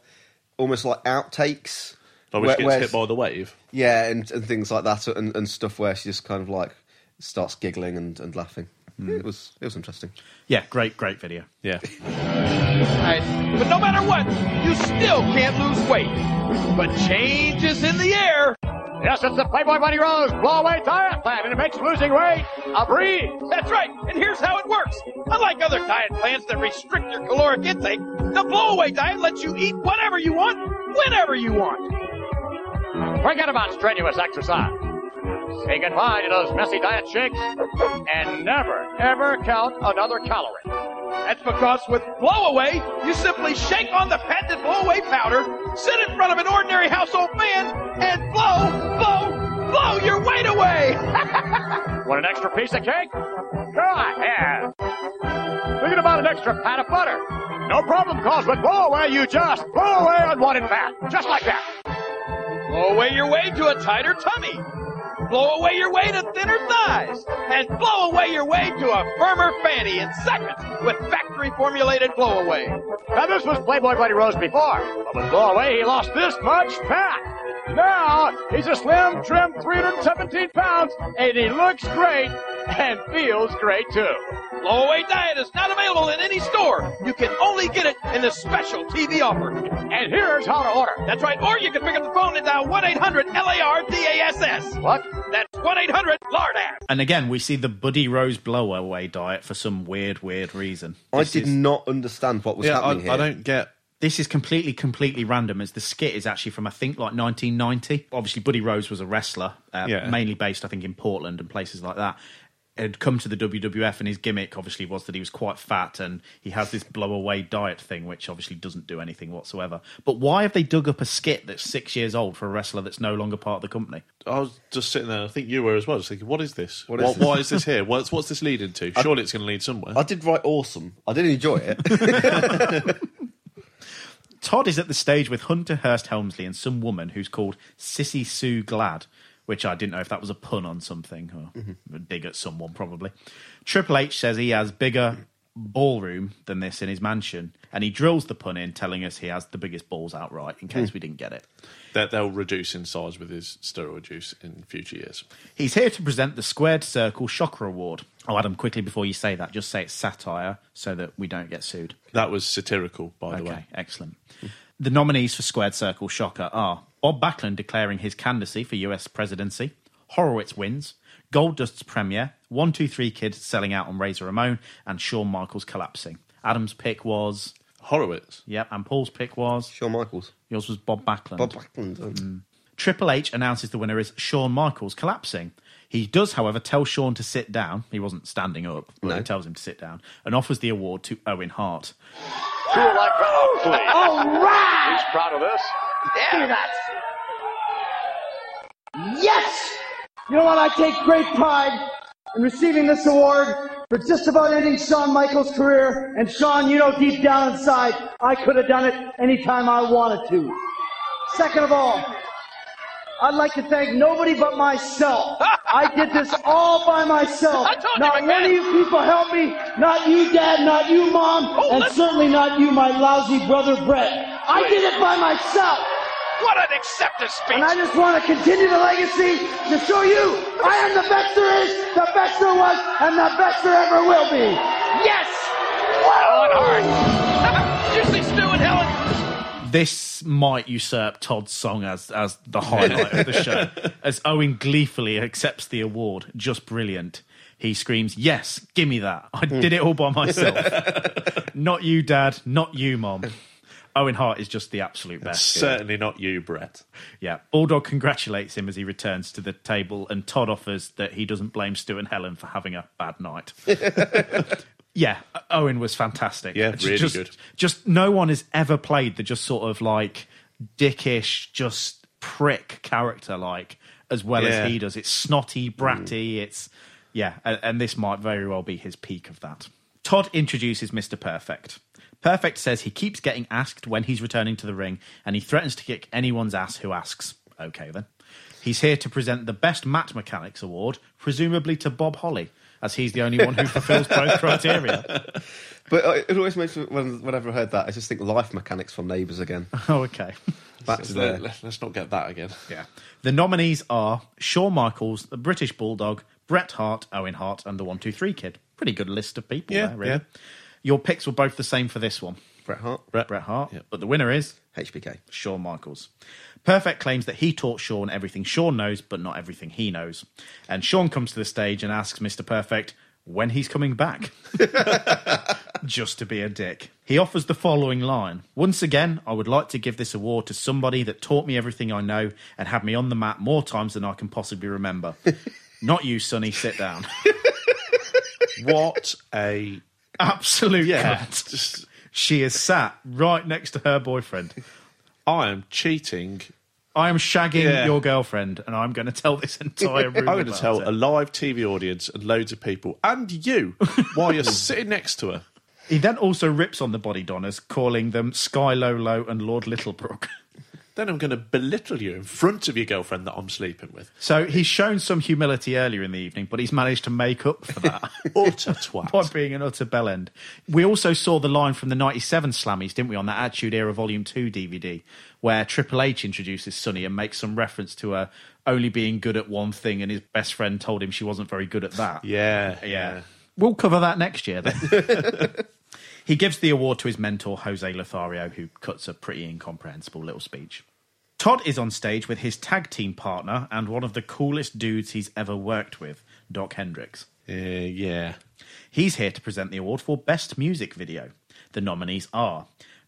S5: almost like outtakes.
S4: Like when
S5: where-
S4: she gets
S5: where-
S4: hit by the wave.
S5: Yeah, and, and things like that, and, and stuff where she just kind of like starts giggling and, and laughing. It was it was interesting.
S3: Hmm. yeah, great, great video.
S4: Yeah.
S7: Right. But no matter what, you still can't lose weight. But change is in the air.
S8: Yes, it's the Playboy Bunny Rose blow away diet plan, and it makes losing weight a breeze.
S7: That's right, and here's how it works. Unlike other diet plans that restrict your caloric intake, the blowaway diet lets you eat whatever you want, whenever you want.
S8: Forget about strenuous exercise. Say goodbye to those messy diet shakes and never, ever count another calorie.
S7: That's because with blowaway, you simply shake on the patented blowaway powder, sit in front of an ordinary household man, and blow, blow, blow your weight away.
S8: Want an extra piece of cake? Sure I have. Thinking about an extra pat of butter? No problem, cause with blow away, you just blow away unwanted fat. Just like that.
S7: blow away your way to a tighter tummy. Blow away your way to thinner thighs. And blow away your way to a firmer fanny in seconds with factory formulated blow away.
S8: Now this was Playboy Buddy Rose before, but with blow away, he lost this much fat. Now he's a slim, trim, 317 pounds, and he looks great and feels great too.
S7: Blow away diet is not available in any store. You can only get it in the special TV offer.
S8: And here's how to order.
S7: That's right, or you can pick up the phone uh, and dial 1 800 LARDASS.
S8: What?
S7: That's 1 800 LARDASS.
S3: And again, we see the Buddy Rose blowaway diet for some weird, weird reason.
S5: I did not understand what was happening here.
S3: get. This is completely, completely random. As the skit is actually from, I think, like 1990. Obviously, Buddy Rose was a wrestler, uh,
S5: Yeah.
S3: mainly based, I think, in Portland and places like that. Had come to the WWF, and his gimmick obviously was that he was quite fat, and he has this blowaway diet thing, which obviously doesn't do anything whatsoever. But why have they dug up a skit that's six years old for a wrestler that's no longer part of the company?
S4: I was just sitting there. I think you were as well. Just thinking, what is this?
S3: What
S4: What
S3: is
S4: is
S3: this?
S4: Why is this here? What's what's this leading to? Surely it's going to lead somewhere.
S5: I did write awesome. I did enjoy it.
S3: Todd is at the stage with Hunter Hurst Helmsley and some woman who's called Sissy Sue Glad, which I didn't know if that was a pun on something or
S5: Mm-hmm.
S3: a dig at someone, probably. Triple H says he has bigger ballroom than this in his mansion, and he drills the pun in, telling us he has the biggest balls outright, in case
S4: Hmm.
S3: we didn't get it.
S4: That they'll reduce in size with his steroid use in future years.
S3: He's here to present the Squared Circle Shocker Award. Oh, Adam, quickly before you say that, just say it's satire so that we don't get sued.
S4: That was satirical, by the
S3: Okay,
S4: way.
S3: excellent. The nominees for Squared Circle Shocker are Bob Backlund declaring his candidacy for US presidency, Horowitz wins, Goldust's premiere, 123 Kid selling out on Razor Ramon, and Shawn Michaels collapsing. Adam's pick was.
S4: Horowitz.
S3: Yep, and Paul's pick was.
S5: Shawn Michaels.
S3: Yours was Bob Backlund.
S5: Bob Backlund.
S3: Mm. Triple H announces the winner is Shawn Michaels collapsing. He does, however, tell Shawn to sit down. He wasn't standing up, but he tells him to sit down and offers the award to Owen Hart.
S8: Cool like Ronald
S9: All right.
S8: He's proud of this.
S9: Yeah. Yes! You know what? I take great pride in receiving this award for just about ending Shawn Michaels' career. And Shawn, you know deep down inside, I could have done it anytime I wanted to. Second of all, I'd like to thank nobody but myself. I did this all by myself. not one of you people helped me. Not you, Dad. Not you, Mom. and certainly not you, my lousy brother, Brett. I did it by myself.
S7: What an acceptance speech.
S9: And I just want to continue the legacy to show you I am the best there is, the best there was, and the best there ever will be.
S7: Yes! Helen Hart. Usually Stu and Helen.
S3: This might usurp Todd's song as as the highlight of the show. As Owen gleefully accepts the award, just brilliant. He screams, "Yes, give me that! I did it all by myself. not you, Dad. Not you, Mom." Owen Hart is just the absolute best.
S4: Certainly not you, Brett.
S3: Yeah, Bulldog congratulates him as he returns to the table, and Todd offers that he doesn't blame Stu and Helen for having a bad night. yeah, O- Owen was fantastic.
S4: Yeah,
S3: Just-
S4: really
S3: just,
S4: good.
S3: Just no one has ever played the just sort of like dickish, just prick character like as well
S4: Yeah. Mm.
S3: as he does. It's snotty, bratty. It's yeah, and, and this might very well be his peak of that. Todd introduces Mr. Perfect. Perfect says he keeps getting asked when he's returning to the ring, and he threatens to kick anyone's ass who asks. Okay then. He's here to present the Best Mat Mechanics Award, presumably to Bob Holly, as he's the only one who fulfills both criteria.
S5: But uh, it always makes me, when, whenever I heard that, I just think life mechanics from Neighbours again.
S3: Oh, okay.
S5: Back to there.
S4: Let, us not get that again.
S3: Yeah. The nominees are Shawn Michaels, the British Bulldog, Bret Hart, Owen Hart, and the One Two Three Kid. Pretty good list of people
S4: Yeah,
S3: there, really.
S4: yeah.
S3: Your picks were both the same for this one.
S5: Bret Hart.
S3: Bret, Hart. But the winner is
S5: HBK.
S3: Shawn Michaels. Perfect claims that he taught Shawn everything Shawn knows, but not everything he knows. And Shawn comes to the stage and asks Mr. Perfect when he's coming back. Just to be a dick. He offers the following line Once again, I would like to give this award to somebody that taught me everything I know and had me on the mat more times than I can possibly remember. not you, Sonny, sit down.
S4: what a
S3: absolute
S4: Yeah,
S3: cunt. She is sat right next to her boyfriend.
S4: I am cheating.
S3: I am shagging
S4: Yeah.
S3: your girlfriend, and I'm going to tell this entire room.
S4: I'm going to
S3: about
S4: tell
S3: it.
S4: a live TV audience and loads of people and you while you're sitting next to her.
S3: He then also rips on the body donners, calling them Sky Lolo and Lord Littlebrook.
S4: Then I'm going to belittle you in front of your girlfriend that I'm sleeping with.
S3: So he's shown some humility earlier in the evening, but he's managed to make up for that.
S4: utter twat.
S3: By being an utter bellend. We also saw the line from the 97 Slammies, didn't we, on that Attitude Era Volume 2 DVD, where Triple H introduces Sonny and makes some reference to her only being good at one thing, and his best friend told him she wasn't very good at that.
S4: Yeah.
S3: Yeah. We'll cover that next year then. he gives the award to his mentor, Jose Lothario, who cuts a pretty incomprehensible little speech. Todd is on stage with his tag team partner and one of the coolest dudes he's ever worked with, Doc Hendricks.
S4: Uh, yeah.
S3: He's here to present the award for Best Music Video. The nominees are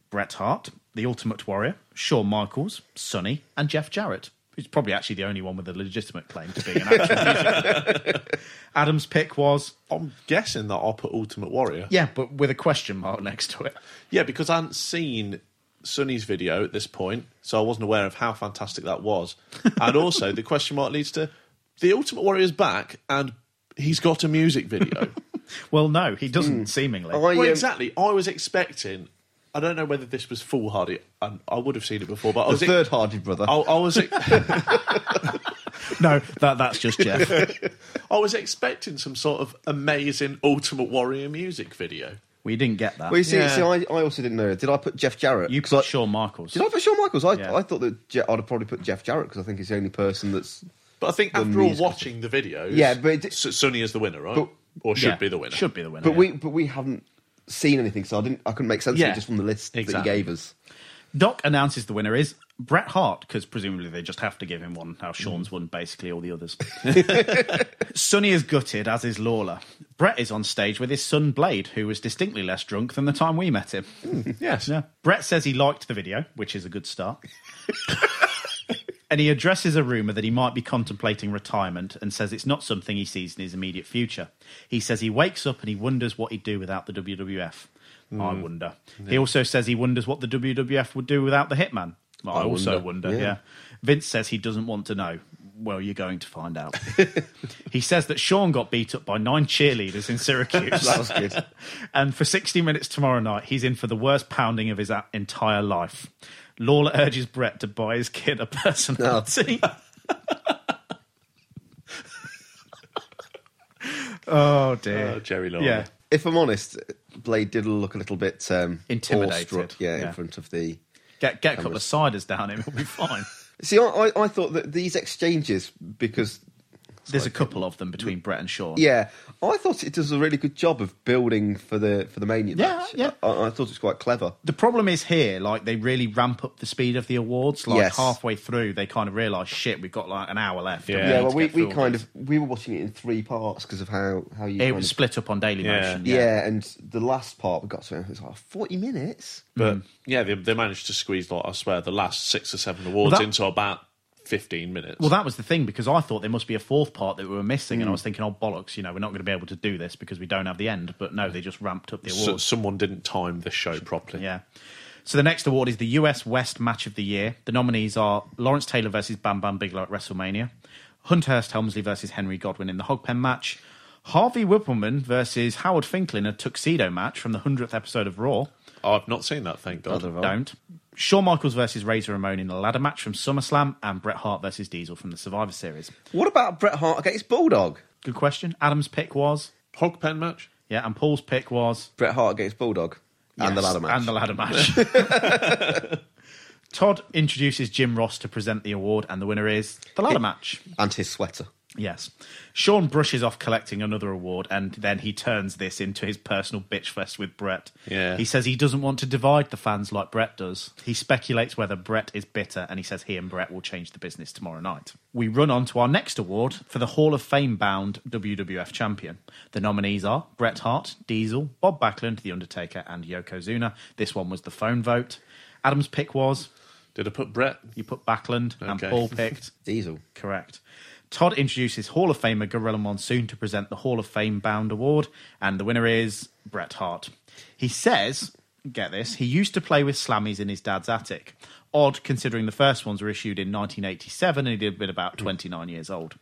S3: Bret Hart, The Ultimate Warrior, Shawn Michaels, Sonny, and Jeff Jarrett, who's probably actually the only one with a legitimate claim to being an actual Adam's pick was.
S4: I'm guessing that I'll put Ultimate Warrior.
S3: Yeah, but with a question mark next to it.
S4: Yeah, because I hadn't seen Sonny's video at this point, so I wasn't aware of how fantastic that was. And also, the question mark leads to the Ultimate Warrior's back and he's got a music video.
S3: well, no, he doesn't, seemingly.
S4: Hmm. well, exactly. Oh, I um, was expecting. I don't know whether this was foolhardy, and I would have seen it before, but I
S5: The
S4: was
S5: third hardy brother.
S4: I, I was
S3: no, that that's just Jeff.
S4: I was expecting some sort of amazing Ultimate Warrior music video.
S3: We didn't get that.
S5: Well, you see, see I, I also didn't know. Did I put Jeff Jarrett? You
S3: put Shawn Michaels.
S5: Did I put Shawn Michaels? I, I thought that Je- I'd have probably put Jeff Jarrett because I think he's the only person that's.
S4: But I think
S5: done
S4: after all,
S5: music.
S4: watching the videos,
S5: Yeah, but
S4: S- Sonny is the winner, right?
S5: But-
S4: or should
S5: Yeah,
S4: be the winner.
S5: should
S3: be the
S5: but we but we haven't seen anything, so I didn't. I couldn't make sense of
S3: Yeah,
S5: it just from the list
S3: exactly.
S5: that he gave us.
S3: Doc announces the winner is Bret Hart, because presumably they just have to give him one. Now
S5: Mm.
S3: Sean's won basically all the others. Sonny is gutted, as is Lawler. Brett is on stage with his son Blade, who was distinctly less drunk than the time we met him.
S5: Mm,
S4: yes.
S3: Yeah. Brett says he liked the video, which is a good start. and he addresses a rumour that he might be contemplating retirement and says it's not something he sees in his immediate future. He says he wakes up and he wonders what he'd do without the WWF. I
S4: Mm.
S3: wonder. He
S4: Yeah.
S3: also says he wonders what the WWF would do without the Hitman. I,
S4: I
S3: also
S4: wonder.
S3: wonder, yeah.
S4: Yeah.
S3: Vince says he doesn't want to know. Well, you're going to find out. he says that Sean got beat up by nine cheerleaders in Syracuse.
S5: That was good.
S3: And for 60 minutes tomorrow night, he's in for the worst pounding of his a- entire life. Lawler urges Brett to buy his kid a personality. oh dear.
S4: Oh, Jerry Lawler.
S3: Yeah.
S5: If I'm honest, Blade did look a little bit um,
S3: Intimidated.
S5: awestruck, Yeah,
S3: Yeah.
S5: in front of the.
S3: Get, get a couple of
S5: Cameras.
S3: ciders down him, he'll be fine.
S5: See, I, I, I thought that these exchanges because
S3: There's a couple of them between Brett and Sean.
S5: yeah, I thought it does a really good job of building for the for the mania
S3: Yeah,
S5: match.
S3: yeah.
S5: I, I thought it was quite clever.
S3: The problem is here, like they really ramp up the speed of the awards. Like
S5: Yes.
S3: halfway through, they kind of realise, shit, we've got like an hour left.
S5: Yeah, well, we, we kind of we were watching it in three parts because of how how you.
S3: It
S5: kind
S3: was
S5: of-
S3: split up on Daily Motion,
S5: Yeah.
S3: yeah.
S5: and the last part we got to it was like forty minutes.
S4: But
S3: Mm.
S4: yeah, they, they managed to squeeze, like, I swear, the last six or seven awards
S3: Well, that-
S4: into about 15 minutes.
S3: Well, that was the thing because I thought there must be a fourth part that we were missing,
S5: Hmm.
S3: and I was thinking, oh bollocks, you know, we're not going to be able to do this because we don't have the end. But no, they just ramped up the
S4: So-
S3: awards.
S4: someone didn't time the show properly.
S3: Yeah. So the next award is the US West Match of the Year. The nominees are Lawrence Taylor versus Bam Bam Bigelow at WrestleMania, Hunthurst Helmsley versus Henry Godwin in the Hogpen match, Harvey Whippleman versus Howard Finkel in a tuxedo match from the 100th episode of Raw.
S4: Oh, I've not seen that, thank God.
S3: Don't. Shawn Michaels versus Razor Ramon in the ladder match from SummerSlam, and Bret Hart versus Diesel from the Survivor Series.
S5: What about Bret Hart against Bulldog?
S3: Good question. Adam's pick was
S4: Hogpen match.
S3: Yeah, and Paul's pick was
S5: Bret Hart against Bulldog and the
S3: Yes,
S5: ladder match.
S3: And the ladder match. Todd introduces Jim Ross to present the award, and the winner is the ladder match.
S5: and his sweater.
S3: Yes. Sean brushes off collecting another award and then he turns this into his personal bitch fest with Brett.
S4: Yeah.
S3: He says he doesn't want to divide the fans like Brett does. He speculates whether Brett is bitter and he says he and Brett will change the business tomorrow night. We run on to our next award for the Hall of Fame bound WWF champion. The nominees are Bret Hart, Diesel, Bob Backlund, The Undertaker, and Yokozuna. This one was the phone vote. Adam's pick was.
S4: Did I put Brett?
S3: You put Backlund, and
S4: Okay.
S3: Paul picked.
S5: Diesel.
S3: Correct. Todd introduces Hall of Famer Gorilla Monsoon to present the Hall of Fame bound award, and the winner is Bret Hart. He says, get this, he used to play with slammies in his dad's attic. Odd considering the first ones were issued in 1987 and he had been about 29 years old.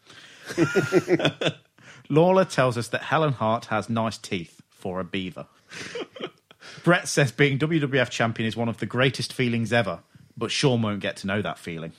S3: Lawler tells us that Helen Hart has nice teeth for a beaver. Brett says being WWF champion is one of the greatest feelings ever, but Sean won't get to know that feeling.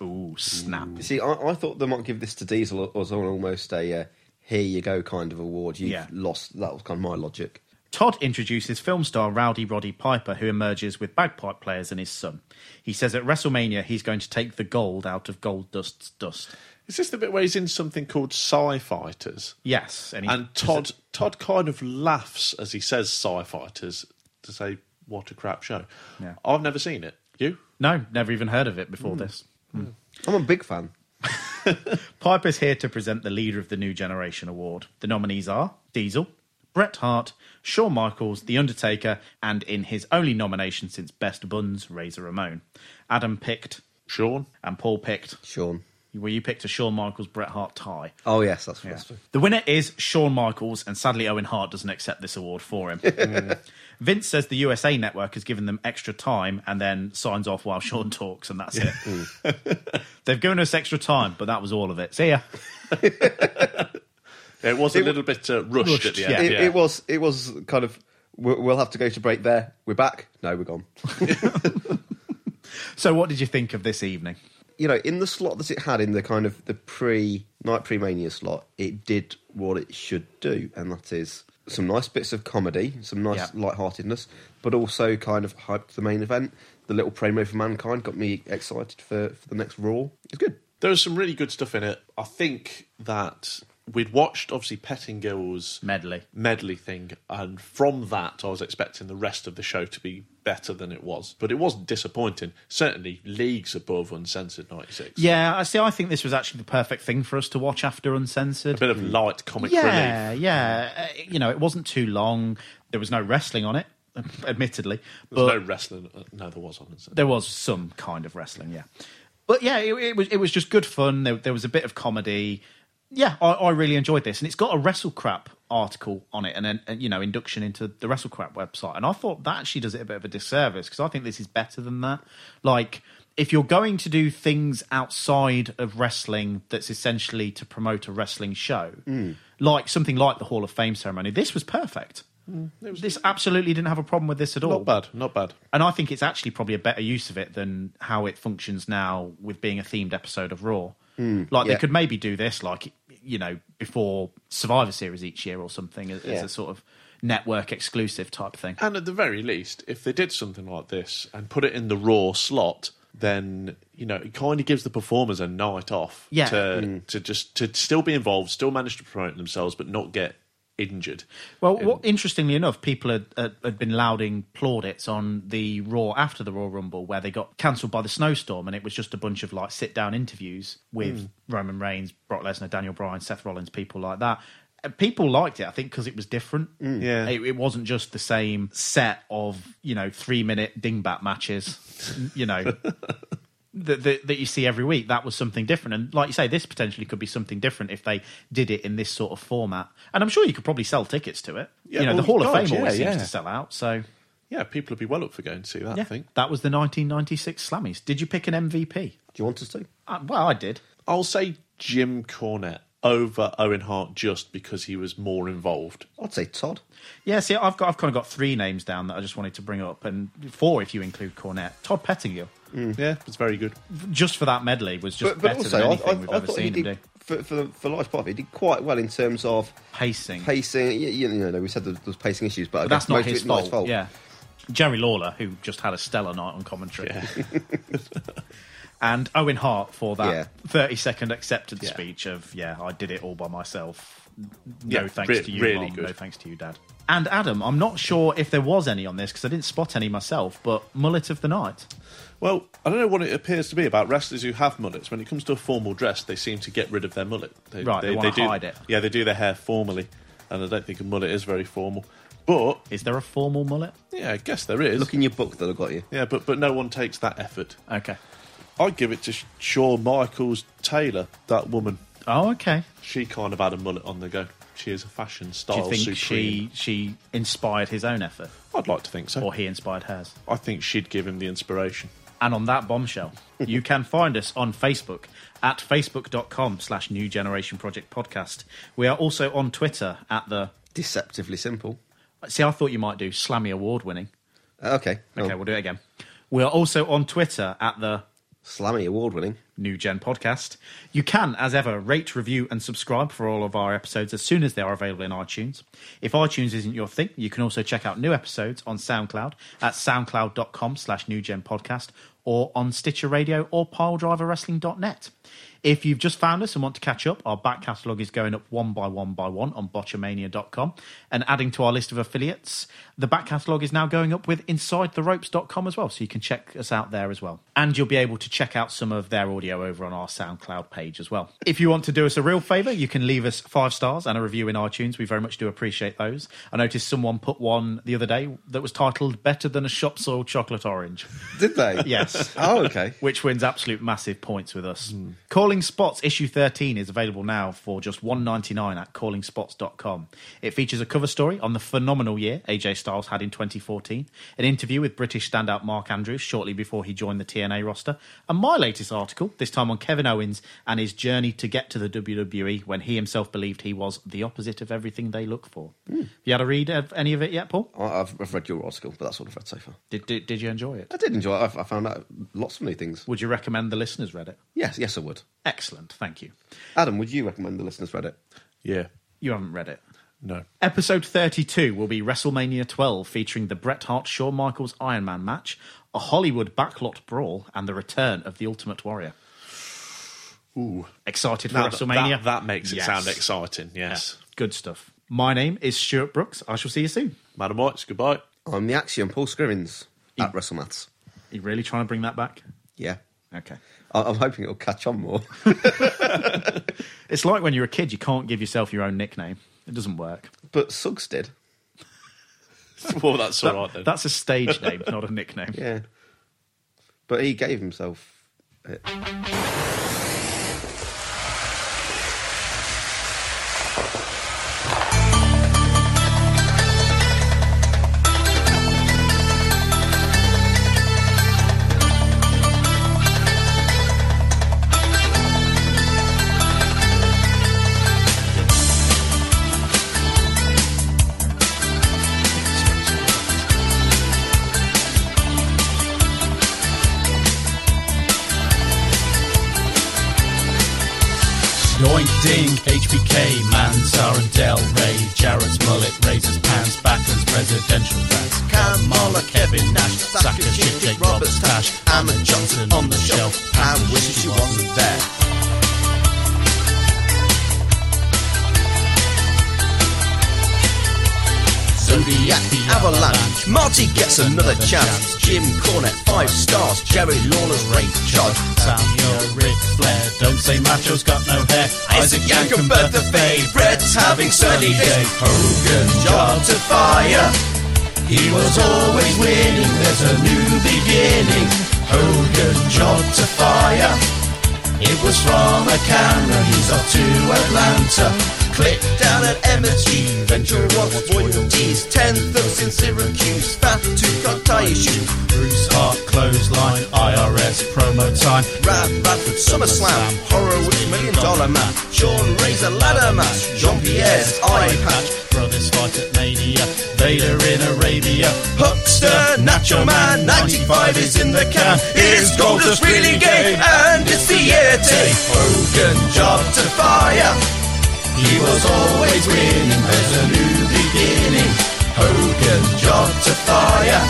S3: Ooh, snap.
S5: You see, I, I thought they might give this to Diesel as an almost a uh, here you go kind of award. You've
S3: Yeah.
S5: lost. That was kind of my logic.
S3: Todd introduces film star Rowdy Roddy Piper, who emerges with bagpipe players and his son. He says at WrestleMania he's going to take the gold out of Gold Dust's dust.
S4: Is this the bit where he's in something called Sci Fighters?
S3: Yes, and, he-
S4: And Todd Todd kind of laughs as he says Sci Fighters to say, what a crap show.
S3: Yeah.
S4: I've never seen it. You?
S3: No, never even heard of it before this.
S5: I'm a big fan.
S3: Piper's here to present the Leader of the New Generation Award. The nominees are Diesel, Bret Hart, Shawn Michaels, The Undertaker, and in his only nomination since Best Buns, Razor Ramon. Adam picked
S4: Sean,
S3: and Paul picked
S5: Sean.
S3: Well, you picked a Shawn Michaels Bret Hart tie.
S5: Oh yes, that's what
S3: Yeah.
S5: I was-
S3: The winner is Shawn Michaels, and sadly, Owen Hart doesn't accept this award for him. Vince says the USA Network has given them extra time and then signs off while Sean talks, and that's it. They've given us extra time, but that was all of it. See ya.
S4: It was a little bit uh, rushed, at the end.
S5: It,
S4: yeah.
S5: it was. It was kind of. We'll we'll have to go to break there. We're back. No, we're gone.
S3: So, what did you think of this evening?
S5: You know, in the slot that it had in the kind of the pre night pre mania slot, it did what it should do, and that is some nice bits of comedy, some nice
S3: Yeah.
S5: lightheartedness, but also kind of hyped the main event. The little promo for mankind got me excited for, for the next Raw. It's good.
S4: There was some really good stuff in it. I think that we'd watched obviously Pettingill's
S3: medley
S4: medley thing, and from that I was expecting the rest of the show to be better than it was, but it wasn't disappointing. Certainly leagues above Uncensored '96.
S3: Yeah, I see. I think this was actually the perfect thing for us to watch after Uncensored.
S4: A bit of light comic relief.
S3: yeah, yeah. Uh, you know, it wasn't too long. There was no wrestling on it, admittedly.
S4: There was
S3: but
S4: no wrestling. uh, No, there was on Uncensored.
S3: There was some kind of wrestling, yeah. But yeah, it, it was it was just good fun. There, there was a bit of comedy. Yeah, I, I really enjoyed this, and it's got a wrestle crap article on it, and then and, you know induction into the wrestle crap website. And I thought that actually does it a bit of a disservice because I think this is better than that. Like, if you're going to do things outside of wrestling, that's essentially to promote a wrestling show, like something like the Hall of Fame ceremony. This was perfect. This absolutely didn't have a problem with this at all.
S4: Not bad, not bad.
S3: And I think it's actually probably a better use of it than how it functions now with being a themed episode of Raw.
S5: Mm,
S3: like
S4: Hmm.
S5: yeah.
S3: they could maybe do this, like you know, before Survivor Series each year or something, as, as
S4: Yeah.
S3: a sort of network exclusive type thing.
S4: And at the very least, if they did something like this and put it in the raw slot, then you know it kind of gives the performers a night off
S3: Yeah.
S4: to
S3: Mm.
S4: to just to still be involved, still manage to promote themselves, but not get injured.
S3: Well, what, interestingly enough, people had, had, had been louding plaudits on the Raw after the Raw Rumble, where they got cancelled by the snowstorm, and it was just a bunch of like sit down interviews with
S4: Mm.
S3: Roman Reigns, Brock Lesnar, Daniel Bryan, Seth Rollins, people like that. And People liked it, I think, because it was different.
S4: Yeah.
S3: it, it wasn't just the same set of you know three minute dingbat matches, you know. That, that, that you see every week that was something different and like you say this potentially could be something different if they did it in this sort of format and i'm sure you could probably sell tickets to it
S4: Yeah,
S3: you know
S4: well,
S3: the hall
S4: God,
S3: of fame always
S4: yeah,
S3: seems
S4: yeah.
S3: to sell out so
S4: Yeah, people would be well up for going to see that.
S3: yeah
S4: I think.
S3: that was the 1996 slammies did you pick an mvp do
S5: you want us to
S3: uh, well i did
S4: I'll say Jim Cornette over Owen Hart just because he was more involved.
S5: I'd say Todd.
S3: yeah see i've got i've kind of got three names down that i just wanted to bring up and four if you include cornette todd pettingill
S4: yeah it's very good
S3: just for that medley was just better than anything we've ever seen
S5: he
S3: him
S5: did,
S3: do
S5: for, for, the- for large part of it, he did quite well in terms of
S3: pacing.
S5: Pacing, you, you know, we said there was pacing issues, but, I
S3: but
S5: guess
S3: that's not
S5: most
S3: his
S5: of it not
S3: fault. Yeah, Jerry Lawler, who just had a stellar night on commentary. and Owen Hart for that
S4: Yeah.
S3: 30 second acceptance
S4: Yeah.
S3: speech of, yeah, I did it all by myself. No
S4: Yeah,
S3: thanks
S4: re-
S3: to you,
S4: really
S3: Mom.
S4: good.
S3: No thanks to you, Dad. And Adam, I'm not sure if there was any on this because I didn't spot any myself, but Mullet of the Night.
S4: Well, I don't know what it appears to be about wrestlers who have mullets. When it comes to a formal dress, they seem to get rid of their mullet. They,
S3: Right, they wanna
S4: do,
S3: hide it.
S4: Yeah, they do their hair formally, and I don't think a mullet is very formal. But
S3: is there a formal mullet?
S4: Yeah, I guess there is. Look
S5: in your book; they'll got you.
S4: Yeah, but but no one takes that effort.
S3: Okay,
S4: I give it to Sh- Shawn Michaels Taylor, that woman.
S3: Oh, okay.
S4: She kind of had a mullet on the go. She is a fashion
S3: Do
S4: style
S3: you think
S4: supreme.
S3: she she inspired his own effort?
S4: I'd like to think so.
S3: Or he inspired hers?
S4: I think she'd give him the inspiration.
S3: And on that bombshell, you can find us on Facebook at facebook.com slash New Generation Project Podcast. We are also on Twitter at the...
S5: Deceptively simple. Uh,
S3: See, I thought you might do Slammy Award winning.
S5: Okay.
S3: Okay, we'll do it again. We are also on Twitter at the
S5: Slammy Award winning
S3: New Gen Podcast. You can, as ever, rate, review, and subscribe for all of our episodes as soon as they are available in iTunes. If iTunes isn't your thing, you can also check out new episodes on SoundCloud at soundcloud.com slash New Gen Podcast or on Stitcher Radio or piledriverwrestling.net. If you've just found us and want to catch up, our back catalogue is going up one by one by one on botchamania.com and adding to our list of affiliates. The back catalogue is now going up with insidetherropes.com as well, so you can check us out there as well. And you'll be able to check out some of their audio over on our SoundCloud page as well. If you want to do us a real favour, you can leave us five stars and a review in iTunes. We very much do appreciate those. I noticed someone put one the other day that was titled Better Than a Shop Soiled Chocolate Orange.
S5: Did they?
S3: yes.
S5: Oh, okay.
S3: Which wins absolute massive points with us. Calling Spots issue 13 is available now for just 1.99 at callingspots.com. It features a cover story on the phenomenal year AJ Styles had in 2014, an interview with British standout Mark Andrews shortly before he joined the TNA roster, and my latest article, this time on Kevin Owens and his journey to get to the WWE when he himself believed he was the opposite of everything they look for. Have you had a read of any of it yet, Paul?
S5: Hmm. I- I've, I've read your article, but that's all I've read so far.
S3: Did, did, did you enjoy it?
S5: I did enjoy it. I, I found out lots of new things.
S3: Would you recommend the listeners read it?
S5: Yes, yes, I would.
S3: Excellent, thank you.
S5: Adam, would you recommend the listeners read it?
S4: Yeah.
S3: You haven't read it.
S4: No.
S3: Episode 32 will be WrestleMania 12, featuring the Bret Hart Shawn Michaels Iron Man match, a Hollywood backlot brawl, and the return of the Ultimate Warrior.
S4: Ooh.
S3: Excited for
S4: Now that-
S3: WrestleMania?
S4: That, that makes it
S3: Yes.
S4: sound exciting, yes.
S3: Good stuff. My name is Stuart Brooks. I shall see you soon.
S4: Madam White's goodbye.
S5: I'm the Axiom, Paul Scrivens at WrestleMats.
S3: You really trying to bring that back?
S5: Yeah.
S3: Okay.
S5: I- I'm hoping it'll catch on more.
S3: It's like when you're a kid, you can't give yourself your own nickname. It doesn't work.
S5: But Suggs did.
S4: well, that's
S3: all right
S4: all right then.
S3: That's a stage name, not a nickname.
S5: Yeah. But he gave himself. it.
S16: Yoink Ding, HBK, Mansar and Del Rey, Jarrett's mullet, razors, pants, Backlund's presidential dance, Kamala, Kevin Nash, Saka, Chip, Jake Roberts, Tash, Amma Johnson on the shelf, Pam wishes she wasn't there. Zodiac, the Avalanche, Marty gets another chance, Jim Cornette, five stars, Jerry Lawler's rate charge, Samuel Ric Flair, don't say Macho's got no hair, Isaac Yankenberg the Fade, Brett's having sunny day, Hogan, jar to fire, he was always winning, there's a new beginning, Hogan, jar to fire, it was from a camera, he's off to Atlanta. Click down at MSG, venture off royalties. Ten thugs in Syracuse, fat to cut tie his shoes. Bruce Hart, clothesline, IRS, promo time. Rad Radford, SummerSlam, Horowitz, Million Dollar Man. Sean Razor, Ladder Match, Jean Pierre's Eye Patch. Brothers fight at Mania, Vader in Arabia. Huckster, Nacho Man, 95 is in the can. Is Goldust really gay? And it's the Yeti. Hogan, job to fire. He was always winning, there's a new beginning. Hogan, job to fire.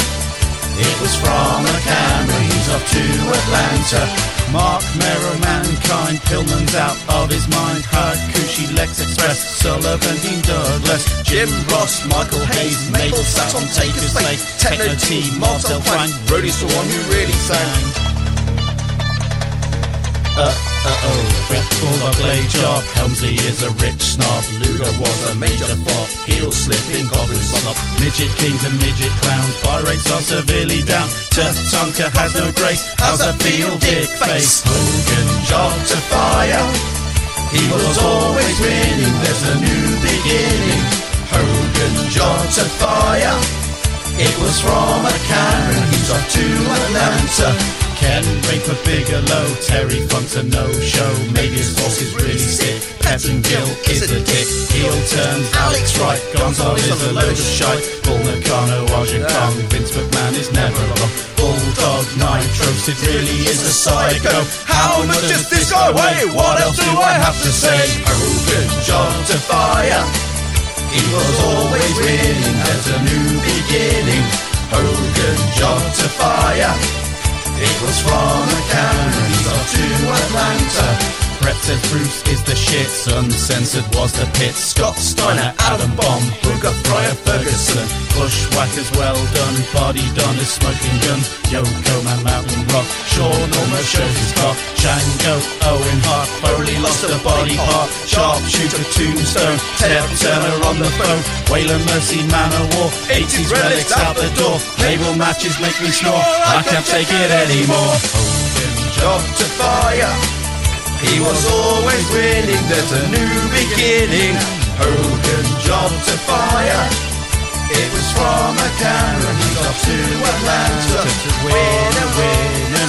S16: It was from a Camry, he's off to Atlanta. Mark Merrow, Mankind, Pillman's out of his mind. Hakushi, Lex Express, Sullivan, Dean Douglas, Jim Ross, Michael Hayes, Mabel sat on Taker's place. Techno T, Marcel Frank, Brody's the one who really sang. Uh, uh oh, Brett a blade job. Helmsley is a rich snob. Luger was a major flop. Heel slipping goblin slop. Midget kings and midget clowns. Buy rates are severely down. Tatanka has no grace. How's a field dick face? Hogan job to fire. He was always winning. There's a new beginning. Hogan job to fire. It was from a Karen, he's off to Atlanta. Ken Raper Bigelow, Terry Funk's a no-show. Maybe his boss is really sick. Patton Gill is a dick. Heel turns Alex Wright. Gonzalez is a load of shite. Paul Nakano, Arjun Kong. Vince McMahon is never wrong. Bulldog Nitros, it really is a psycho. How much does this guy weigh? What else do I have to say? Hogan, John to fire. He was always winning, there's a new beginning. Hogan job to fire. It was from the cannons off to Atlanta. Brett says Bruce is the shit, uncensored was the pit. Scott Steiner, Adam Bomb, Booger Fryer Ferguson. Bushwhackers well done, body done is smoking guns. Yoko Man Mountain Rock, Sean almost shows his cock. Shango, Owen Hart, Foley lost a body part. Sharpshooter Tombstone, Ted Turner on the phone. Waylon Mercy, Man of War, 80s relics out the door. Label matches make me snore, I can't take it anymore. Hogan job to fire. He was always winning, there's a new beginning. Hogan job to fire. It was from a camera, he's off to Atlanta. Winner, winner,